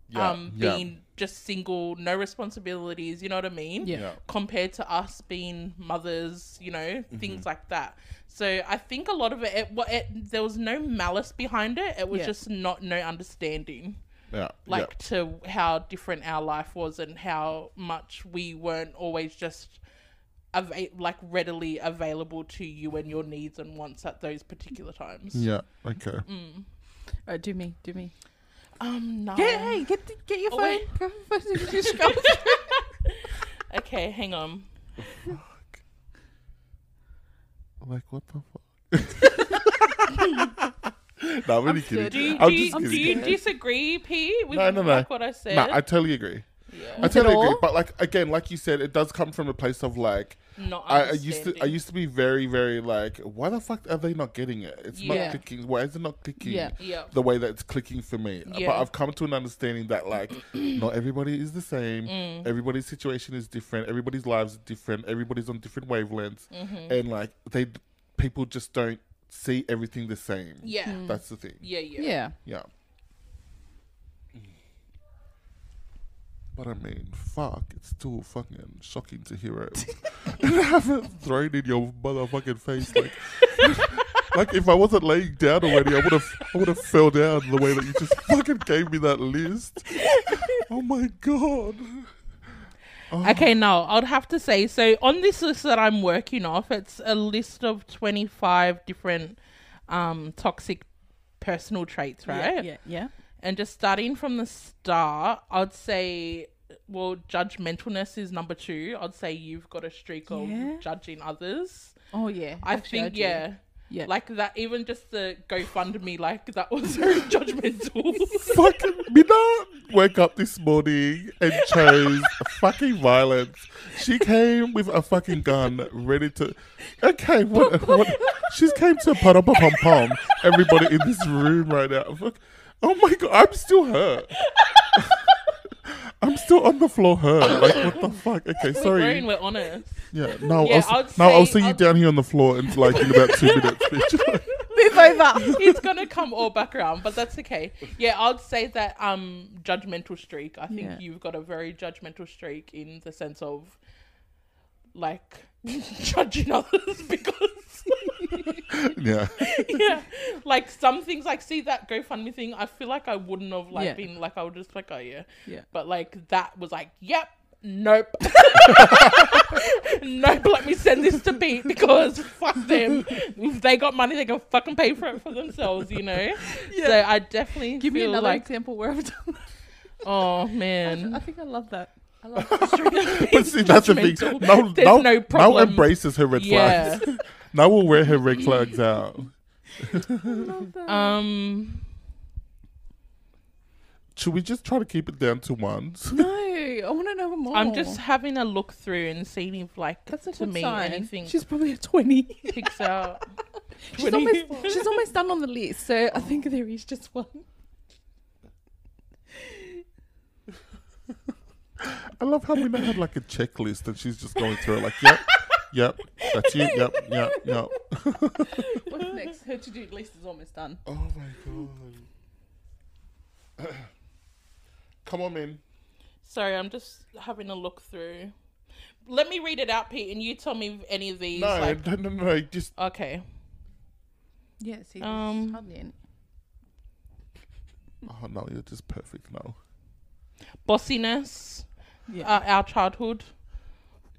Speaker 3: Yeah,
Speaker 2: um
Speaker 3: yeah.
Speaker 2: being just single, no responsibilities, you know what I mean?
Speaker 5: Yeah.
Speaker 3: Yeah.
Speaker 2: Compared to us being mothers, you know, things like that. So I think a lot of it, it, what it there was no malice behind it. It was
Speaker 5: Yeah.
Speaker 2: just not no understanding
Speaker 3: Yeah.
Speaker 2: like to how different our life was and how much we weren't always just ava- like readily available to you and your needs and wants at those particular times.
Speaker 3: yeah. Yeah. Okay.
Speaker 5: Oh, do me. Do me.
Speaker 2: Um, no.
Speaker 5: Get, hey, get, the, get your
Speaker 2: Oh,
Speaker 5: phone.
Speaker 2: wait.
Speaker 5: Go for it. Just go.
Speaker 2: okay, hang on.
Speaker 3: Like what the fuck? nah, I'm really kidding.
Speaker 2: Do you,
Speaker 3: I'm
Speaker 2: do, you,
Speaker 3: just kidding.
Speaker 2: do you disagree, P, with
Speaker 3: No, no, no.
Speaker 2: like what I said?
Speaker 3: Nah, I totally agree. I
Speaker 5: it
Speaker 3: totally agree.
Speaker 5: all?
Speaker 3: But like again, like you said, it does come from a place of like
Speaker 2: Not
Speaker 3: I, I used to I
Speaker 2: understanding.
Speaker 3: used to be very, very like, why the fuck are they not getting it? It's not
Speaker 2: Yeah.
Speaker 3: clicking. Why is it not clicking
Speaker 5: Yeah.
Speaker 2: Yeah.
Speaker 3: the way that it's clicking for me? But
Speaker 2: Yeah.
Speaker 3: I've come to an understanding that like not everybody is the same.
Speaker 2: Mm.
Speaker 3: Everybody's situation is different. Everybody's lives are different. Everybody's on different wavelengths.
Speaker 2: Mm-hmm.
Speaker 3: And like they people just don't see everything the same.
Speaker 2: Yeah. Mm.
Speaker 3: That's the thing.
Speaker 2: Yeah, yeah.
Speaker 5: yeah.
Speaker 3: Yeah. But I mean, fuck, it's still fucking shocking to hear it. and I haven't thrown in your motherfucking face like like if I wasn't laying down already, I would have I would have fell down the way that you just fucking gave me that list. oh my god. Oh.
Speaker 2: Okay, no, I'd have to say so. On this list that I'm working off, it's a list of 25 different um, toxic personal traits, right?
Speaker 5: Yeah. Yeah.
Speaker 2: And just starting from the start, I'd say, well, judgmentalness is number two. I'd say you've got a streak of
Speaker 5: Yeah.
Speaker 2: judging others.
Speaker 5: Oh, yeah.
Speaker 2: I
Speaker 5: Actually,
Speaker 2: think,
Speaker 5: do.
Speaker 2: yeah.
Speaker 5: Yeah.
Speaker 2: Like that, even just the GoFundMe, like that was very judgmental.
Speaker 3: fucking Mina woke up this morning and chose fucking violence. She came with a fucking gun ready to. Okay, what? what she's came to put up a pom pom. Everybody in this room right now. Fuck. Oh my god, I'm still hurt. I'm still on the floor hurt. Like what the fuck? Okay,
Speaker 2: Sorry.
Speaker 3: sorry.
Speaker 2: We're honest.
Speaker 3: Yeah, now
Speaker 2: Yeah,
Speaker 3: I'll,
Speaker 2: I'd
Speaker 3: now I'll
Speaker 2: say-
Speaker 3: see you
Speaker 2: I'd-
Speaker 3: down here on the floor in like in about two minutes, bitch.
Speaker 5: Move move over.
Speaker 2: it's gonna come all back around, but that's okay. Yeah, I'd say that um judgmental streak. I think
Speaker 5: Yeah.
Speaker 2: you've got a very judgmental streak in the sense of like judging others because
Speaker 3: yeah.
Speaker 2: yeah, like some things like see that GoFundMe thing. I feel like I wouldn't have like
Speaker 5: Yeah.
Speaker 2: been like I would just like oh yeah,
Speaker 5: Yeah.
Speaker 2: But like that was like yep, nope, nope. Let me send this to Pete because fuck them. If they got money, they can fucking pay for it for themselves. You know. So I definitely
Speaker 5: Give me
Speaker 2: feel
Speaker 5: another
Speaker 2: like
Speaker 5: example where I've done that.
Speaker 2: oh
Speaker 5: I
Speaker 2: man.
Speaker 5: think I love that. I love
Speaker 3: But see, that's the thing.
Speaker 2: judgmental.
Speaker 3: No,
Speaker 2: There's
Speaker 3: no,
Speaker 2: no
Speaker 3: no,
Speaker 2: problem.
Speaker 3: embraces her red
Speaker 2: Yeah.
Speaker 3: flags. Now will wear her red flags out.
Speaker 2: Um.
Speaker 3: Should we just try to keep it down to ones?
Speaker 5: No, I want to know more.
Speaker 2: I'm just having a look through and seeing if like
Speaker 5: That's a
Speaker 2: to
Speaker 5: good
Speaker 2: me
Speaker 5: sign.
Speaker 2: anything
Speaker 5: She's probably a twenty.
Speaker 2: picks out.
Speaker 5: She's almost, she's almost done on the list, so I think there is just one.
Speaker 3: I love how Mina had like a checklist and she's just going through it like, yep, yep, that's you, yep, yep, yep.
Speaker 5: What's next? Her to do list is almost done.
Speaker 3: Oh my god. Come on in.
Speaker 2: Sorry, I'm just having a look through. Let me read it out, Pete, and you tell me if any of these.
Speaker 3: No,
Speaker 2: Like,
Speaker 3: no, no, no, no, just
Speaker 2: okay.
Speaker 5: Yeah, see,
Speaker 2: there's Um,
Speaker 5: hardly any.
Speaker 3: oh no, you're just perfect now.
Speaker 2: Bossiness.
Speaker 5: Yeah.
Speaker 2: Uh, our childhood.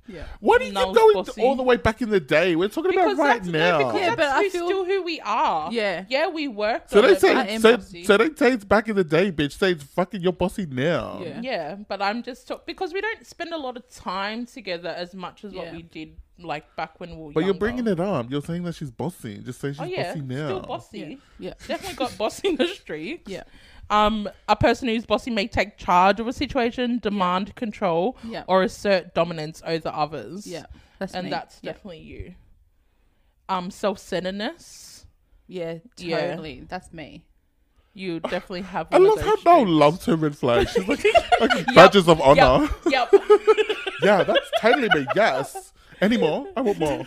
Speaker 5: Yeah.
Speaker 3: Why do you
Speaker 2: Null's
Speaker 3: keep going
Speaker 2: bossy.
Speaker 3: all the way back in the day? We're talking
Speaker 2: Because
Speaker 3: about right
Speaker 2: that's,
Speaker 3: now.
Speaker 2: No, because
Speaker 5: Yeah,
Speaker 2: that's
Speaker 5: but I
Speaker 2: who's
Speaker 5: feel-
Speaker 2: still who we are.
Speaker 5: Yeah.
Speaker 2: Yeah, we work.
Speaker 3: so
Speaker 2: on
Speaker 3: they
Speaker 2: it, but-
Speaker 3: say,
Speaker 5: am
Speaker 3: so,
Speaker 5: bossy.
Speaker 3: so they say it's back in the day, bitch. Say it's fucking your bossy now.
Speaker 5: Yeah.
Speaker 2: yeah, but I'm just talk- because we don't spend a lot of time together as much as what
Speaker 5: Yeah.
Speaker 2: we did like back when we were.
Speaker 3: But you're bringing it up. You're saying that she's bossy. Just say she's
Speaker 2: Oh yeah,
Speaker 3: bossy now.
Speaker 2: still bossy.
Speaker 5: Yeah.
Speaker 2: Definitely got bossy in the street.
Speaker 5: Yeah.
Speaker 2: Um, a person who's bossy may take charge of a situation, demand control,
Speaker 5: Yeah.
Speaker 2: or assert dominance over others.
Speaker 5: Yeah. That's
Speaker 2: and
Speaker 5: me.
Speaker 2: that's
Speaker 5: yeah.
Speaker 2: definitely you. Um, self-centeredness.
Speaker 5: yeah,
Speaker 2: Yeah.
Speaker 5: totally. That's me.
Speaker 2: You definitely have.
Speaker 3: I
Speaker 2: one of
Speaker 3: love how
Speaker 2: those
Speaker 3: Mel
Speaker 2: traits.
Speaker 3: loves her red flags. She's like, like badges of honor.
Speaker 2: Yep.
Speaker 3: yeah, that's totally me. Yes. Any more? I want more.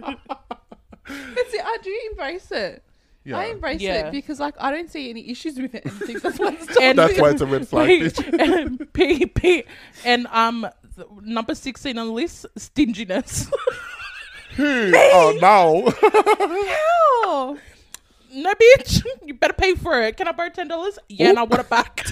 Speaker 5: That's it. I do embrace it.
Speaker 3: Yeah.
Speaker 5: I embrace
Speaker 2: Yeah.
Speaker 5: it because, like, I don't see any issues with it. And I think that's why it's
Speaker 2: And-
Speaker 3: that's why it's a red flag.
Speaker 2: Wait,
Speaker 3: bitch.
Speaker 2: and P P and um th- number sixteen on the list stinginess.
Speaker 3: Who? Oh no.
Speaker 5: How?
Speaker 2: no bitch, you better pay for it. Can I borrow ten dollars? Yeah, and I want it back.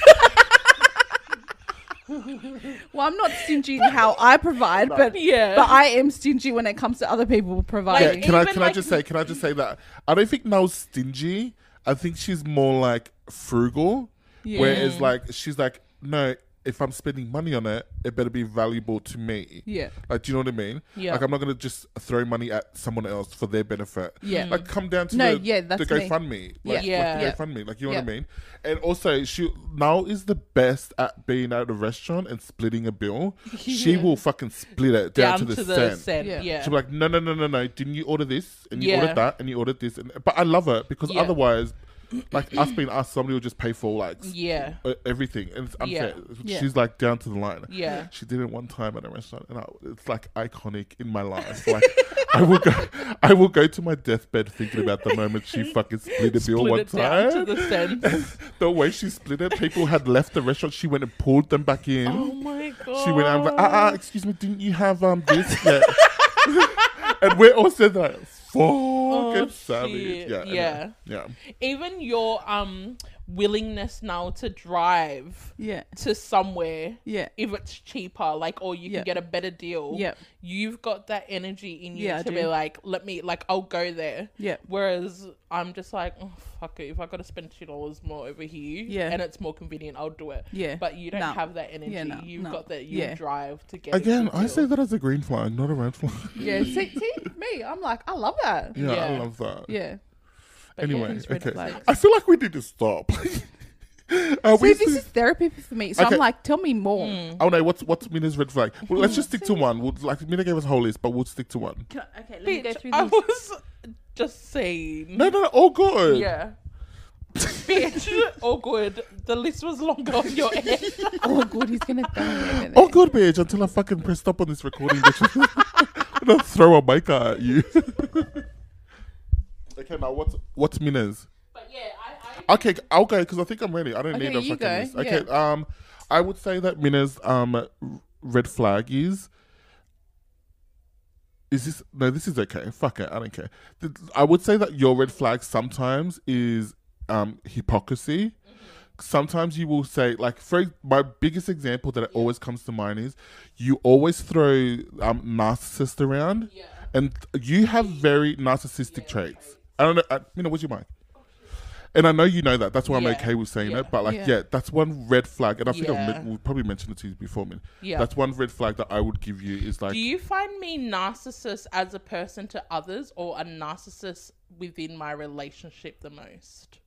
Speaker 5: Well, I'm not stingy in how I provide, but
Speaker 2: yeah,
Speaker 5: but I am stingy when it comes to other people
Speaker 3: Yeah,
Speaker 5: providing.
Speaker 3: can I
Speaker 2: even
Speaker 3: can I
Speaker 2: like-
Speaker 3: just say can I just say that I don't think Nell's stingy. I think she's more like frugal. Whereas like she's like, no, if I'm spending money on it, it better be valuable to me.
Speaker 5: Yeah.
Speaker 3: Like, do you know what I mean?
Speaker 2: Yeah.
Speaker 3: Like, I'm not gonna just throw money at someone else for their benefit.
Speaker 5: Yeah.
Speaker 3: Like, come down to
Speaker 5: No,
Speaker 3: the,
Speaker 5: yeah, that's
Speaker 3: the
Speaker 5: me.
Speaker 3: GoFundMe. Like,
Speaker 2: Yeah.
Speaker 3: Like
Speaker 2: Yeah.
Speaker 3: the GoFundMe. Like, you know what I
Speaker 5: Yeah.
Speaker 3: mean? And also, she now is the best at being at a restaurant and splitting a bill. She will fucking split it down, to the, cent.
Speaker 2: Yeah,
Speaker 5: Yeah.
Speaker 3: She'll be like, no, no, no, no, no. Didn't you order this? And you
Speaker 2: Yeah.
Speaker 3: ordered that, and you ordered this. And but I love it because
Speaker 2: Yeah.
Speaker 3: otherwise, like us being us, somebody will just pay for like s-
Speaker 2: yeah,
Speaker 3: uh, everything, and it's unfair.
Speaker 5: Yeah.
Speaker 3: She's like down to the line.
Speaker 2: Yeah.
Speaker 3: she did it one time at a restaurant, and I, it's like iconic in my life. Like I will go, I will go to my deathbed thinking about the moment she fucking split a bill
Speaker 2: Split
Speaker 3: one
Speaker 2: it down
Speaker 3: time.
Speaker 2: to the cent.
Speaker 3: the way she split it, people had left the restaurant. She went and pulled them back in.
Speaker 2: Oh my god.
Speaker 3: She went out and was like, ah,
Speaker 2: Oh.
Speaker 3: ah, excuse me, didn't you have um this yet? and we're all sitting there like, fucking
Speaker 2: Oh,
Speaker 3: savage.
Speaker 2: shit.
Speaker 3: Yeah, anyway,
Speaker 2: Yeah.
Speaker 3: yeah.
Speaker 2: Even your um willingness now to drive
Speaker 5: Yeah.
Speaker 2: to somewhere
Speaker 5: Yeah.
Speaker 2: if it's cheaper, like or you
Speaker 5: Yeah.
Speaker 2: can get a better deal.
Speaker 5: Yeah.
Speaker 2: You've got that energy in you
Speaker 5: Yeah, I
Speaker 2: to be
Speaker 5: do.
Speaker 2: like, let me like I'll go there.
Speaker 5: Yeah.
Speaker 2: Whereas I'm just like, oh fuck it, if I gotta spend two dollars more over here
Speaker 5: Yeah.
Speaker 2: and it's more convenient, I'll do it.
Speaker 5: Yeah.
Speaker 2: But you don't
Speaker 5: No.
Speaker 2: have that energy.
Speaker 5: no,
Speaker 2: You've
Speaker 5: no.
Speaker 2: got that you
Speaker 5: Yeah.
Speaker 2: drive to get a
Speaker 3: Again,
Speaker 2: good
Speaker 3: I say
Speaker 2: deal.
Speaker 3: that as a green flag, not a red flag.
Speaker 5: Yeah, see, see, me, I'm like, I love that.
Speaker 3: yeah, I
Speaker 2: Yeah.
Speaker 3: love that.
Speaker 5: Yeah.
Speaker 2: But yeah,
Speaker 3: anyway,
Speaker 2: these red
Speaker 3: okay.
Speaker 2: flags.
Speaker 3: I feel like we need to stop. Are
Speaker 5: See,
Speaker 3: we
Speaker 5: this is therapy for me. So
Speaker 3: Okay.
Speaker 5: I'm like, tell me more.
Speaker 3: oh no, what's what's Mina's red flag? Well, let's just stick to one. We'll, like Mina gave us a whole list, but we'll stick to one.
Speaker 5: okay, let
Speaker 2: Bitch, I was just saying.
Speaker 3: No, no, no, all good.
Speaker 2: Yeah. Bitch, all good. The list was longer on your end.
Speaker 5: Oh, good, he's gonna die.
Speaker 3: All good, Oh, bitch. Until I fucking press stop on this recording, bitch. I'm gonna throw a mic at you. Okay, now what's what's Mina's?
Speaker 2: But yeah, I, I
Speaker 3: Okay, I'll go because I think I'm ready. I don't
Speaker 5: Okay,
Speaker 3: need a
Speaker 5: you
Speaker 3: fucking
Speaker 5: go,
Speaker 3: list. Okay, um, I would say that Mina's um r- red flag is. Is this no? This is okay. Fuck it. I don't care. Th- I would say that your red flag sometimes is um hypocrisy. Sometimes you will say like for my biggest example that always comes to mind is you always throw um narcissist around, and you have very narcissistic traits. I don't know. I, you know what's your mind? And I know you know that. That's why
Speaker 2: Yeah.
Speaker 3: I'm okay with saying it. But like, yeah.
Speaker 5: Yeah.
Speaker 3: that's one red flag. And I think I've
Speaker 2: Yeah.
Speaker 3: men- we've probably mentioned it to you before, man.
Speaker 2: Yeah.
Speaker 3: That's one red flag that I would give you is like,
Speaker 2: do you find me narcissist as a person to others, or a narcissist within my relationship the most?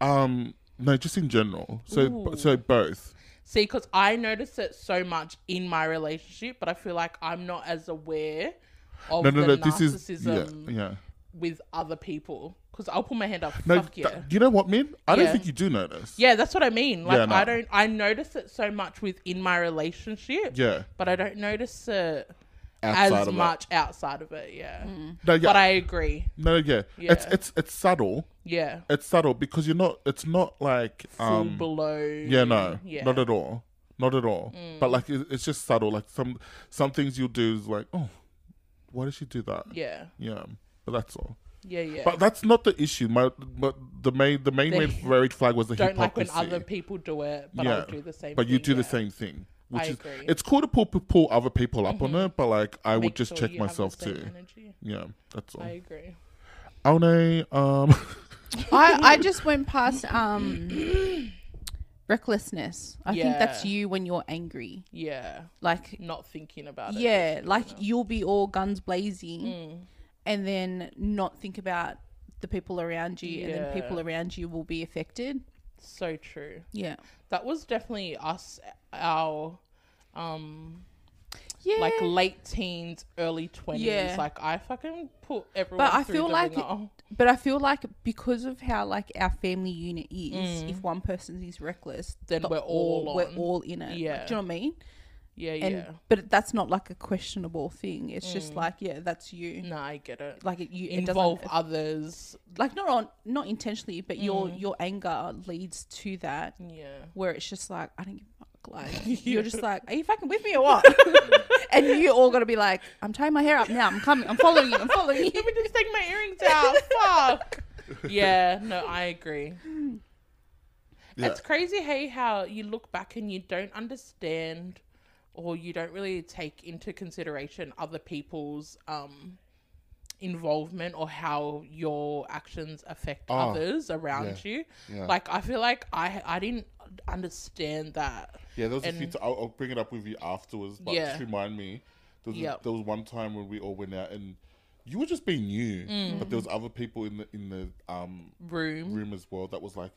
Speaker 3: um, no, just in general. So, so both.
Speaker 2: See, because I notice it so much in my relationship, but I feel like I'm not as aware of
Speaker 3: No, no,
Speaker 2: the
Speaker 3: no. This
Speaker 2: narcissism
Speaker 3: is yeah, yeah.
Speaker 2: with other people. Because I'll put my hand up.
Speaker 3: No,
Speaker 2: Fuck yeah.
Speaker 3: that- you know what, man? I don't
Speaker 2: Yeah.
Speaker 3: think you do notice.
Speaker 2: yeah, that's what I mean. Like
Speaker 3: Yeah, no.
Speaker 2: I don't. I notice it so much within my relationship.
Speaker 3: Yeah.
Speaker 2: But I don't notice it
Speaker 3: Outside
Speaker 2: as
Speaker 3: of it.
Speaker 2: much outside of it. Yeah.
Speaker 5: Mm.
Speaker 3: No, yeah.
Speaker 2: But I agree.
Speaker 3: no, yeah. It's
Speaker 2: Yeah.
Speaker 3: it's it's subtle.
Speaker 2: Yeah.
Speaker 3: It's subtle because you're not. It's not like
Speaker 2: Full
Speaker 3: um.
Speaker 2: below.
Speaker 3: Yeah, no,
Speaker 2: Yeah. Mm.
Speaker 3: not at all, not at all. But like, it, it's just subtle. Like some some things you'll do is like, oh, why did she do that?
Speaker 2: Yeah.
Speaker 3: yeah. But that's all.
Speaker 2: Yeah. Yeah.
Speaker 3: But that's not the issue. My but the main the main
Speaker 2: The-
Speaker 3: red, red flag was the
Speaker 2: don't like when
Speaker 3: hypocrisy.
Speaker 2: other people do it, but I'll do the same.
Speaker 3: But you
Speaker 2: thing,
Speaker 3: do the
Speaker 2: yeah.
Speaker 3: same thing. Which
Speaker 2: I
Speaker 3: is
Speaker 2: agree. Mm-hmm.
Speaker 3: it's cool to pull pull other people up on it, but like I
Speaker 2: Make
Speaker 3: would just
Speaker 2: sure
Speaker 3: check
Speaker 2: you have the
Speaker 3: myself
Speaker 2: same
Speaker 3: too.
Speaker 2: energy.
Speaker 3: Yeah, that's all.
Speaker 2: I agree.
Speaker 3: Oh no, um,
Speaker 5: I, I just went past um recklessness. I think that's
Speaker 2: Yeah.
Speaker 5: you when you're angry.
Speaker 2: Yeah.
Speaker 5: Like
Speaker 2: Not thinking about it.
Speaker 5: yeah, like you'll be all guns blazing
Speaker 2: Mm.
Speaker 5: and then not think about the people around you and then
Speaker 2: Yeah.
Speaker 5: people around you will be affected.
Speaker 2: So true.
Speaker 5: Yeah.
Speaker 2: That was definitely us our um
Speaker 5: Yeah.
Speaker 2: like late teens, early twenties.
Speaker 5: Yeah.
Speaker 2: Like I fucking put everyone.
Speaker 5: But I
Speaker 2: through
Speaker 5: feel
Speaker 2: the
Speaker 5: like-
Speaker 2: wringer.
Speaker 5: but I feel like because of how like our family unit is, if one person is reckless,
Speaker 2: Mm. Then
Speaker 5: the-
Speaker 2: we're all
Speaker 5: we're
Speaker 2: on.
Speaker 5: all in it. Like,
Speaker 2: Yeah.
Speaker 5: do you know what I mean?
Speaker 2: yeah,
Speaker 5: And
Speaker 2: yeah.
Speaker 5: but that's not like a questionable thing. It's just like yeah, that's you.
Speaker 2: No, I get it.
Speaker 5: Like it, you it
Speaker 2: Involve
Speaker 5: doesn't
Speaker 2: others.
Speaker 5: like not on not intentionally, but your
Speaker 2: Mm.
Speaker 5: your anger leads to that
Speaker 2: Yeah.
Speaker 5: where it's just like I don't give a fuck. Like you're just like, are you fucking with me or what? and you all gotta be like, I'm tying my hair up now. I'm coming. I'm following you. I'm following you.
Speaker 2: Let me just take my earrings out. Fuck. Yeah, no, I agree.
Speaker 3: Yeah.
Speaker 2: It's crazy, hey, how you look back and you don't understand or you don't really take into consideration other people's um, involvement or how your actions affect
Speaker 3: Oh,
Speaker 2: others around
Speaker 3: yeah,
Speaker 2: you.
Speaker 3: yeah.
Speaker 2: Like, I feel like I, I didn't understand that.
Speaker 3: Yeah, there was a few.
Speaker 2: And-
Speaker 3: T- I'll, I'll bring it up with you afterwards, but
Speaker 2: Yeah.
Speaker 3: just remind me. There was,
Speaker 2: Yep.
Speaker 3: there was one time when we all went out and you were just being you,
Speaker 2: Mm.
Speaker 3: but there was other people in the in the um,
Speaker 2: Room.
Speaker 3: room as well that was like,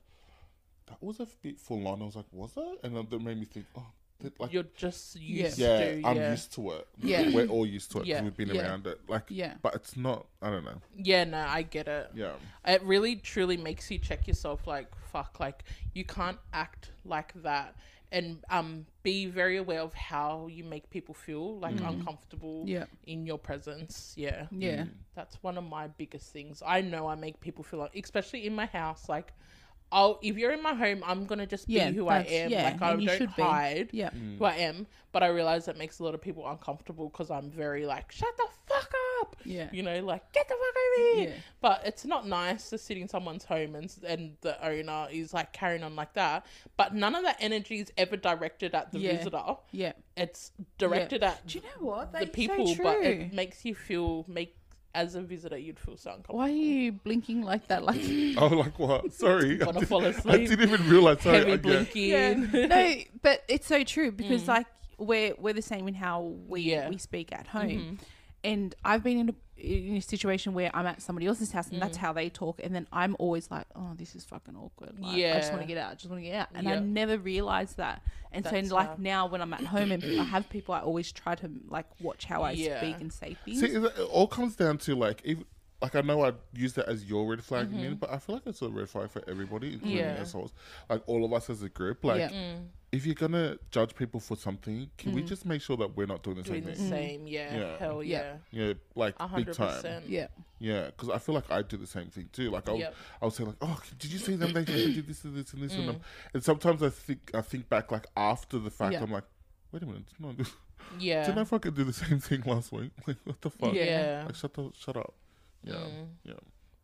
Speaker 3: that was a bit full on. I was like, was it? And then that made me think, oh, that, like
Speaker 2: You're just used
Speaker 3: yeah,
Speaker 2: to.
Speaker 3: I'm
Speaker 2: yeah.
Speaker 3: used to it.
Speaker 2: Yeah.
Speaker 3: we're all used to it. 'cause
Speaker 2: Yeah,
Speaker 3: we've been
Speaker 2: yeah.
Speaker 3: around it. Like,
Speaker 5: Yeah.
Speaker 3: but it's not. I don't know.
Speaker 2: yeah, no, I get it.
Speaker 3: Yeah,
Speaker 2: it really truly makes you check yourself like fuck like you can't act like that and um be very aware of how you make people feel like uncomfortable
Speaker 5: Mm-hmm. Yeah.
Speaker 2: in your presence yeah
Speaker 5: Yeah.
Speaker 2: that's one of my biggest things i know i make people feel like especially in my house like I'll, if you're in my home, I'm gonna just be
Speaker 5: Yeah,
Speaker 2: who I
Speaker 5: that's-
Speaker 2: am.
Speaker 5: yeah,
Speaker 2: like I
Speaker 5: and you
Speaker 2: don't
Speaker 5: should be.
Speaker 2: hide
Speaker 5: Yeah.
Speaker 2: who I am, but I realize that makes a lot of people uncomfortable because I'm very like, shut the fuck up.
Speaker 5: Yeah.
Speaker 2: You know, like get the fuck over here.
Speaker 5: Yeah.
Speaker 2: But it's not nice to sit in someone's home and and the owner is like carrying on like that. But none of that energy is ever directed at the
Speaker 5: Yeah.
Speaker 2: visitor.
Speaker 5: Yeah.
Speaker 2: It's directed at
Speaker 5: Do you know what?
Speaker 2: the people, but it makes you feel make as a visitor you'd feel so uncomfortable.
Speaker 5: Why are you blinking like that? Like
Speaker 3: I was like, what? Sorry, I,
Speaker 2: Wanna
Speaker 3: did,
Speaker 2: fall
Speaker 3: I
Speaker 2: asleep.
Speaker 3: didn't even realize. Sorry,
Speaker 2: Heavy
Speaker 3: I get-
Speaker 2: blinking.
Speaker 5: no, but it's so true because like we're we're the same in how we
Speaker 2: Mm. Yeah. Mm-hmm.
Speaker 5: we speak at home. And I've been in a, in a situation where I'm at somebody else's house and that's
Speaker 2: Mm.
Speaker 5: how they talk, and then I'm always like, "Oh, this is fucking awkward. Like, I just
Speaker 2: Yeah.
Speaker 5: want to get out. I just want to get out." And I
Speaker 2: Yep.
Speaker 5: never realized that. And
Speaker 2: That's
Speaker 5: so, like
Speaker 2: tough.
Speaker 5: now when I'm at home and I have people, I always try to like watch how I
Speaker 2: Yeah.
Speaker 5: speak and say things.
Speaker 3: See, it it all comes down to like, if, like I know I use that as your red flag, Min, but I feel like it's a red flag for everybody, including
Speaker 2: Mm-hmm. Yeah. Mm.
Speaker 3: assholes. Like all of us as a group, like
Speaker 5: Yeah.
Speaker 3: if you're gonna judge people for something, can we just make sure that we're not doing the
Speaker 2: Doing
Speaker 3: same
Speaker 2: the
Speaker 3: thing?
Speaker 2: same, yeah,
Speaker 3: Yeah.
Speaker 2: hell yeah,
Speaker 3: Yeah, like
Speaker 2: a
Speaker 3: big
Speaker 2: hundred
Speaker 3: time.
Speaker 2: percent,
Speaker 5: Mm. Yeah.
Speaker 3: Yeah, because I feel like I do the same thing too. Like I'll,
Speaker 2: Yep.
Speaker 3: I'll say like, oh, did you see them? They did this and this and this and them.
Speaker 2: Mm.
Speaker 3: And sometimes I think I think back like after the fact,
Speaker 5: Yeah.
Speaker 3: I'm like, wait a minute, no, this- didn't I
Speaker 2: yeah,
Speaker 3: fucking do the same thing last week? Like what the fuck?
Speaker 2: yeah.
Speaker 3: Like shut the shut up. Yeah, yeah,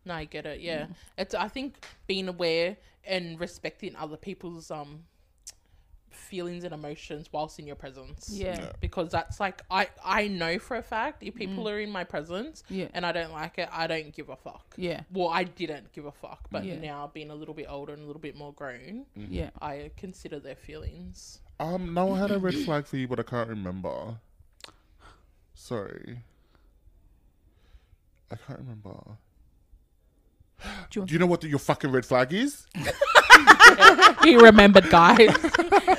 Speaker 2: No, I get it. Yeah, it's. I think being aware and respecting other people's um feelings and emotions whilst in your presence.
Speaker 5: Yeah.
Speaker 3: Yeah.
Speaker 2: Because that's like I I know for a fact if people are in my presence
Speaker 5: Yeah.
Speaker 2: and I don't like it, I don't give a fuck.
Speaker 5: Yeah.
Speaker 2: Well, I didn't give a fuck, but
Speaker 5: Yeah.
Speaker 2: now being a little bit older and a little bit more grown,
Speaker 5: Yeah.
Speaker 2: I consider their feelings.
Speaker 3: Um, no, I had a red flag for you, but I can't remember. Sorry, I can't remember.
Speaker 5: you want-
Speaker 3: Do you know what the, your fucking red flag is?
Speaker 2: he remembered, guys.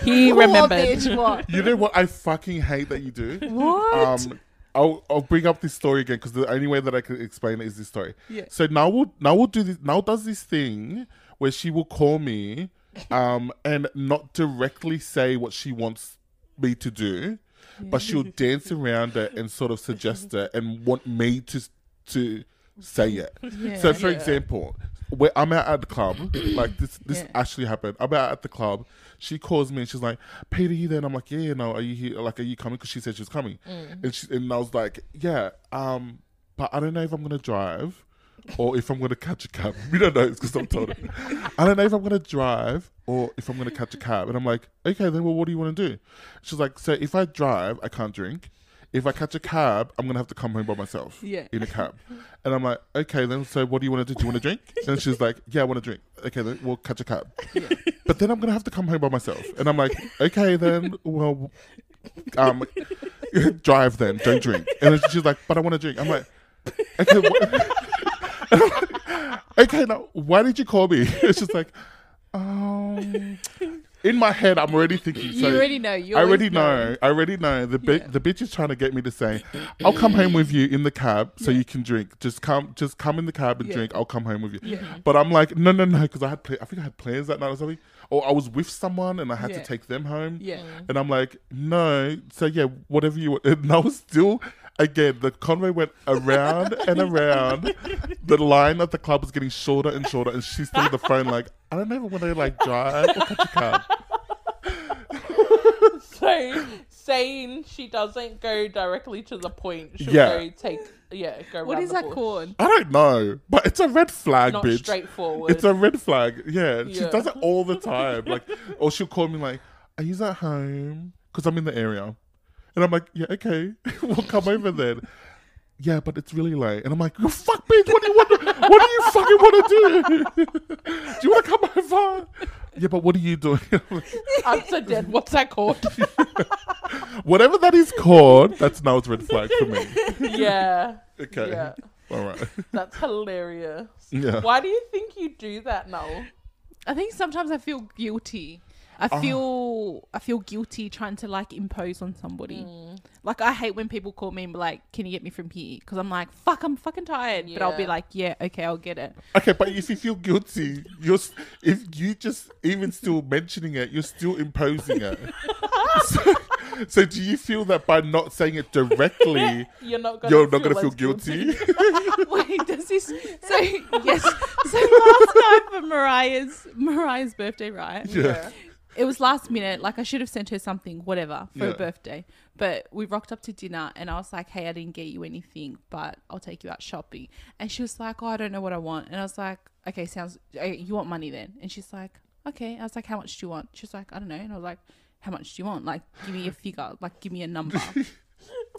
Speaker 2: He remembered.
Speaker 5: What?
Speaker 3: You know what I fucking hate that you do?
Speaker 5: What?
Speaker 3: Um, I'll, I'll bring up this story again because the only way that I can explain it is this story. Yeah. So now will now will do this now does this thing where she will call me, um, and not directly say what she wants me to do, but she'll dance around it and sort of suggest it and want me to to say it. So for example, where I'm out at the club, like this this actually happened. I'm out at the club. She calls me and she's like, "Peter, you there?" And I'm like, "Yeah, no. Are you here? Like, are you coming?" Because she said she was coming, and she, and I was like, "Yeah, um, but I don't know if I'm gonna drive." Or if I'm gonna catch a cab, we don't know. It's because I'm told. it. I don't know if I'm gonna drive or if I'm gonna catch a cab. And I'm like, okay, then well, what do you want to do? She's like, so if I drive, I can't drink. If I catch a cab, I'm gonna have to come home by myself
Speaker 5: Yeah.
Speaker 3: in a cab. And I'm like, okay, then so what do you want to do? Do you want to drink? And she's like, yeah, I want to drink. Okay, then we'll catch a cab. But then I'm going to have to come home by myself. And I'm like, okay, then, well, um, drive then, don't drink. And then she's like, but I want to drink. I'm like, okay, wha- okay, now why did you call me? It's just like, um, in my head, I'm already thinking. So
Speaker 5: You already know. You
Speaker 3: I already
Speaker 5: always
Speaker 3: know. I already know. The bi- the bitch is trying to get me to say, "I'll come home with you in the cab so you can drink. Just come, just come in the cab and drink. I'll come home with you." But I'm like, no, no, no, because I had, pla- I think I had plans that night or something, or I was with someone and I had
Speaker 5: Yeah.
Speaker 3: to take them home.
Speaker 5: Yeah.
Speaker 3: And I'm like, no. So yeah, whatever you want. And I was still, again, the convoy went around and around. The line at the club was getting shorter and shorter, and she's still on the phone like, I don't know when I like drive or catch a cab.
Speaker 2: so saying she doesn't go directly to the point, she'll
Speaker 3: Yeah.
Speaker 2: go take yeah, go
Speaker 5: What
Speaker 2: round
Speaker 5: is
Speaker 2: the
Speaker 5: that
Speaker 2: bush.
Speaker 5: called?
Speaker 3: I don't know, but it's a red flag,
Speaker 2: Not
Speaker 3: bitch.
Speaker 2: straightforward.
Speaker 3: It's a red flag. Yeah, she
Speaker 2: Yeah.
Speaker 3: does it all the time. Like, or she'll call me like, "Are you at home?" Because I'm in the area, and I'm like, "Yeah, okay, we'll come over then." Yeah, but it's really late, and I'm like, "You fuck, bitch! What do you want? what do you fucking want to do? do you want to come over?" Yeah, but what are you doing? I'm like,
Speaker 2: I'm so dead. What's that called?
Speaker 3: Whatever that is called, that's now it's red flag for me.
Speaker 2: yeah.
Speaker 3: Okay,
Speaker 2: Yeah.
Speaker 3: all right.
Speaker 2: That's hilarious.
Speaker 3: Yeah.
Speaker 2: Why do you think you do that, Noel?
Speaker 5: I think sometimes I feel guilty. I feel I feel guilty trying to like impose on somebody. Like I hate when people call me and be like, "Can you get me from here?" Because I'm like, "Fuck, I'm fucking tired." But I'll be
Speaker 2: Yeah.
Speaker 5: like, "Yeah, okay, I'll get it."
Speaker 3: Okay, but if you feel guilty, you're s- if you just even still mentioning it, you're still imposing it. so, so do you feel that by not saying it directly,
Speaker 2: You're not gonna
Speaker 3: you're not gonna
Speaker 2: as
Speaker 3: feel guilty?
Speaker 5: Wait, does this? So yes. So last night for Mariah's Mariah's birthday, right?
Speaker 3: yeah.
Speaker 5: It was last minute. Like I should have sent her something, whatever, for
Speaker 3: Yeah.
Speaker 5: her birthday. But we rocked up to dinner, and I was like, "Hey, I didn't get you anything, but I'll take you out shopping." And she was like, "Oh, I don't know what I want." And I was like, "Okay, sounds. eh, You want money then?" And she's like, "Okay." I was like, "How much do you want?" She was like, "I don't know." And I was like, "How much do you want? Like, give me a figure. Like, give me a number."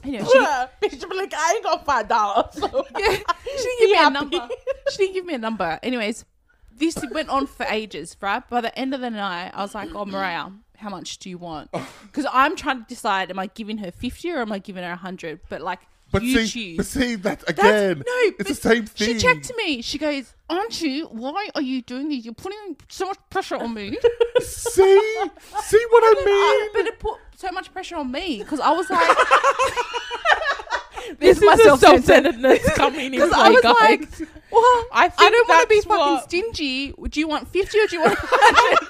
Speaker 5: Anyway, she,
Speaker 2: Yeah, bitch, I'm like, I ain't got five dollars.
Speaker 5: yeah, she didn't give me a
Speaker 2: happy.
Speaker 5: number. She didn't give me a number. Anyways, this went on for ages, right? By the end of the night, I was like, "Oh, Mariah, how much do you want?"
Speaker 3: Oh.
Speaker 5: Because I'm trying to decide: am I giving her fifty or am I giving her hundred? But like,
Speaker 3: But
Speaker 5: you
Speaker 3: see,
Speaker 5: choose.
Speaker 3: but see that
Speaker 5: That's-
Speaker 3: again.
Speaker 5: no,
Speaker 3: it's
Speaker 5: but
Speaker 3: the same thing.
Speaker 5: She checked me. She goes, "Aren't you? Why are you doing this? You're putting so much pressure on me."
Speaker 3: See, see what I mean?
Speaker 5: but it put so much pressure on me because I was like, "This is
Speaker 2: my
Speaker 5: self-centered.
Speaker 2: self-centeredness coming in
Speaker 5: Because I was like, well,
Speaker 2: I
Speaker 5: I,
Speaker 2: think
Speaker 5: don't want to be
Speaker 2: that's
Speaker 5: fucking
Speaker 2: what-
Speaker 5: stingy. Do you want 50 or do you want 100?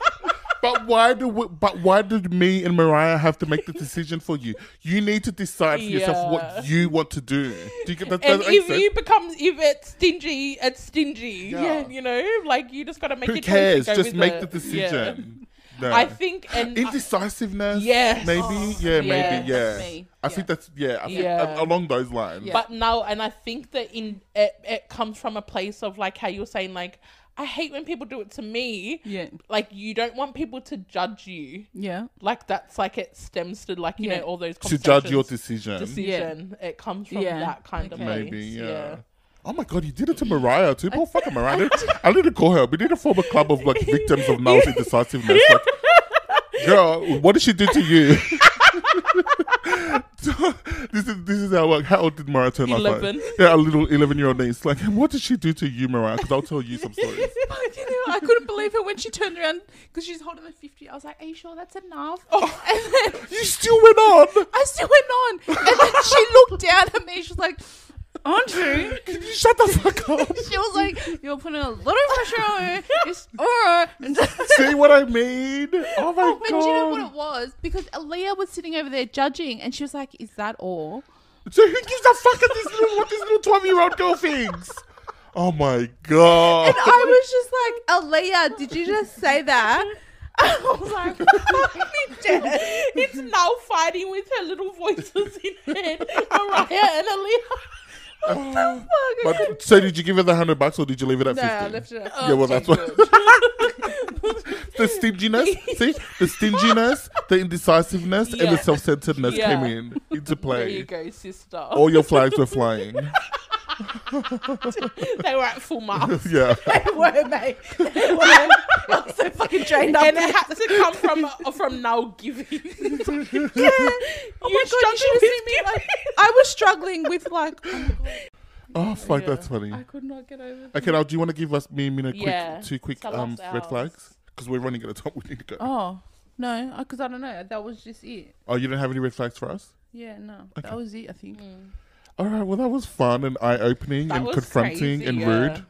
Speaker 3: But why do we, but why did me and Mariah have to make the decision for you? You need to decide for yourself
Speaker 2: Yeah.
Speaker 3: what you want to do. Do you get that?
Speaker 2: And
Speaker 3: that makes
Speaker 2: if
Speaker 3: sense?
Speaker 2: you become if it's stingy, it's stingy.
Speaker 3: Yeah.
Speaker 2: Yeah. You know, like you just gotta make
Speaker 3: Who
Speaker 2: your choice and
Speaker 3: cares?
Speaker 2: go
Speaker 3: Just
Speaker 2: with
Speaker 3: make
Speaker 2: it.
Speaker 3: the
Speaker 2: Yeah.
Speaker 3: decision. No.
Speaker 2: I think and
Speaker 3: indecisiveness.
Speaker 2: Yes.
Speaker 3: Maybe.
Speaker 2: yeah.
Speaker 3: yeah. Maybe. Yeah.
Speaker 4: That's me.
Speaker 3: I think that's yeah. I think
Speaker 2: Yeah.
Speaker 3: a- along those lines.
Speaker 2: But no, and I think that in it, it comes from a place of like how you're saying like I hate when people do it to me.
Speaker 5: Yeah.
Speaker 2: Like you don't want people to judge you.
Speaker 5: Yeah.
Speaker 2: Like that's like it stems to like you
Speaker 5: Yeah.
Speaker 2: know all those
Speaker 3: to judge your
Speaker 2: conversations,
Speaker 3: decision.
Speaker 2: decision. It comes from
Speaker 5: Yeah.
Speaker 2: that kind of place.
Speaker 3: Maybe, yeah. Oh my god, you did it to Mariah too. Poor fucking Mariah. I need, to call her. We need to form a club of like victims of male indecisiveness. Like, girl, what did she do to you? this is this is how like, how old did Mariah turn last night?
Speaker 2: 11.
Speaker 3: Yeah, a little eleven year old niece. Like, what did she do to you, Mariah? Because I'll tell you some stories.
Speaker 5: you know, I couldn't believe her when she turned around because she's holding the 50. I was like, Are you sure that's enough? And then
Speaker 3: You still went on.
Speaker 5: I still went on. And then she looked down at me. She was like, Andrew.
Speaker 3: Can you shut the fuck up?
Speaker 5: She was like, You're putting a lot of pressure on her. It's all right. And
Speaker 3: See what I mean? Oh my god.
Speaker 5: But do you know what it was? Because Aaliyah was sitting over there judging, and she was like, "Is that all?"
Speaker 3: So who gives a fuck at this little what this little twelve year old girl thinks? Oh my god!
Speaker 5: And I was just like, "Aaliyah, did you just say that?" I was like,
Speaker 2: it's now fighting with her little voices in her head. Mariah and Aaliyah.
Speaker 3: Oh, but so did you give her the hundred bucks or did you leave it at
Speaker 5: "No,
Speaker 3: fifty?
Speaker 5: I left it."
Speaker 3: yeah, well that's what the stinginess. See the stinginess, the indecisiveness, and the
Speaker 2: Yeah.
Speaker 3: self centeredness
Speaker 2: Yeah.
Speaker 3: came in into
Speaker 2: There you
Speaker 3: play.
Speaker 2: go, sister.
Speaker 3: All your flags were flying.
Speaker 2: they were at full marks.
Speaker 3: yeah,
Speaker 5: were, mate. They were. I was so fucking drained
Speaker 2: And it had to come from uh, from now giving.
Speaker 5: Yeah. Oh my god, you
Speaker 2: struggled
Speaker 5: should
Speaker 2: with
Speaker 5: have seen me.
Speaker 2: giving.
Speaker 5: Like, I was struggling with like,
Speaker 3: oh fuck, that's funny.
Speaker 5: I could not get over.
Speaker 3: Okay, now do you want to give us me and Mina quick
Speaker 2: Yeah.
Speaker 3: two quick
Speaker 2: Tell
Speaker 3: um
Speaker 2: us ours.
Speaker 3: red flags because we're running out of time. We need to go. Oh.
Speaker 5: Oh no, because I don't know. That was just it.
Speaker 3: you don't have any red flags for us?
Speaker 5: Yeah, no,
Speaker 3: Okay.
Speaker 5: that was it. I think
Speaker 3: All right, well that was fun and eye opening
Speaker 2: That
Speaker 3: and
Speaker 2: was
Speaker 3: confronting
Speaker 2: crazy,
Speaker 3: and
Speaker 2: yeah.
Speaker 3: rude.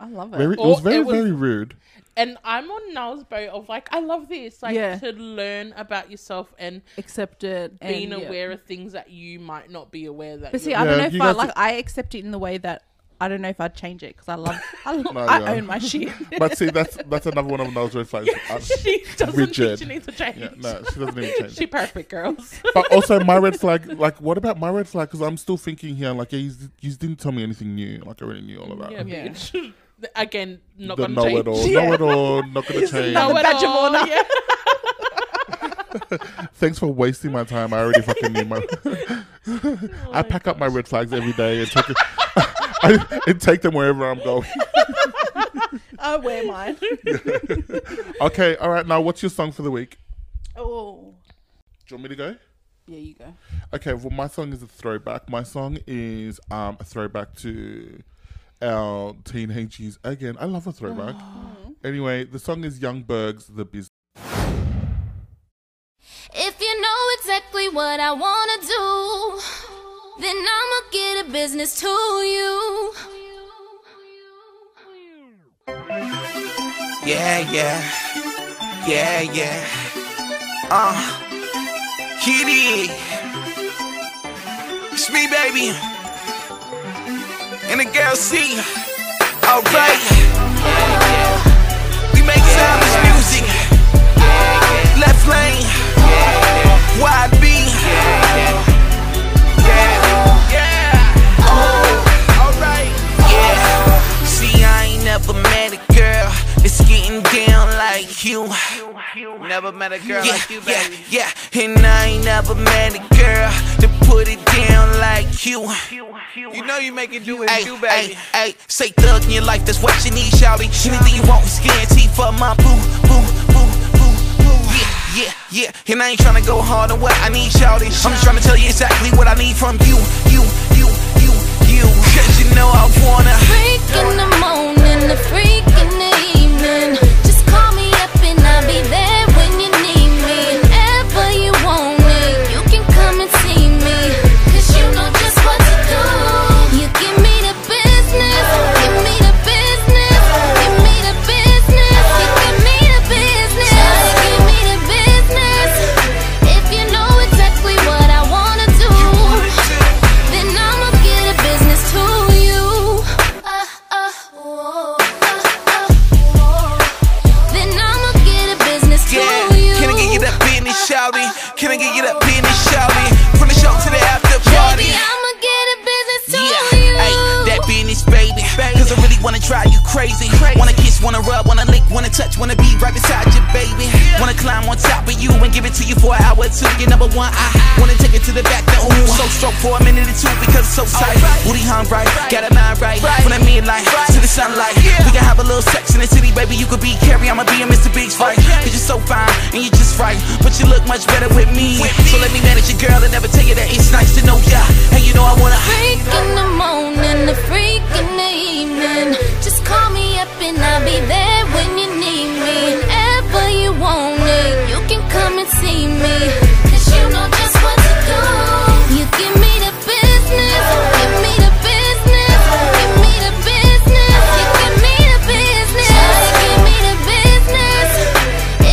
Speaker 5: I love it.
Speaker 3: Very, it
Speaker 2: Or
Speaker 3: was very
Speaker 2: it was-
Speaker 3: very rude.
Speaker 2: And I'm on now's boat of like, I love this. Like
Speaker 5: Yeah.
Speaker 2: to learn about yourself and
Speaker 5: Accept it.
Speaker 2: being
Speaker 5: and, yeah.
Speaker 2: aware of things that you might not be aware that.
Speaker 5: But see,
Speaker 2: you're-
Speaker 5: I
Speaker 3: Yeah,
Speaker 5: don't know
Speaker 3: you
Speaker 5: if I
Speaker 3: guys-
Speaker 5: like. I accept it in the way that I don't know if I'd change it because I love. I, love,
Speaker 3: No,
Speaker 5: I
Speaker 3: yeah.
Speaker 5: own my shit.
Speaker 3: But see, that's that's another one of Niall's red flags. Uh,
Speaker 2: she doesn't
Speaker 3: rigid.
Speaker 2: think she needs to change.
Speaker 3: yeah, no, she doesn't even change.
Speaker 2: She perfect, girls.
Speaker 3: but also, my red flag. Like, what about my red flag? Because I'm still thinking here. Like, yeah, you didn't tell me anything new. Like, I already knew all about.
Speaker 2: yeah,
Speaker 3: it.
Speaker 2: bitch. Again, not
Speaker 3: the
Speaker 2: gonna
Speaker 3: know
Speaker 2: change.
Speaker 3: it all, know it all, not gonna change.
Speaker 2: Know it
Speaker 5: badge of
Speaker 2: all,
Speaker 5: honor.
Speaker 2: yeah.
Speaker 3: Thanks for wasting my time. I already fucking knew my.
Speaker 5: Oh
Speaker 3: I pack up my red flags every day and take it, I, and take them wherever I'm going.
Speaker 5: I wear mine.
Speaker 3: Okay, all right. Now, what's your song for the week? Do
Speaker 5: oh,
Speaker 3: you want me to go?
Speaker 5: yeah, you go.
Speaker 3: Okay, well, my song is a throwback. My song is um, a throwback to our teenage years. Again, I love a throwback. Anyway, the song is Young Berg's The Business.
Speaker 9: If you know exactly what I wanna do, then I'ma get a business to you.
Speaker 6: Yeah, yeah. Yeah, yeah. Uh, Kitty. It's me, baby. And the girl C. Alright. We make timeless music. Left lane. YB. Yeah. Yeah. Oh, alright. Yeah. See, I ain't never met a girl that's getting down like you. Never met a girl yeah, like you, baby. Yeah, yeah. And I ain't never met a girl to put it down like you. You know you make it do it, you, baby. Hey, say thug in your life, that's what you need, shawty. Anything you want is guaranteed for my boo, boo, boo, boo, boo. Yeah, yeah, yeah. And I ain't tryna go hard on what I need, shawty. I'm just tryna tell you exactly what I need from you, you, you, you, you. Cause you know I wanna.
Speaker 9: Freak in the morning, a freak in the evening. Just call me up and I'll be there when you need me. Whenever you want me, you can come and see me. Cause you know just what to do. You give me the business, give me the business, give me the business, you give me the business. Try to get
Speaker 10: crazy. Wanna kiss, wanna rub, wanna lick, wanna touch, wanna be right beside your baby. Wanna climb on top of you and give it to you for an hour or two. You're number one, I wanna take it to the back. The ooh, so stroke for a minute or two because it's so tight. Booty hung right, got a mind right. From the midnight to the sunlight, we can have a little sex in the city, baby. You could be Carrie, I'ma be a Mr. Big's fight. Cause you're so fine and you're just right, but you look much better with me. So let me manage your girl and never tell you that it's nice to know ya. And you know I wanna.
Speaker 9: freak in the morning, a freak in the evening. Just call me up and I'll be there when you need me. Whenever you want it, you can come and see me. Cause you know just what to do. You give me the business. Give me the business. Give me the business. You give me the business. You give me the business.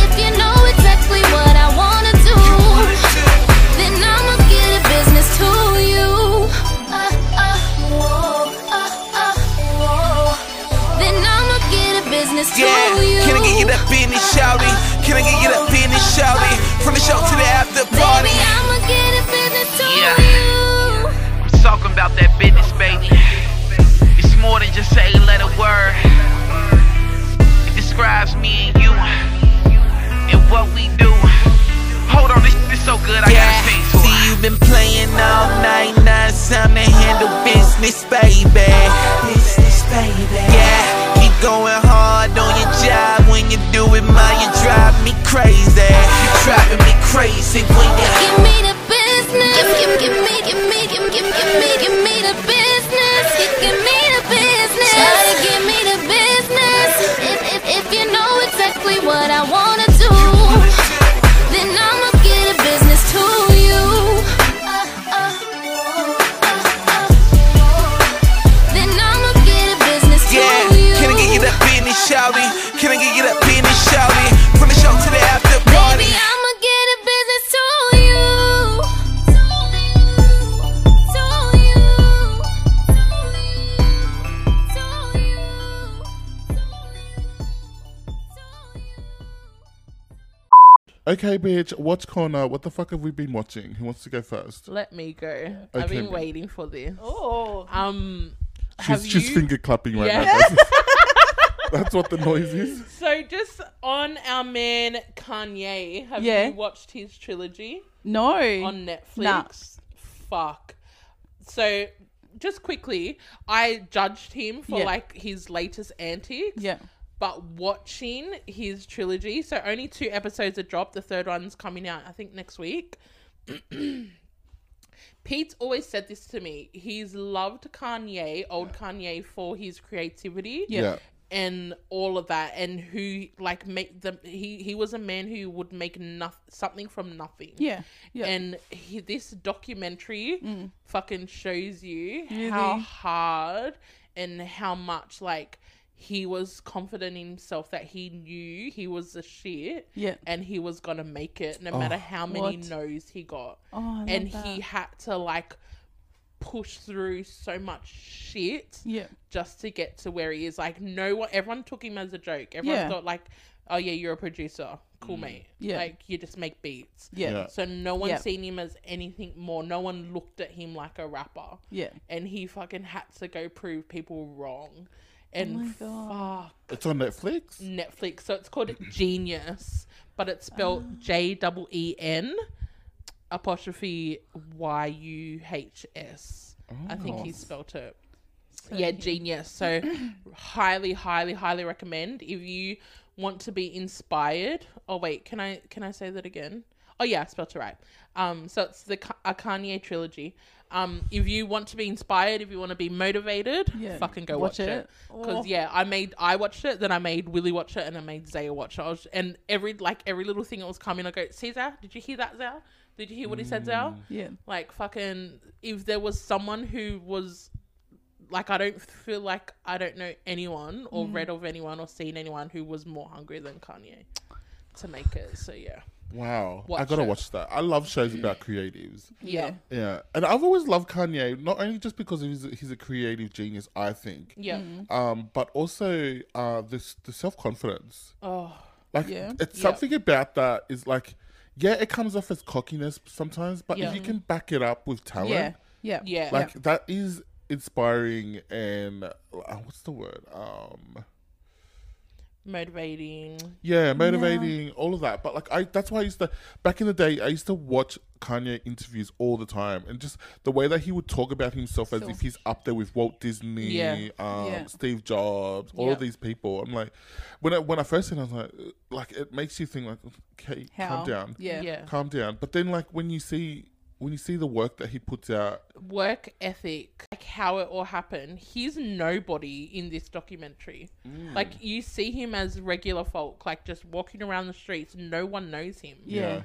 Speaker 9: If you know exactly what I wanna do, then I'ma get a business to you. Uh, uh, whoa, uh, uh, whoa. Then I'ma get a business to
Speaker 10: Yeah,
Speaker 9: you.
Speaker 10: can I get you up in this shouty? Can I get you up in this shouty? From the show to the after party.
Speaker 9: Baby, I'ma get a business to
Speaker 10: Yeah.
Speaker 9: you.
Speaker 10: I'm talking about that business, baby. It's more than just a letter word. It describes me and you and what we do. Hold on, this is so good, I gotta sing to See, you've been playing all night, now it's time to handle business, baby. Business, baby. Yeah, keep going hard on your job. When you do it, ma, you drive me crazy. You driving me crazy when you.
Speaker 9: Give me the business. Give, give, give me, give me, give, give, give me, give me the business. Give, give me the business. Try to give me the business. If, if, if you know exactly what I wanna do, then I'ma get a business to you. Uh, uh, uh, uh, Then I'ma get a business to
Speaker 10: Yeah,
Speaker 9: you.
Speaker 10: can I get you that business, shouty? Can I get you that business, shouty? From the show to the after party.
Speaker 9: Baby, I'ma get a business to you. To you. To you.
Speaker 3: Okay, bitch, watch corner. What the fuck have we been watching? Who wants to go first?
Speaker 2: Let me go. I've
Speaker 3: Okay,
Speaker 2: been
Speaker 3: babe.
Speaker 2: waiting for this. Oh. Um.
Speaker 3: She's,
Speaker 2: have
Speaker 3: she's
Speaker 2: you-
Speaker 3: finger clapping right
Speaker 2: Yeah.
Speaker 3: now. That's, that's what the noise is.
Speaker 2: So just on our man Kanye, have
Speaker 4: Yeah.
Speaker 2: you watched his trilogy
Speaker 4: No.
Speaker 2: on Netflix? Fuck. So just quickly, I judged him for
Speaker 4: Yeah.
Speaker 2: like his latest antics.
Speaker 4: yeah.
Speaker 2: But watching his trilogy, so only two episodes are dropped. The third one's coming out, I think, next week. Pete's always said this to me. He's loved Kanye, old Kanye, for his creativity
Speaker 3: Yeah.
Speaker 2: and all of that and who like make the he he was a man who would make nothing something from nothing
Speaker 4: Yeah. Yeah. Mm.
Speaker 2: and he, this documentary fucking shows you how
Speaker 4: Really?
Speaker 2: hard and how much like he was confident in himself that he knew he was the shit
Speaker 4: Yeah. Oh,
Speaker 2: and he was gonna make it no matter how many
Speaker 4: What?
Speaker 2: no's he got
Speaker 4: Oh, I love
Speaker 2: and
Speaker 4: that.
Speaker 2: he had to like push through so much shit
Speaker 4: Yeah.
Speaker 2: just to get to where he is. Like no one, everyone took him as a joke. Everyone
Speaker 4: Yeah.
Speaker 2: thought like, oh yeah, you're a producer, cool mate.
Speaker 4: Yeah.
Speaker 2: like you just make beats.
Speaker 4: Yeah.
Speaker 3: Yeah.
Speaker 4: Yeah.
Speaker 2: So no one
Speaker 4: Yeah.
Speaker 2: seen him as anything more. No one looked at him like a rapper.
Speaker 4: Yeah.
Speaker 2: And he fucking had to go prove people wrong.
Speaker 4: Oh
Speaker 2: And fuck
Speaker 3: It's on Netflix.
Speaker 2: Netflix. So it's called Genius, but it's spelled J double E N apostrophe Y U H S. I think he spelled it. yeah, genius. So highly, highly, highly recommend if you want to be inspired. Oh wait, can I can I say that again? Oh yeah, I spelled it right. Um, so it's the Ka- a Kanye trilogy. Um, if you want to be inspired, if you want to be motivated,
Speaker 4: Yeah,
Speaker 2: fucking go watch,
Speaker 4: watch
Speaker 2: it.
Speaker 4: it.
Speaker 2: Because yeah, I made I watched it, then I made Willie watch it, and I made Zaya watch it. I was, and every like every little thing that was coming, I go, see Zaya? Did you hear that, Zaya? Did you hear what he said, Zaya?
Speaker 4: Yeah.
Speaker 2: Like fucking, if there was someone who was like, I don't feel like I don't know anyone or read of anyone or seen anyone who was more hungry than Kanye to make it. So yeah,
Speaker 3: Wow. I
Speaker 2: Watch
Speaker 3: gotta
Speaker 2: it.
Speaker 3: watch that. I love shows about creatives.
Speaker 2: yeah,
Speaker 3: Yeah. And I've always loved Kanye, not only just because he's a, he's a creative genius, I think,
Speaker 2: yeah.
Speaker 3: um, but also uh, this the self confidence.
Speaker 2: Oh,
Speaker 3: Like
Speaker 4: Yeah.
Speaker 3: it's
Speaker 2: Yeah.
Speaker 3: something about that is like, yeah, it comes off as cockiness sometimes, but
Speaker 2: Yeah.
Speaker 3: if you can back it up with talent,
Speaker 4: Yeah. Yeah.
Speaker 2: yeah,
Speaker 3: like that is inspiring and uh, what's the word? Um,
Speaker 2: motivating.
Speaker 3: Yeah, motivating, all of that. But like I that's why I used to back in the day I used to watch Kanye interviews all the time and just the way that he would talk about himself as if he's up there with Walt Disney,
Speaker 2: Yeah.
Speaker 3: um,
Speaker 4: Yeah.
Speaker 3: Steve Jobs, all of
Speaker 2: Yeah.
Speaker 3: these people. I'm like when I when I first seen it, I was like uh, like it makes you think like okay,
Speaker 4: How?
Speaker 3: calm down.
Speaker 4: Yeah.
Speaker 2: yeah.
Speaker 3: Calm down. But then like when you see when you see the work that he puts out
Speaker 2: work ethic, like how it all happened. He's nobody in this documentary.
Speaker 3: Mm.
Speaker 2: Like you see him as regular folk, like just walking around the streets. No one knows him.
Speaker 4: Yeah.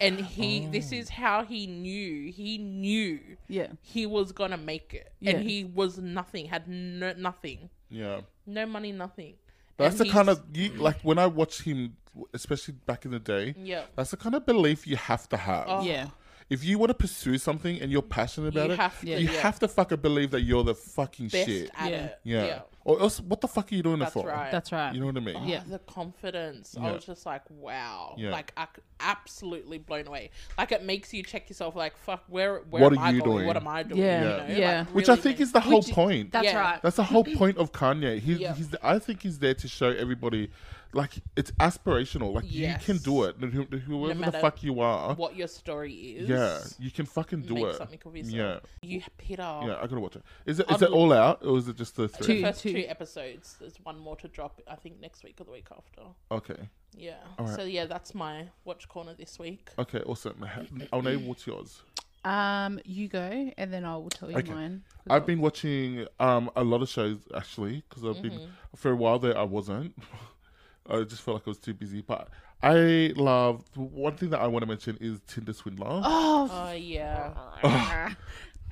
Speaker 2: And he,
Speaker 3: Oh.
Speaker 2: this is how he knew. He knew
Speaker 4: Yeah.
Speaker 2: he was gonna make it,
Speaker 4: Yeah.
Speaker 2: and he was nothing. Had no nothing,
Speaker 3: Yeah.
Speaker 2: no money, nothing.
Speaker 3: That's
Speaker 2: And
Speaker 3: the kind
Speaker 2: he's-
Speaker 3: of you, like when I watch him, especially back in the day.
Speaker 2: Yeah.
Speaker 3: That's the kind of belief you have to have.
Speaker 2: Oh.
Speaker 4: Yeah.
Speaker 3: If you want to pursue something and you're passionate about
Speaker 2: You
Speaker 3: it,
Speaker 2: have to,
Speaker 3: you
Speaker 2: yeah.
Speaker 3: have to fucking believe that you're the fucking
Speaker 2: best
Speaker 3: shit.
Speaker 2: at
Speaker 4: Yeah.
Speaker 2: it.
Speaker 3: Yeah. Or else, what the fuck are you doing
Speaker 2: That's
Speaker 3: it for?
Speaker 2: right.
Speaker 4: That's right.
Speaker 3: You know what I mean?
Speaker 2: Oh,
Speaker 4: Yeah.
Speaker 2: the confidence.
Speaker 3: Yeah.
Speaker 2: I was just like, wow.
Speaker 3: Yeah.
Speaker 2: Like, I c- absolutely blown away. Like, it makes you check yourself. Like, fuck, where, where
Speaker 3: What
Speaker 2: am
Speaker 3: are
Speaker 2: I
Speaker 3: you
Speaker 2: going?
Speaker 3: doing?
Speaker 2: What am I doing?
Speaker 4: Yeah.
Speaker 3: Yeah.
Speaker 4: Yeah.
Speaker 2: like,
Speaker 3: Which I
Speaker 2: really
Speaker 3: think
Speaker 2: make-
Speaker 3: is the whole
Speaker 4: Which-
Speaker 3: point.
Speaker 4: That's
Speaker 2: Yeah.
Speaker 4: right.
Speaker 3: That's the whole point of Kanye. He's,
Speaker 2: Yeah.
Speaker 3: he's I think he's there to show everybody, like it's aspirational. Like
Speaker 2: Yes.
Speaker 3: you can do it. No- who- Whoever the
Speaker 2: matter
Speaker 3: fuck you are,
Speaker 2: what your story is.
Speaker 3: yeah, you can fucking do
Speaker 2: Make
Speaker 3: it.
Speaker 2: something of
Speaker 3: yeah,
Speaker 2: yourself. You Peter.
Speaker 3: Yeah, I gotta watch it. Is it
Speaker 2: I'm-
Speaker 3: is it all out or is it just the
Speaker 2: The
Speaker 3: three?
Speaker 2: first
Speaker 4: Two-
Speaker 2: two. episodes. There's one more to drop. I think next week or the week after.
Speaker 3: Okay,
Speaker 2: Yeah.
Speaker 3: Alright.
Speaker 2: So yeah, that's my watch corner this week.
Speaker 3: okay, awesome. Ha-
Speaker 5: Mm-hmm.
Speaker 3: I'll name what's yours.
Speaker 5: Um, you go, and then I will tell you
Speaker 3: Okay.
Speaker 5: mine.
Speaker 3: I've been watching um a lot of shows actually because I've been
Speaker 5: Mm-hmm.
Speaker 3: for a while there I wasn't. I just felt like I was too busy, but I love one thing that I want to mention is Tinder Swindler.
Speaker 2: Oh yeah.
Speaker 3: Oh.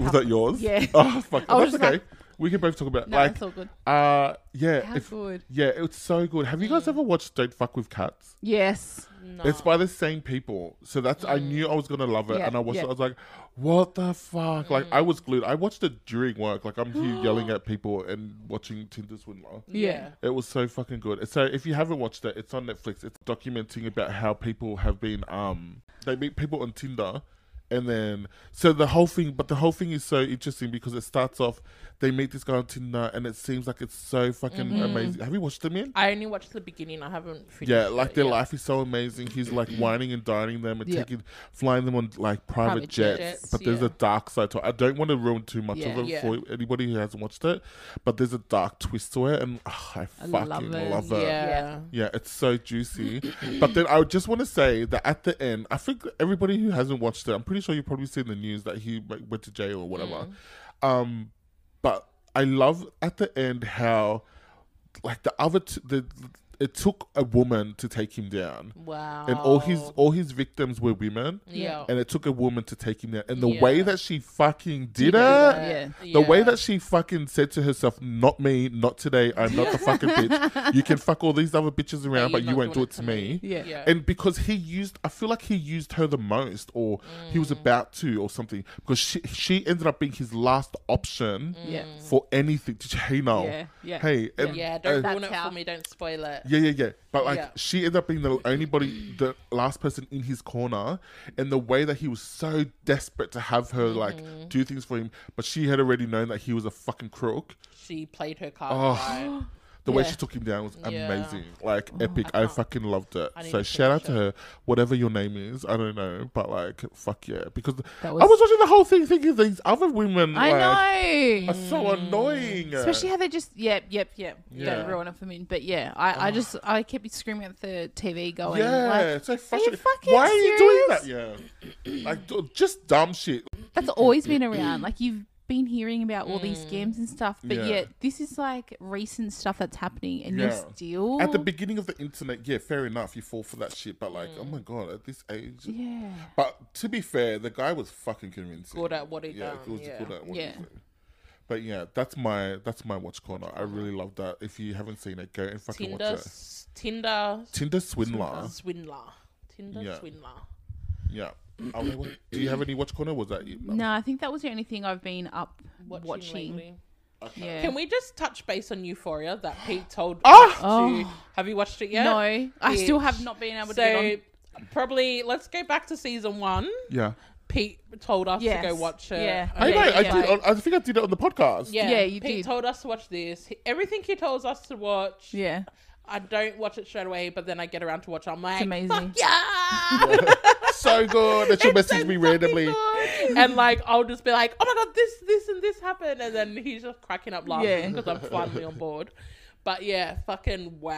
Speaker 3: Was that yours?
Speaker 5: Yeah.
Speaker 3: Oh fuck,
Speaker 5: I was
Speaker 3: that's
Speaker 5: just
Speaker 3: okay. we can both talk about
Speaker 5: No,
Speaker 3: like
Speaker 5: it's all good.
Speaker 3: uh yeah
Speaker 5: How
Speaker 3: if-
Speaker 5: good. Mm.
Speaker 3: yeah it's so good. Have you guys ever watched Don't Fuck with Cats?
Speaker 5: Yes.
Speaker 2: No.
Speaker 3: It's by the same people. So that's I knew I was gonna love it
Speaker 5: Mm. Yeah,
Speaker 3: and I watched
Speaker 5: yeah. Mm.
Speaker 3: it, I was like, What the fuck? Like I was glued. I watched it during work. Like I'm here yelling at people and watching Tinder Swindler.
Speaker 2: yeah.
Speaker 3: It was so fucking good. So if you haven't watched it, it's on Netflix. It's documenting about how people have been um they meet people on Tinder and then so the whole thing but the whole thing is so interesting because it starts off they meet this guy on Tinder and it seems like it's so fucking
Speaker 5: Mm-hmm.
Speaker 3: amazing. Have you watched them in?
Speaker 2: I only watched the beginning. I haven't finished.
Speaker 3: Yeah, like
Speaker 2: it
Speaker 3: their
Speaker 2: yet.
Speaker 3: life is so amazing. He's like whining and dining them and
Speaker 5: Yeah.
Speaker 3: taking, flying them on like private,
Speaker 5: Private
Speaker 3: jets.
Speaker 2: jets,
Speaker 3: But there's
Speaker 2: yeah.
Speaker 3: a dark side to it. I don't want to ruin too much of
Speaker 5: Yeah.
Speaker 3: it
Speaker 2: Yeah.
Speaker 3: for anybody who hasn't watched it. But there's a dark twist to it, and ah, I fucking love it.
Speaker 2: Yeah.
Speaker 3: Yeah, it's so juicy. but then I would just want to say that at the end, I think everybody who hasn't watched it, I'm pretty sure you've probably seen the news that he like, went to jail or whatever. Um, but I love at the end how, like the other, t- the it took a woman to take him down,
Speaker 2: Wow.
Speaker 3: and all his all his victims were women.
Speaker 2: Yeah.
Speaker 3: And it took a woman to take him down, and the
Speaker 2: Yeah.
Speaker 3: way that she fucking did it,
Speaker 5: Yeah.
Speaker 3: the way
Speaker 2: Yeah.
Speaker 3: that she fucking said to herself, "Not me, not today. I'm not the fucking bitch. You can fuck all these other bitches around, but
Speaker 2: you're not
Speaker 3: you won't do
Speaker 2: doing
Speaker 3: it to me."
Speaker 5: Yeah.
Speaker 2: Yeah.
Speaker 3: And because he used, I feel like he used her the most, or he
Speaker 2: Mm.
Speaker 3: was about to, or something, because she she ended up being his last option
Speaker 5: Yeah.
Speaker 3: for anything. Did you, hey, no,
Speaker 5: Yeah, yeah.
Speaker 3: hey, and,
Speaker 2: Mm. yeah, don't
Speaker 3: and-
Speaker 2: ruin it
Speaker 5: how-
Speaker 2: for me. Don't spoil it.
Speaker 3: yeah, yeah, yeah. But like,
Speaker 2: Yeah.
Speaker 3: she ended up being the only body, the last person in his corner, and the way that he was so desperate to have her
Speaker 5: Mm-hmm.
Speaker 3: like do things for him, but she had already known that he was a fucking crook.
Speaker 2: She played her card
Speaker 3: Oh.
Speaker 2: right.
Speaker 3: The way
Speaker 5: Yeah. Oh
Speaker 3: she took him down was
Speaker 2: Yeah.
Speaker 3: amazing, like epic. I, fucking loved it.
Speaker 2: I need
Speaker 3: So
Speaker 2: to
Speaker 3: shout out
Speaker 2: finish
Speaker 3: to her, whatever your name is, I don't know, but like fuck yeah, because
Speaker 5: was-
Speaker 3: I was watching the whole thing thinking these other women
Speaker 5: I
Speaker 3: like,
Speaker 5: know.
Speaker 3: are so annoying,
Speaker 5: Especially how they just yep, yep, yep.
Speaker 3: Yeah. Oh.
Speaker 5: Don't ruin it for me. But yeah, I, I just I kept screaming at the TV going
Speaker 3: Yeah,
Speaker 5: like
Speaker 3: it's so frustrating.
Speaker 5: fucking
Speaker 3: Why are you doing that? Yeah, like d- just dumb shit.
Speaker 5: that's always been around. Like you've been hearing about all these scams and stuff, but
Speaker 3: Mm. Yeah.
Speaker 5: yet this is like recent stuff that's happening, and
Speaker 3: Yeah.
Speaker 5: you're still
Speaker 3: At the beginning of the internet, yeah, fair enough, you fall for that shit. But like, oh
Speaker 2: Mm.
Speaker 3: my god, at this age.
Speaker 5: yeah,
Speaker 3: But to be fair, the guy was fucking convincing.
Speaker 2: Good at what he
Speaker 3: yeah,
Speaker 2: done,
Speaker 3: he was
Speaker 2: yeah.
Speaker 3: good at what
Speaker 5: Yeah.
Speaker 3: he did. But yeah, that's my that's my watch corner. I really love that. If you haven't seen it, go and
Speaker 2: Mm.
Speaker 3: fucking
Speaker 2: Tinder,
Speaker 3: watch it.
Speaker 2: s- Tinder
Speaker 3: Tinder Swindler.
Speaker 2: swindler. Tinder
Speaker 3: Yeah.
Speaker 2: swindler.
Speaker 3: Yeah. Are we- do you have any watch corner? Was that you?
Speaker 5: No, I think that was the only thing I've been up watching.
Speaker 2: Watching. lately.
Speaker 5: Yeah.
Speaker 2: Can we just touch base on Euphoria that Pete told
Speaker 3: Ah!
Speaker 2: us to? Have you watched it yet?
Speaker 5: no, I still
Speaker 2: Bitch.
Speaker 5: have not been able to get
Speaker 2: So
Speaker 5: on.
Speaker 2: probably let's go back to season one.
Speaker 3: Yeah.
Speaker 2: Pete told us
Speaker 4: Yes.
Speaker 2: to go watch it.
Speaker 4: Yeah.
Speaker 2: Okay.
Speaker 3: I know. I,
Speaker 4: yeah,
Speaker 3: did,
Speaker 4: right.
Speaker 3: I think I did it on the podcast.
Speaker 2: Yeah,
Speaker 4: Yeah, you
Speaker 2: Pete
Speaker 4: did.
Speaker 2: told us to watch this. He- everything he tells us to watch,
Speaker 4: Yeah.
Speaker 2: I don't watch it straight away, but then I get around to watch. it. I'm like,
Speaker 4: amazing.
Speaker 2: "Fuck yeah!"
Speaker 3: So good that you message me randomly.
Speaker 2: and like I'll just be like, "Oh my god, this, this, and this happened," and then he's just cracking up
Speaker 4: Yeah.
Speaker 2: laughing because I'm finally on board. But yeah, fucking wow.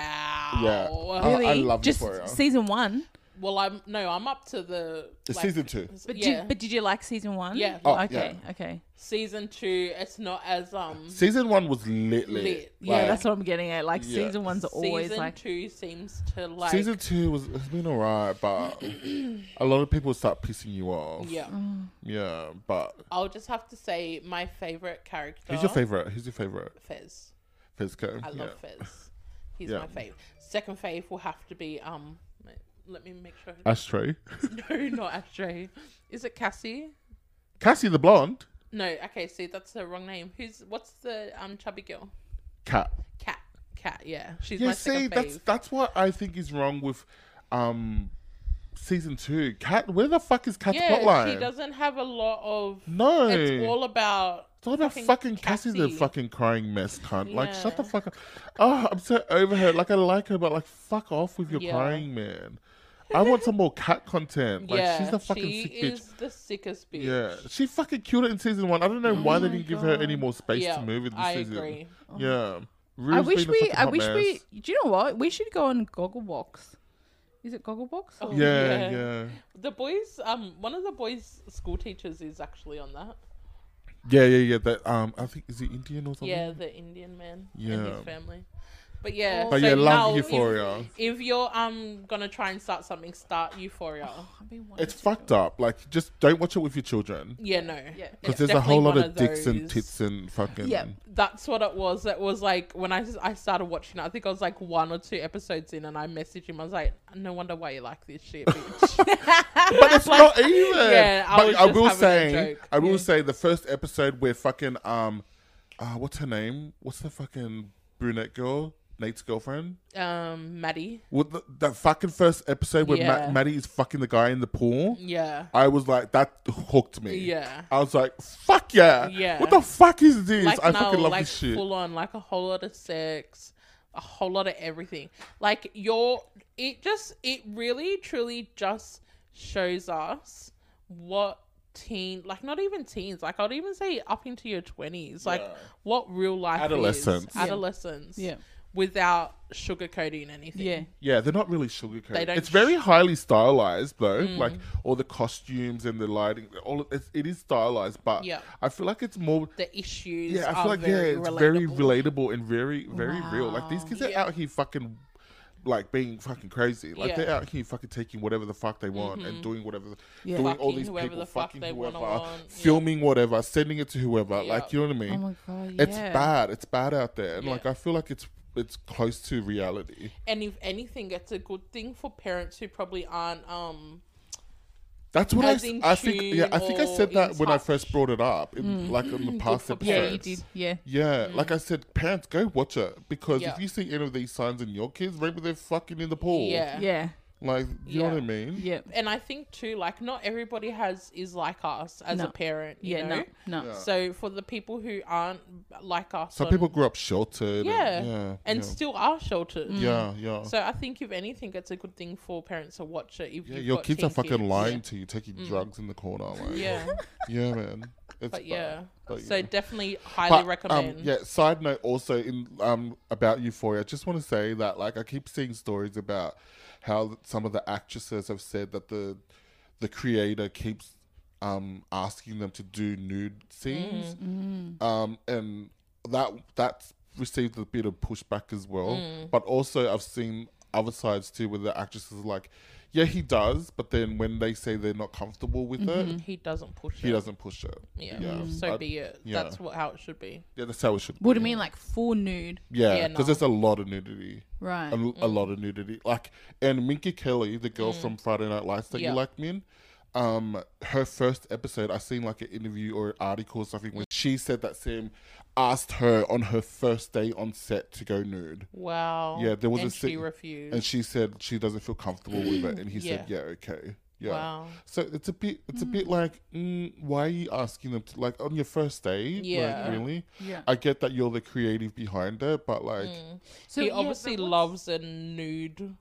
Speaker 3: Yeah. I- Oh, I, love
Speaker 4: Just
Speaker 3: Euphoria.
Speaker 4: season one.
Speaker 2: Well, I'm no, I'm up to the
Speaker 3: It's season two.
Speaker 4: But
Speaker 2: yeah,
Speaker 4: did, but did you like season one?
Speaker 2: Yeah.
Speaker 3: Oh,
Speaker 4: okay. Okay.
Speaker 2: season two. It's not as um.
Speaker 3: Season one was lit, lit.
Speaker 2: Lit.
Speaker 4: Yeah,
Speaker 3: Like,
Speaker 4: that's what I'm getting at. Like
Speaker 3: Yeah.
Speaker 4: season ones are always
Speaker 2: season
Speaker 4: like
Speaker 2: two seems to like
Speaker 3: season two was it's been alright, but a lot of people start pissing you off.
Speaker 2: Yeah,
Speaker 4: Mm.
Speaker 3: Yeah, but
Speaker 2: I'll just have to say my favorite character.
Speaker 3: who's your favorite? Who's your favorite?
Speaker 2: Fizz.
Speaker 3: Fizco.
Speaker 2: I
Speaker 3: yeah.
Speaker 2: love Fizz. He's
Speaker 3: Yeah.
Speaker 2: my fave. Second fave will have to be um. Let me make sure.
Speaker 3: Ashtray.
Speaker 2: no, not Ashtray. Is it Cassie?
Speaker 3: Cassie the blonde.
Speaker 2: No. Okay, see, that's the wrong name. Who's what's the um chubby girl?
Speaker 3: Cat.
Speaker 2: Cat. Cat. Yeah, she's
Speaker 3: Yeah,
Speaker 2: my
Speaker 3: see,
Speaker 2: second fave.
Speaker 3: that's that's what I think is wrong with um season two. Cat where the fuck is Cat's
Speaker 2: yeah,
Speaker 3: plotline?
Speaker 2: she doesn't have a lot of.
Speaker 3: No.
Speaker 2: It's all about.
Speaker 3: It's all about fucking, Cassie. the fucking crying mess cunt. Like, shut the
Speaker 2: Yeah.
Speaker 3: fuck up. Oh, I'm so over her. Like, I like her, but like, fuck off with your
Speaker 2: Yeah.
Speaker 3: crying, man. I want some more cat content. Like, she's the fucking
Speaker 2: she
Speaker 3: sick
Speaker 2: is
Speaker 3: bitch.
Speaker 2: the sickest bitch.
Speaker 3: Yeah, she fucking killed it in season one. I don't know why they didn't give her any more space
Speaker 2: Oh Yeah,
Speaker 3: to move in this
Speaker 2: I
Speaker 3: season.
Speaker 2: agree.
Speaker 3: Yeah,
Speaker 4: Oh. I
Speaker 3: Rue's
Speaker 4: wish
Speaker 3: been a
Speaker 4: we
Speaker 3: fucking
Speaker 4: I
Speaker 3: hot
Speaker 4: wish
Speaker 3: mess.
Speaker 4: we do you know what? We should go on goggle walks. Is it goggle box?
Speaker 2: Oh,
Speaker 3: Yeah,
Speaker 2: yeah.
Speaker 3: yeah, yeah.
Speaker 2: The boys, um, one of the boys' school teachers is actually on that.
Speaker 3: Yeah, yeah, That um, I think is he Indian or something?
Speaker 2: Yeah, the Indian man and
Speaker 3: Yeah.
Speaker 2: his family. But yeah,
Speaker 3: But
Speaker 2: so
Speaker 3: yeah,
Speaker 2: now
Speaker 3: love
Speaker 2: if-
Speaker 3: Euphoria.
Speaker 2: If, you're um gonna try and start something, start Euphoria.
Speaker 3: It's fucked up. Like, just don't watch it with your children
Speaker 2: Yeah, no,
Speaker 4: Yeah.
Speaker 3: because
Speaker 2: It's
Speaker 3: there's a whole
Speaker 2: definitely one
Speaker 3: lot of dicks and
Speaker 2: those.
Speaker 3: tits and fucking.
Speaker 4: Yeah.
Speaker 2: That's what it was. It was like when I I started watching it. I think I was like one or two episodes in, and I messaged him. I was like, no wonder why you like this shit, bitch.
Speaker 3: but it's not even.
Speaker 2: Yeah, I
Speaker 3: but
Speaker 2: was
Speaker 3: I
Speaker 2: just
Speaker 3: will
Speaker 2: having a
Speaker 3: say,
Speaker 2: joke.
Speaker 3: I will say, the first episode where fucking um, uh, what's her name? What's the fucking brunette girl? Nate's girlfriend.
Speaker 2: um, Maddie.
Speaker 3: With the, that fucking first episode where
Speaker 2: Yeah.
Speaker 3: Ma- Maddie is fucking the guy in the pool.
Speaker 2: Yeah.
Speaker 3: I was like, that hooked me.
Speaker 2: Yeah.
Speaker 3: I was like, fuck yeah.
Speaker 2: Yeah.
Speaker 3: What the fuck is this?
Speaker 2: like
Speaker 3: I
Speaker 2: no,
Speaker 3: fucking love
Speaker 2: like
Speaker 3: this shit.
Speaker 2: full on, like a whole lot of sex, a whole lot of everything. Like your, it just, it really, truly just shows us what teen, like not even teens, like I'd even say up into your twenties, like
Speaker 3: Yeah.
Speaker 2: what real life
Speaker 3: Adolescence.
Speaker 2: is, adolescence,
Speaker 4: Yeah.
Speaker 2: without sugarcoating anything.
Speaker 4: Yeah.
Speaker 3: Yeah, they're not really sugarcoated.
Speaker 2: don't
Speaker 3: It's
Speaker 2: sh- Mm.
Speaker 3: very highly stylized, though. Like all the costumes and the lighting, all of- it's, it is stylized, but
Speaker 2: Yeah.
Speaker 3: I feel like it's more.
Speaker 2: the issues.
Speaker 3: Yeah, I
Speaker 2: are
Speaker 3: feel like yeah,
Speaker 2: very
Speaker 3: it's
Speaker 2: relatable.
Speaker 3: very relatable and very very real. Like these kids are
Speaker 2: Yeah.
Speaker 3: out here fucking like being fucking crazy. Like
Speaker 2: Yeah. Mm-hmm.
Speaker 3: they're out here fucking taking whatever the fuck they want and doing whatever, doing all
Speaker 2: Fucking
Speaker 3: these
Speaker 2: whoever
Speaker 3: people,
Speaker 2: the fuck
Speaker 3: fucking
Speaker 2: they wanna
Speaker 3: whoever,
Speaker 2: want, yeah.
Speaker 3: filming whatever, sending it to whoever. Like you know what I mean?
Speaker 4: Oh my god,
Speaker 3: It's
Speaker 4: yeah.
Speaker 3: bad. It's bad out there, and
Speaker 2: Yeah.
Speaker 3: like I feel like it's it's close to reality.
Speaker 2: and if anything, it's a good thing for parents who probably aren't um
Speaker 3: That's what I,
Speaker 2: As
Speaker 3: s-
Speaker 2: in
Speaker 3: I think. Yeah, I think I
Speaker 2: tune
Speaker 3: said
Speaker 2: or Mm.
Speaker 3: that
Speaker 2: in
Speaker 3: when I
Speaker 2: touch.
Speaker 3: first brought it up, in, like in the past
Speaker 2: for
Speaker 3: episode.
Speaker 4: Yeah,
Speaker 2: parents.
Speaker 4: you did. Yeah.
Speaker 3: Yeah, like I said, parents go watch it because
Speaker 2: Mm. Yeah.
Speaker 3: if you see any of these signs in your kids, maybe they're fucking in the pool.
Speaker 2: yeah
Speaker 4: Yeah.
Speaker 3: like you know what I
Speaker 2: Yeah.
Speaker 3: mean.
Speaker 4: Yeah.
Speaker 2: and I think too, like not everybody has is like us as a
Speaker 4: No.
Speaker 2: parent. You
Speaker 4: Yeah,
Speaker 2: know?
Speaker 4: no. No.
Speaker 2: So for the people who aren't like us,
Speaker 3: Some
Speaker 2: on-
Speaker 3: people grew up sheltered.
Speaker 2: yeah,
Speaker 3: and, yeah,
Speaker 2: and
Speaker 3: yeah.
Speaker 2: still are sheltered.
Speaker 4: Mm.
Speaker 3: yeah, yeah.
Speaker 2: So I think if anything, it's a good thing for parents to watch it. If
Speaker 3: yeah,
Speaker 2: you've
Speaker 3: your
Speaker 2: got
Speaker 3: kids
Speaker 2: teen
Speaker 3: are fucking
Speaker 2: kids. Mm.
Speaker 3: lying to you, taking drugs in the corner. Like,
Speaker 2: Yeah,
Speaker 3: yeah, man. It's
Speaker 2: but yeah.
Speaker 3: But
Speaker 2: So
Speaker 3: yeah.
Speaker 2: definitely highly
Speaker 3: But,
Speaker 2: recommend.
Speaker 3: Um, yeah. Side note, also in um about Euphoria, I just want to say that like I keep seeing stories about how some of the actresses have said that the the creator keeps um asking them to do nude scenes,
Speaker 2: Mm.
Speaker 3: um and that that's received a bit of pushback as well.
Speaker 2: Mm.
Speaker 3: But also, I've seen other sides too, where the actresses are like. Yeah, he does, but then when they say they're not comfortable with it,
Speaker 2: He doesn't push
Speaker 3: he
Speaker 2: it.
Speaker 3: doesn't push it.
Speaker 2: Mm-hmm. Yeah. So
Speaker 4: Mm.
Speaker 3: I-
Speaker 2: be it.
Speaker 3: yeah.
Speaker 2: That's what how it should be.
Speaker 3: Yeah, that's how it should.
Speaker 4: What do you mean like full nude?
Speaker 3: Yeah,
Speaker 2: Yeah,
Speaker 3: because
Speaker 2: no.
Speaker 3: there's a lot of nudity.
Speaker 4: Right.
Speaker 3: A, l- a lot of nudity. Like, and Minky Kelly, the girl from Friday Night Lights that
Speaker 2: Mm. Yeah.
Speaker 3: you like, Min, um, her first episode, I seen like an interview or an article or something where she said that Sam asked her on her first day on set to go nude.
Speaker 2: Wow.
Speaker 3: Yeah, there was a
Speaker 2: and she
Speaker 3: scene-
Speaker 2: refused.
Speaker 3: And she said she doesn't feel comfortable with it. And he said, yeah,
Speaker 2: Yeah.
Speaker 3: okay. Yeah.
Speaker 2: Wow.
Speaker 3: So it's a bit, it's a bit like, mm, why are you asking them to like on your first date?
Speaker 2: Yeah.
Speaker 3: Like, really?
Speaker 5: Yeah.
Speaker 3: I get that you're the creative behind it, but like,
Speaker 2: Mm. So he obviously loves a nude.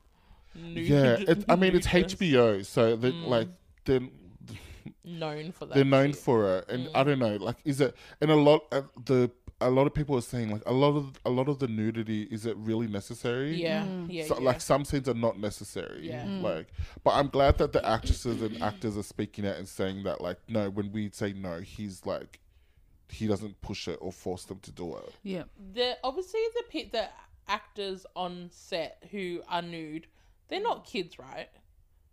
Speaker 2: nude
Speaker 3: yeah. It, I mean, it's
Speaker 2: nudist
Speaker 3: HBO, so they like then
Speaker 2: Known for that.
Speaker 3: they're known
Speaker 2: Mm. shit. Mm.
Speaker 3: for it, and I don't know, like, is it? And a lot of the a lot of people are saying like a lot of a lot of the nudity is it really necessary?
Speaker 2: Yeah.
Speaker 5: Mm.
Speaker 2: Yeah.
Speaker 3: so,
Speaker 2: yeah.
Speaker 3: like some scenes are not necessary.
Speaker 2: Yeah.
Speaker 3: Like, but I'm glad that the actresses and actors are speaking out and saying that, like, no, when we say no, he's like, he doesn't push it or force them to do it.
Speaker 5: Yeah.
Speaker 2: the obviously the pe- the actors on set who are nude, they're not kids, right?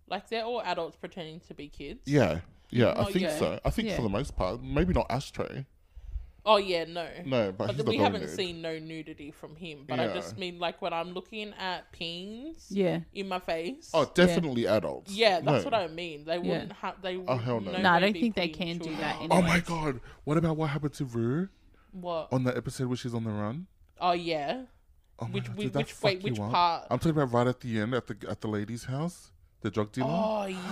Speaker 2: Like they're all adults pretending to be kids.
Speaker 3: Yeah, yeah, I
Speaker 2: Oh,
Speaker 3: think
Speaker 2: yeah.
Speaker 3: so. I think for the most part, maybe not Ashtray.
Speaker 2: Oh yeah, no.
Speaker 3: No,
Speaker 2: But
Speaker 3: but, he's
Speaker 2: th-
Speaker 3: not
Speaker 2: we
Speaker 3: very
Speaker 2: haven't
Speaker 3: nude.
Speaker 2: seen no nudity from him. But I
Speaker 3: Yeah.
Speaker 2: just mean like when I'm looking at peens
Speaker 5: Yeah.
Speaker 2: in my face.
Speaker 3: Oh, definitely adults.
Speaker 2: yeah, that's
Speaker 3: No. Oh,
Speaker 2: what I mean. They wouldn't have. They wouldn't
Speaker 3: hell no.
Speaker 2: know
Speaker 5: No, I
Speaker 2: they'd
Speaker 5: don't
Speaker 2: be
Speaker 5: think they
Speaker 2: putting
Speaker 5: can do
Speaker 2: children
Speaker 5: that.
Speaker 2: on.
Speaker 3: Oh
Speaker 5: anyway.
Speaker 3: my god! What about what happened to Rue
Speaker 2: What?
Speaker 3: Oh, on the episode where she's on the run?
Speaker 2: Oh yeah.
Speaker 3: Oh my
Speaker 2: Which-
Speaker 3: God,
Speaker 2: which-
Speaker 3: did that
Speaker 2: which- wait,
Speaker 3: fuck you
Speaker 2: which
Speaker 3: up?
Speaker 2: part?
Speaker 3: I'm talking about right at the end at the at the lady's house, the drug dealer. Oh,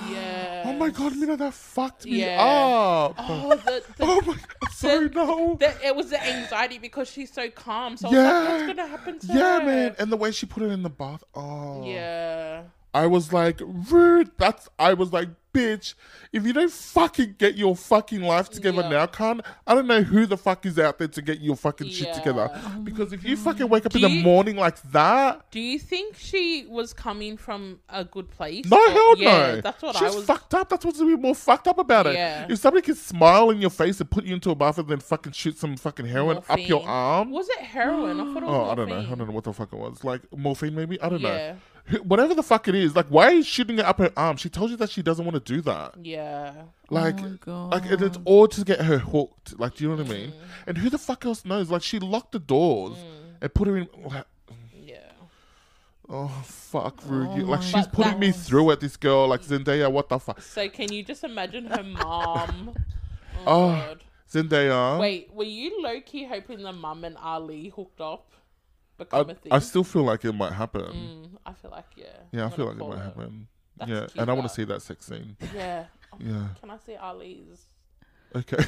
Speaker 2: Oh yeah.
Speaker 3: my god, Mina, that fucked me
Speaker 2: Yeah.
Speaker 3: up.
Speaker 2: Oh, the, the,
Speaker 3: Oh my god, sorry, no.
Speaker 2: the- it was the anxiety because she's so calm. So I was like, what's
Speaker 3: Yeah.
Speaker 2: gonna happen to
Speaker 3: yeah,
Speaker 2: her?
Speaker 3: man. And the way she put it in the bath. Oh.
Speaker 2: Yeah.
Speaker 3: I was like, rude. That's, I was like, bitch, if you don't fucking get your fucking life together
Speaker 2: Yeah.
Speaker 3: now, con, I don't know who the fuck is out there to get your fucking shit
Speaker 2: Yeah.
Speaker 3: together. Because if you fucking wake up in the
Speaker 2: you-
Speaker 3: morning like that,
Speaker 2: Do you think she was coming from a good place?
Speaker 3: no,
Speaker 2: Or-
Speaker 3: hell
Speaker 2: yeah,
Speaker 3: no.
Speaker 2: That's what
Speaker 3: She's
Speaker 2: I was.
Speaker 3: fucked up. That's what's to be more fucked up about it.
Speaker 2: Yeah.
Speaker 3: If somebody can smile in your face and put you into a bathroom, then fucking shoot some fucking heroin up your
Speaker 2: Morphine.
Speaker 3: arm.
Speaker 2: Was it heroin? I thought it was.
Speaker 3: Oh, I don't know. I
Speaker 2: morphine.
Speaker 3: don't know what the fuck it was. Like morphine, maybe. I don't
Speaker 2: Yeah.
Speaker 3: know. Wh- Whatever the fuck it is, like, why is shooting it up her arm? She told you that she doesn't want to do that.
Speaker 2: Yeah.
Speaker 3: Like,
Speaker 2: Oh
Speaker 3: like, and it's all to get her hooked. Like, do you know what I mean?
Speaker 2: Mm.
Speaker 3: And who the fuck else knows? Like, she locked the doors and put her in. Like,
Speaker 2: Yeah.
Speaker 3: oh fuck, Rue, you- like she's
Speaker 2: Oh, But
Speaker 3: putting
Speaker 2: that
Speaker 3: me through it. This girl, like Zendaya, what the fuck?
Speaker 2: So can you just imagine her mom? Oh,
Speaker 3: Oh.
Speaker 2: God.
Speaker 3: Zendaya.
Speaker 2: Wait, were you low key hoping the mum and Ali hooked up? Become a
Speaker 3: I,
Speaker 2: thing?
Speaker 3: I still feel like it might happen.
Speaker 2: Mm, I feel like yeah.
Speaker 3: Yeah, I
Speaker 2: I'm
Speaker 3: feel like
Speaker 2: gonna
Speaker 3: it might
Speaker 2: call
Speaker 3: happen.
Speaker 2: That's
Speaker 3: yeah,
Speaker 2: cute,
Speaker 3: and I want
Speaker 2: that.
Speaker 3: to see that sex scene.
Speaker 2: Yeah. Oh,
Speaker 3: Yeah.
Speaker 2: Can I see Ali's?
Speaker 3: Okay.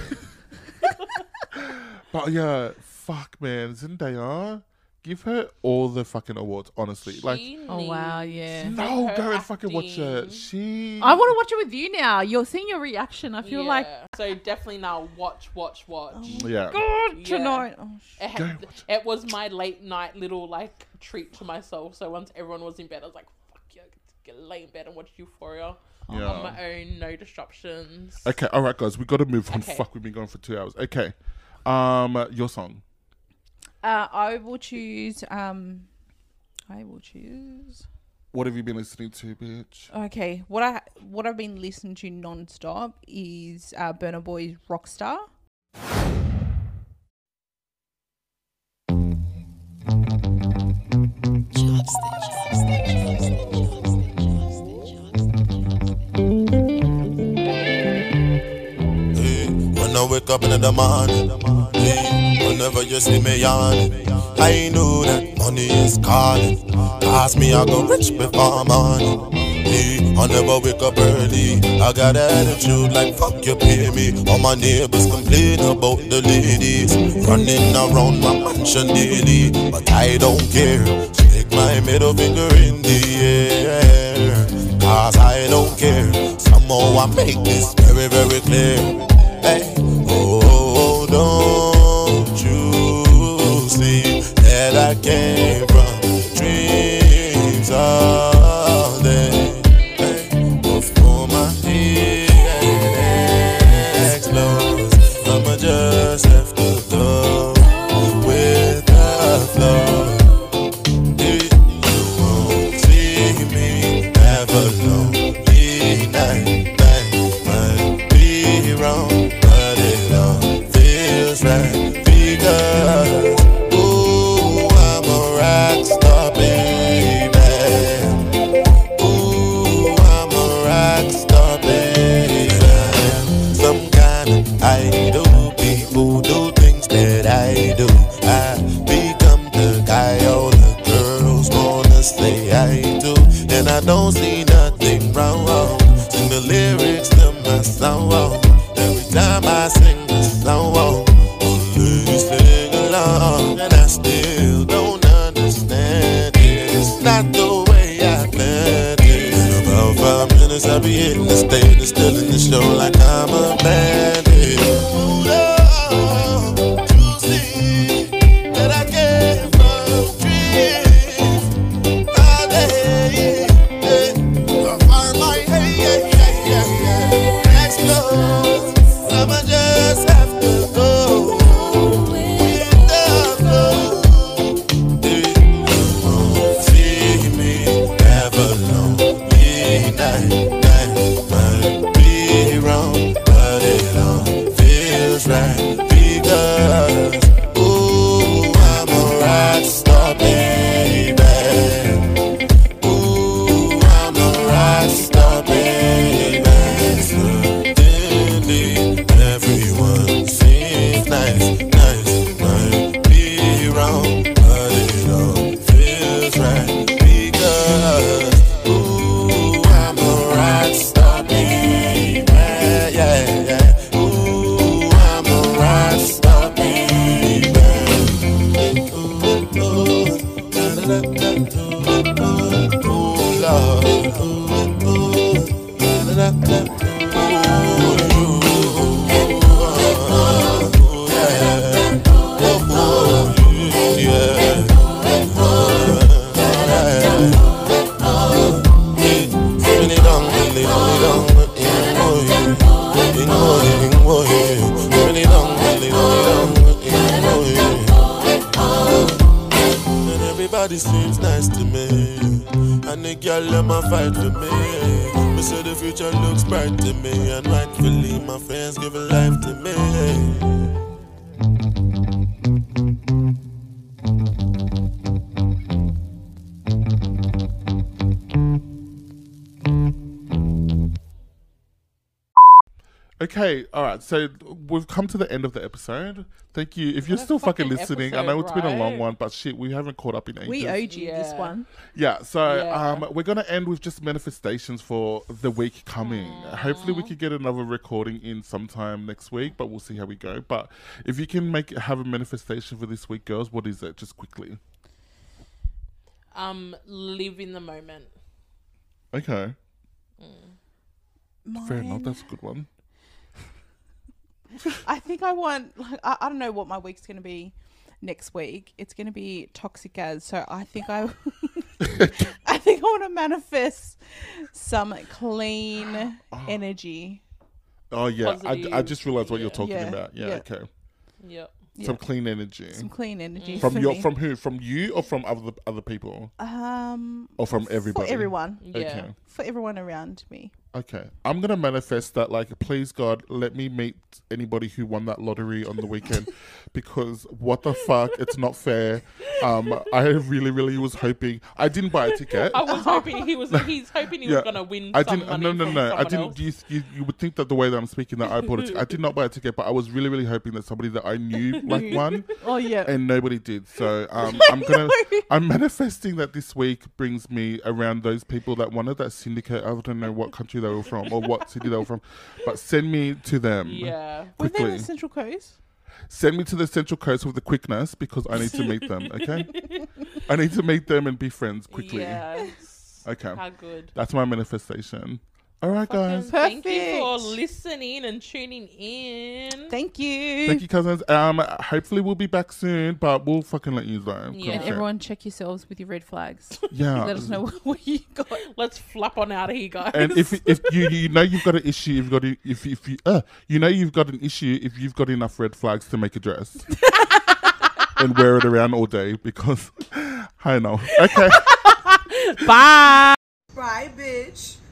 Speaker 3: but yeah, fuck man, Zendaya, give her all the fucking awards. Honestly, like
Speaker 2: She
Speaker 5: Oh wow,
Speaker 2: needs-
Speaker 5: yeah.
Speaker 3: no,
Speaker 2: her
Speaker 3: go and fucking watch
Speaker 2: acting.
Speaker 3: it. She,
Speaker 5: I want to watch it with you now. You're seeing your reaction. I feel like
Speaker 2: Yeah. so definitely now watch, watch, watch.
Speaker 3: yeah,
Speaker 5: God
Speaker 2: Yeah.
Speaker 5: tonight. Oh, sh-
Speaker 2: It,
Speaker 3: Go
Speaker 2: had, it was my late night little like treat to myself. So once everyone was in bed, I was like, "Fuck you, get lay in bed and watch Euphoria
Speaker 3: yeah.
Speaker 2: on my own, no disruptions."
Speaker 3: okay, all right, guys, we got to move on.
Speaker 2: Okay.
Speaker 3: Fuck, we've been going for two hours. Okay, um, your song.
Speaker 5: Uh, I will choose. Um, I will choose.
Speaker 3: What have you been listening to, bitch?
Speaker 5: Okay, what I uh, what I've been listening to nonstop is uh, Burner Boy's Rockstar.
Speaker 6: Hey, when I wake up in the morning, hey, whenever you see me yawning, I know that money is calling. Cause me, I go rich before morning. Hey, I never wake up early. I got attitude like fuck you pay me. All my neighbors complain about the ladies running around my mansion daily, but I don't care. Stick my middle finger in the air. Cause I don't care. Somehow I make this very, very clear. Hey, oh, don't you see that I came from dreams all day? Hey, before my ears close, I'ma just have to go with the flow. You won't see me have a lonely night. That might be wrong, but it all feels right because ooh, I'm a rock star, baby. Ooh, I'm a rock star, baby. Some kind of idol. People do things that I do. I become the guy all the girls wanna say I do. And I don't see nothing wrong. Sing the lyrics be hitting the stage and still in the show like I'm a bandit. Ooh, oh, you see that I came from dreams. Now they- they are my- hey, yeah, yeah, yeah, yeah. Next love, I'ma just have to go with the flow. Everyone seems nice, nice, might be wrong, but it all feels right because ooh, I'm a rock star, baby. Yeah, yeah. Ooh, I'm a rock star, baby. Ooh, ooh, da-da-da-da-da. Ooh, love. Ooh, ooh, da-da-da-da. And everybody seems nice to me. And the girl let my fight for me. But so the future looks bright to me. And rightfully, my friends giving life to me.
Speaker 3: Okay, all right. So we've come to the end of the episode. Thank you. If you're still fucking,
Speaker 2: fucking
Speaker 3: listening, I
Speaker 2: episode,
Speaker 3: know it's been a long
Speaker 2: right?
Speaker 3: one, but shit, we haven't caught up in ages.
Speaker 5: We owed you this
Speaker 2: Yeah.
Speaker 5: one.
Speaker 3: Yeah, so
Speaker 2: Yeah.
Speaker 3: Um, we're going to end with just manifestations for the week coming. Hopefully, we could get another recording in sometime next week, but we'll see how we go. But if you can make have a manifestation for this week, girls, what is it? Just quickly.
Speaker 2: Um, live in the moment.
Speaker 3: Okay. Fair enough. That's a good one.
Speaker 5: I think I want. Like, I, I don't know what my week's going to be next week. It's going to be toxic as. So I think I, I think I want to manifest some clean energy.
Speaker 3: Oh, yeah. I, I
Speaker 2: Positive
Speaker 3: just realized what you're talking
Speaker 5: Yeah,
Speaker 3: about. Yeah,
Speaker 5: yeah.
Speaker 3: okay.
Speaker 2: Yep.
Speaker 3: Some clean energy.
Speaker 5: Some clean energy
Speaker 3: from
Speaker 5: for
Speaker 3: your
Speaker 5: me.
Speaker 3: from who? From you or from other other people?
Speaker 5: um
Speaker 3: Or from
Speaker 5: for
Speaker 3: everybody?
Speaker 5: everyone
Speaker 2: Yeah.
Speaker 3: Okay.
Speaker 5: for everyone around me.
Speaker 3: Okay. I'm going to manifest that, like, please, God, let me meet anybody who won that lottery on the weekend because what the fuck? It's not fair. Um, I really, really was hoping. I didn't buy a ticket.
Speaker 2: I was hoping he was. He's hoping he
Speaker 3: Yeah.
Speaker 2: was gonna win.
Speaker 3: I
Speaker 2: some
Speaker 3: didn't. uh,
Speaker 2: Money
Speaker 3: no, no,
Speaker 2: from
Speaker 3: no. I
Speaker 2: someone
Speaker 3: didn't.
Speaker 2: else.
Speaker 3: You, you, you would think that the way that I'm speaking that I bought a ticket. I did not buy a ticket, but I was really, really hoping that somebody that I knew like won,
Speaker 5: Oh yeah.
Speaker 3: and nobody did. So um, I'm gonna. I'm manifesting that this week brings me around those people that wanted that syndicate. I don't know what country they were from or what city they were from, but send me to them
Speaker 2: Yeah.
Speaker 5: Were they on
Speaker 3: quickly.
Speaker 5: the Central Coast?
Speaker 3: Send me to the Central Coast with the quickness because I need to meet them. Okay, I need to meet them and be friends quickly.
Speaker 2: Yes.
Speaker 3: Okay,
Speaker 2: How good.
Speaker 3: that's my manifestation. All right, guys.
Speaker 2: Thank you for
Speaker 5: Perfect.
Speaker 2: listening and tuning in.
Speaker 5: Thank you.
Speaker 3: Thank you, cousins. Um, hopefully we'll be back soon, but we'll fucking let you know.
Speaker 2: Yeah.
Speaker 5: And
Speaker 2: Okay.
Speaker 5: everyone check yourselves with your red flags.
Speaker 3: yeah.
Speaker 5: Let us know what, what you got.
Speaker 2: Let's flap on out of here, guys.
Speaker 3: And if if you you know you've got an issue, you've got a- if if you uh, you know you've got an issue if you've got enough red flags to make a dress and wear it around all day because I know. Okay.
Speaker 2: Bye.
Speaker 11: Bye, bitch.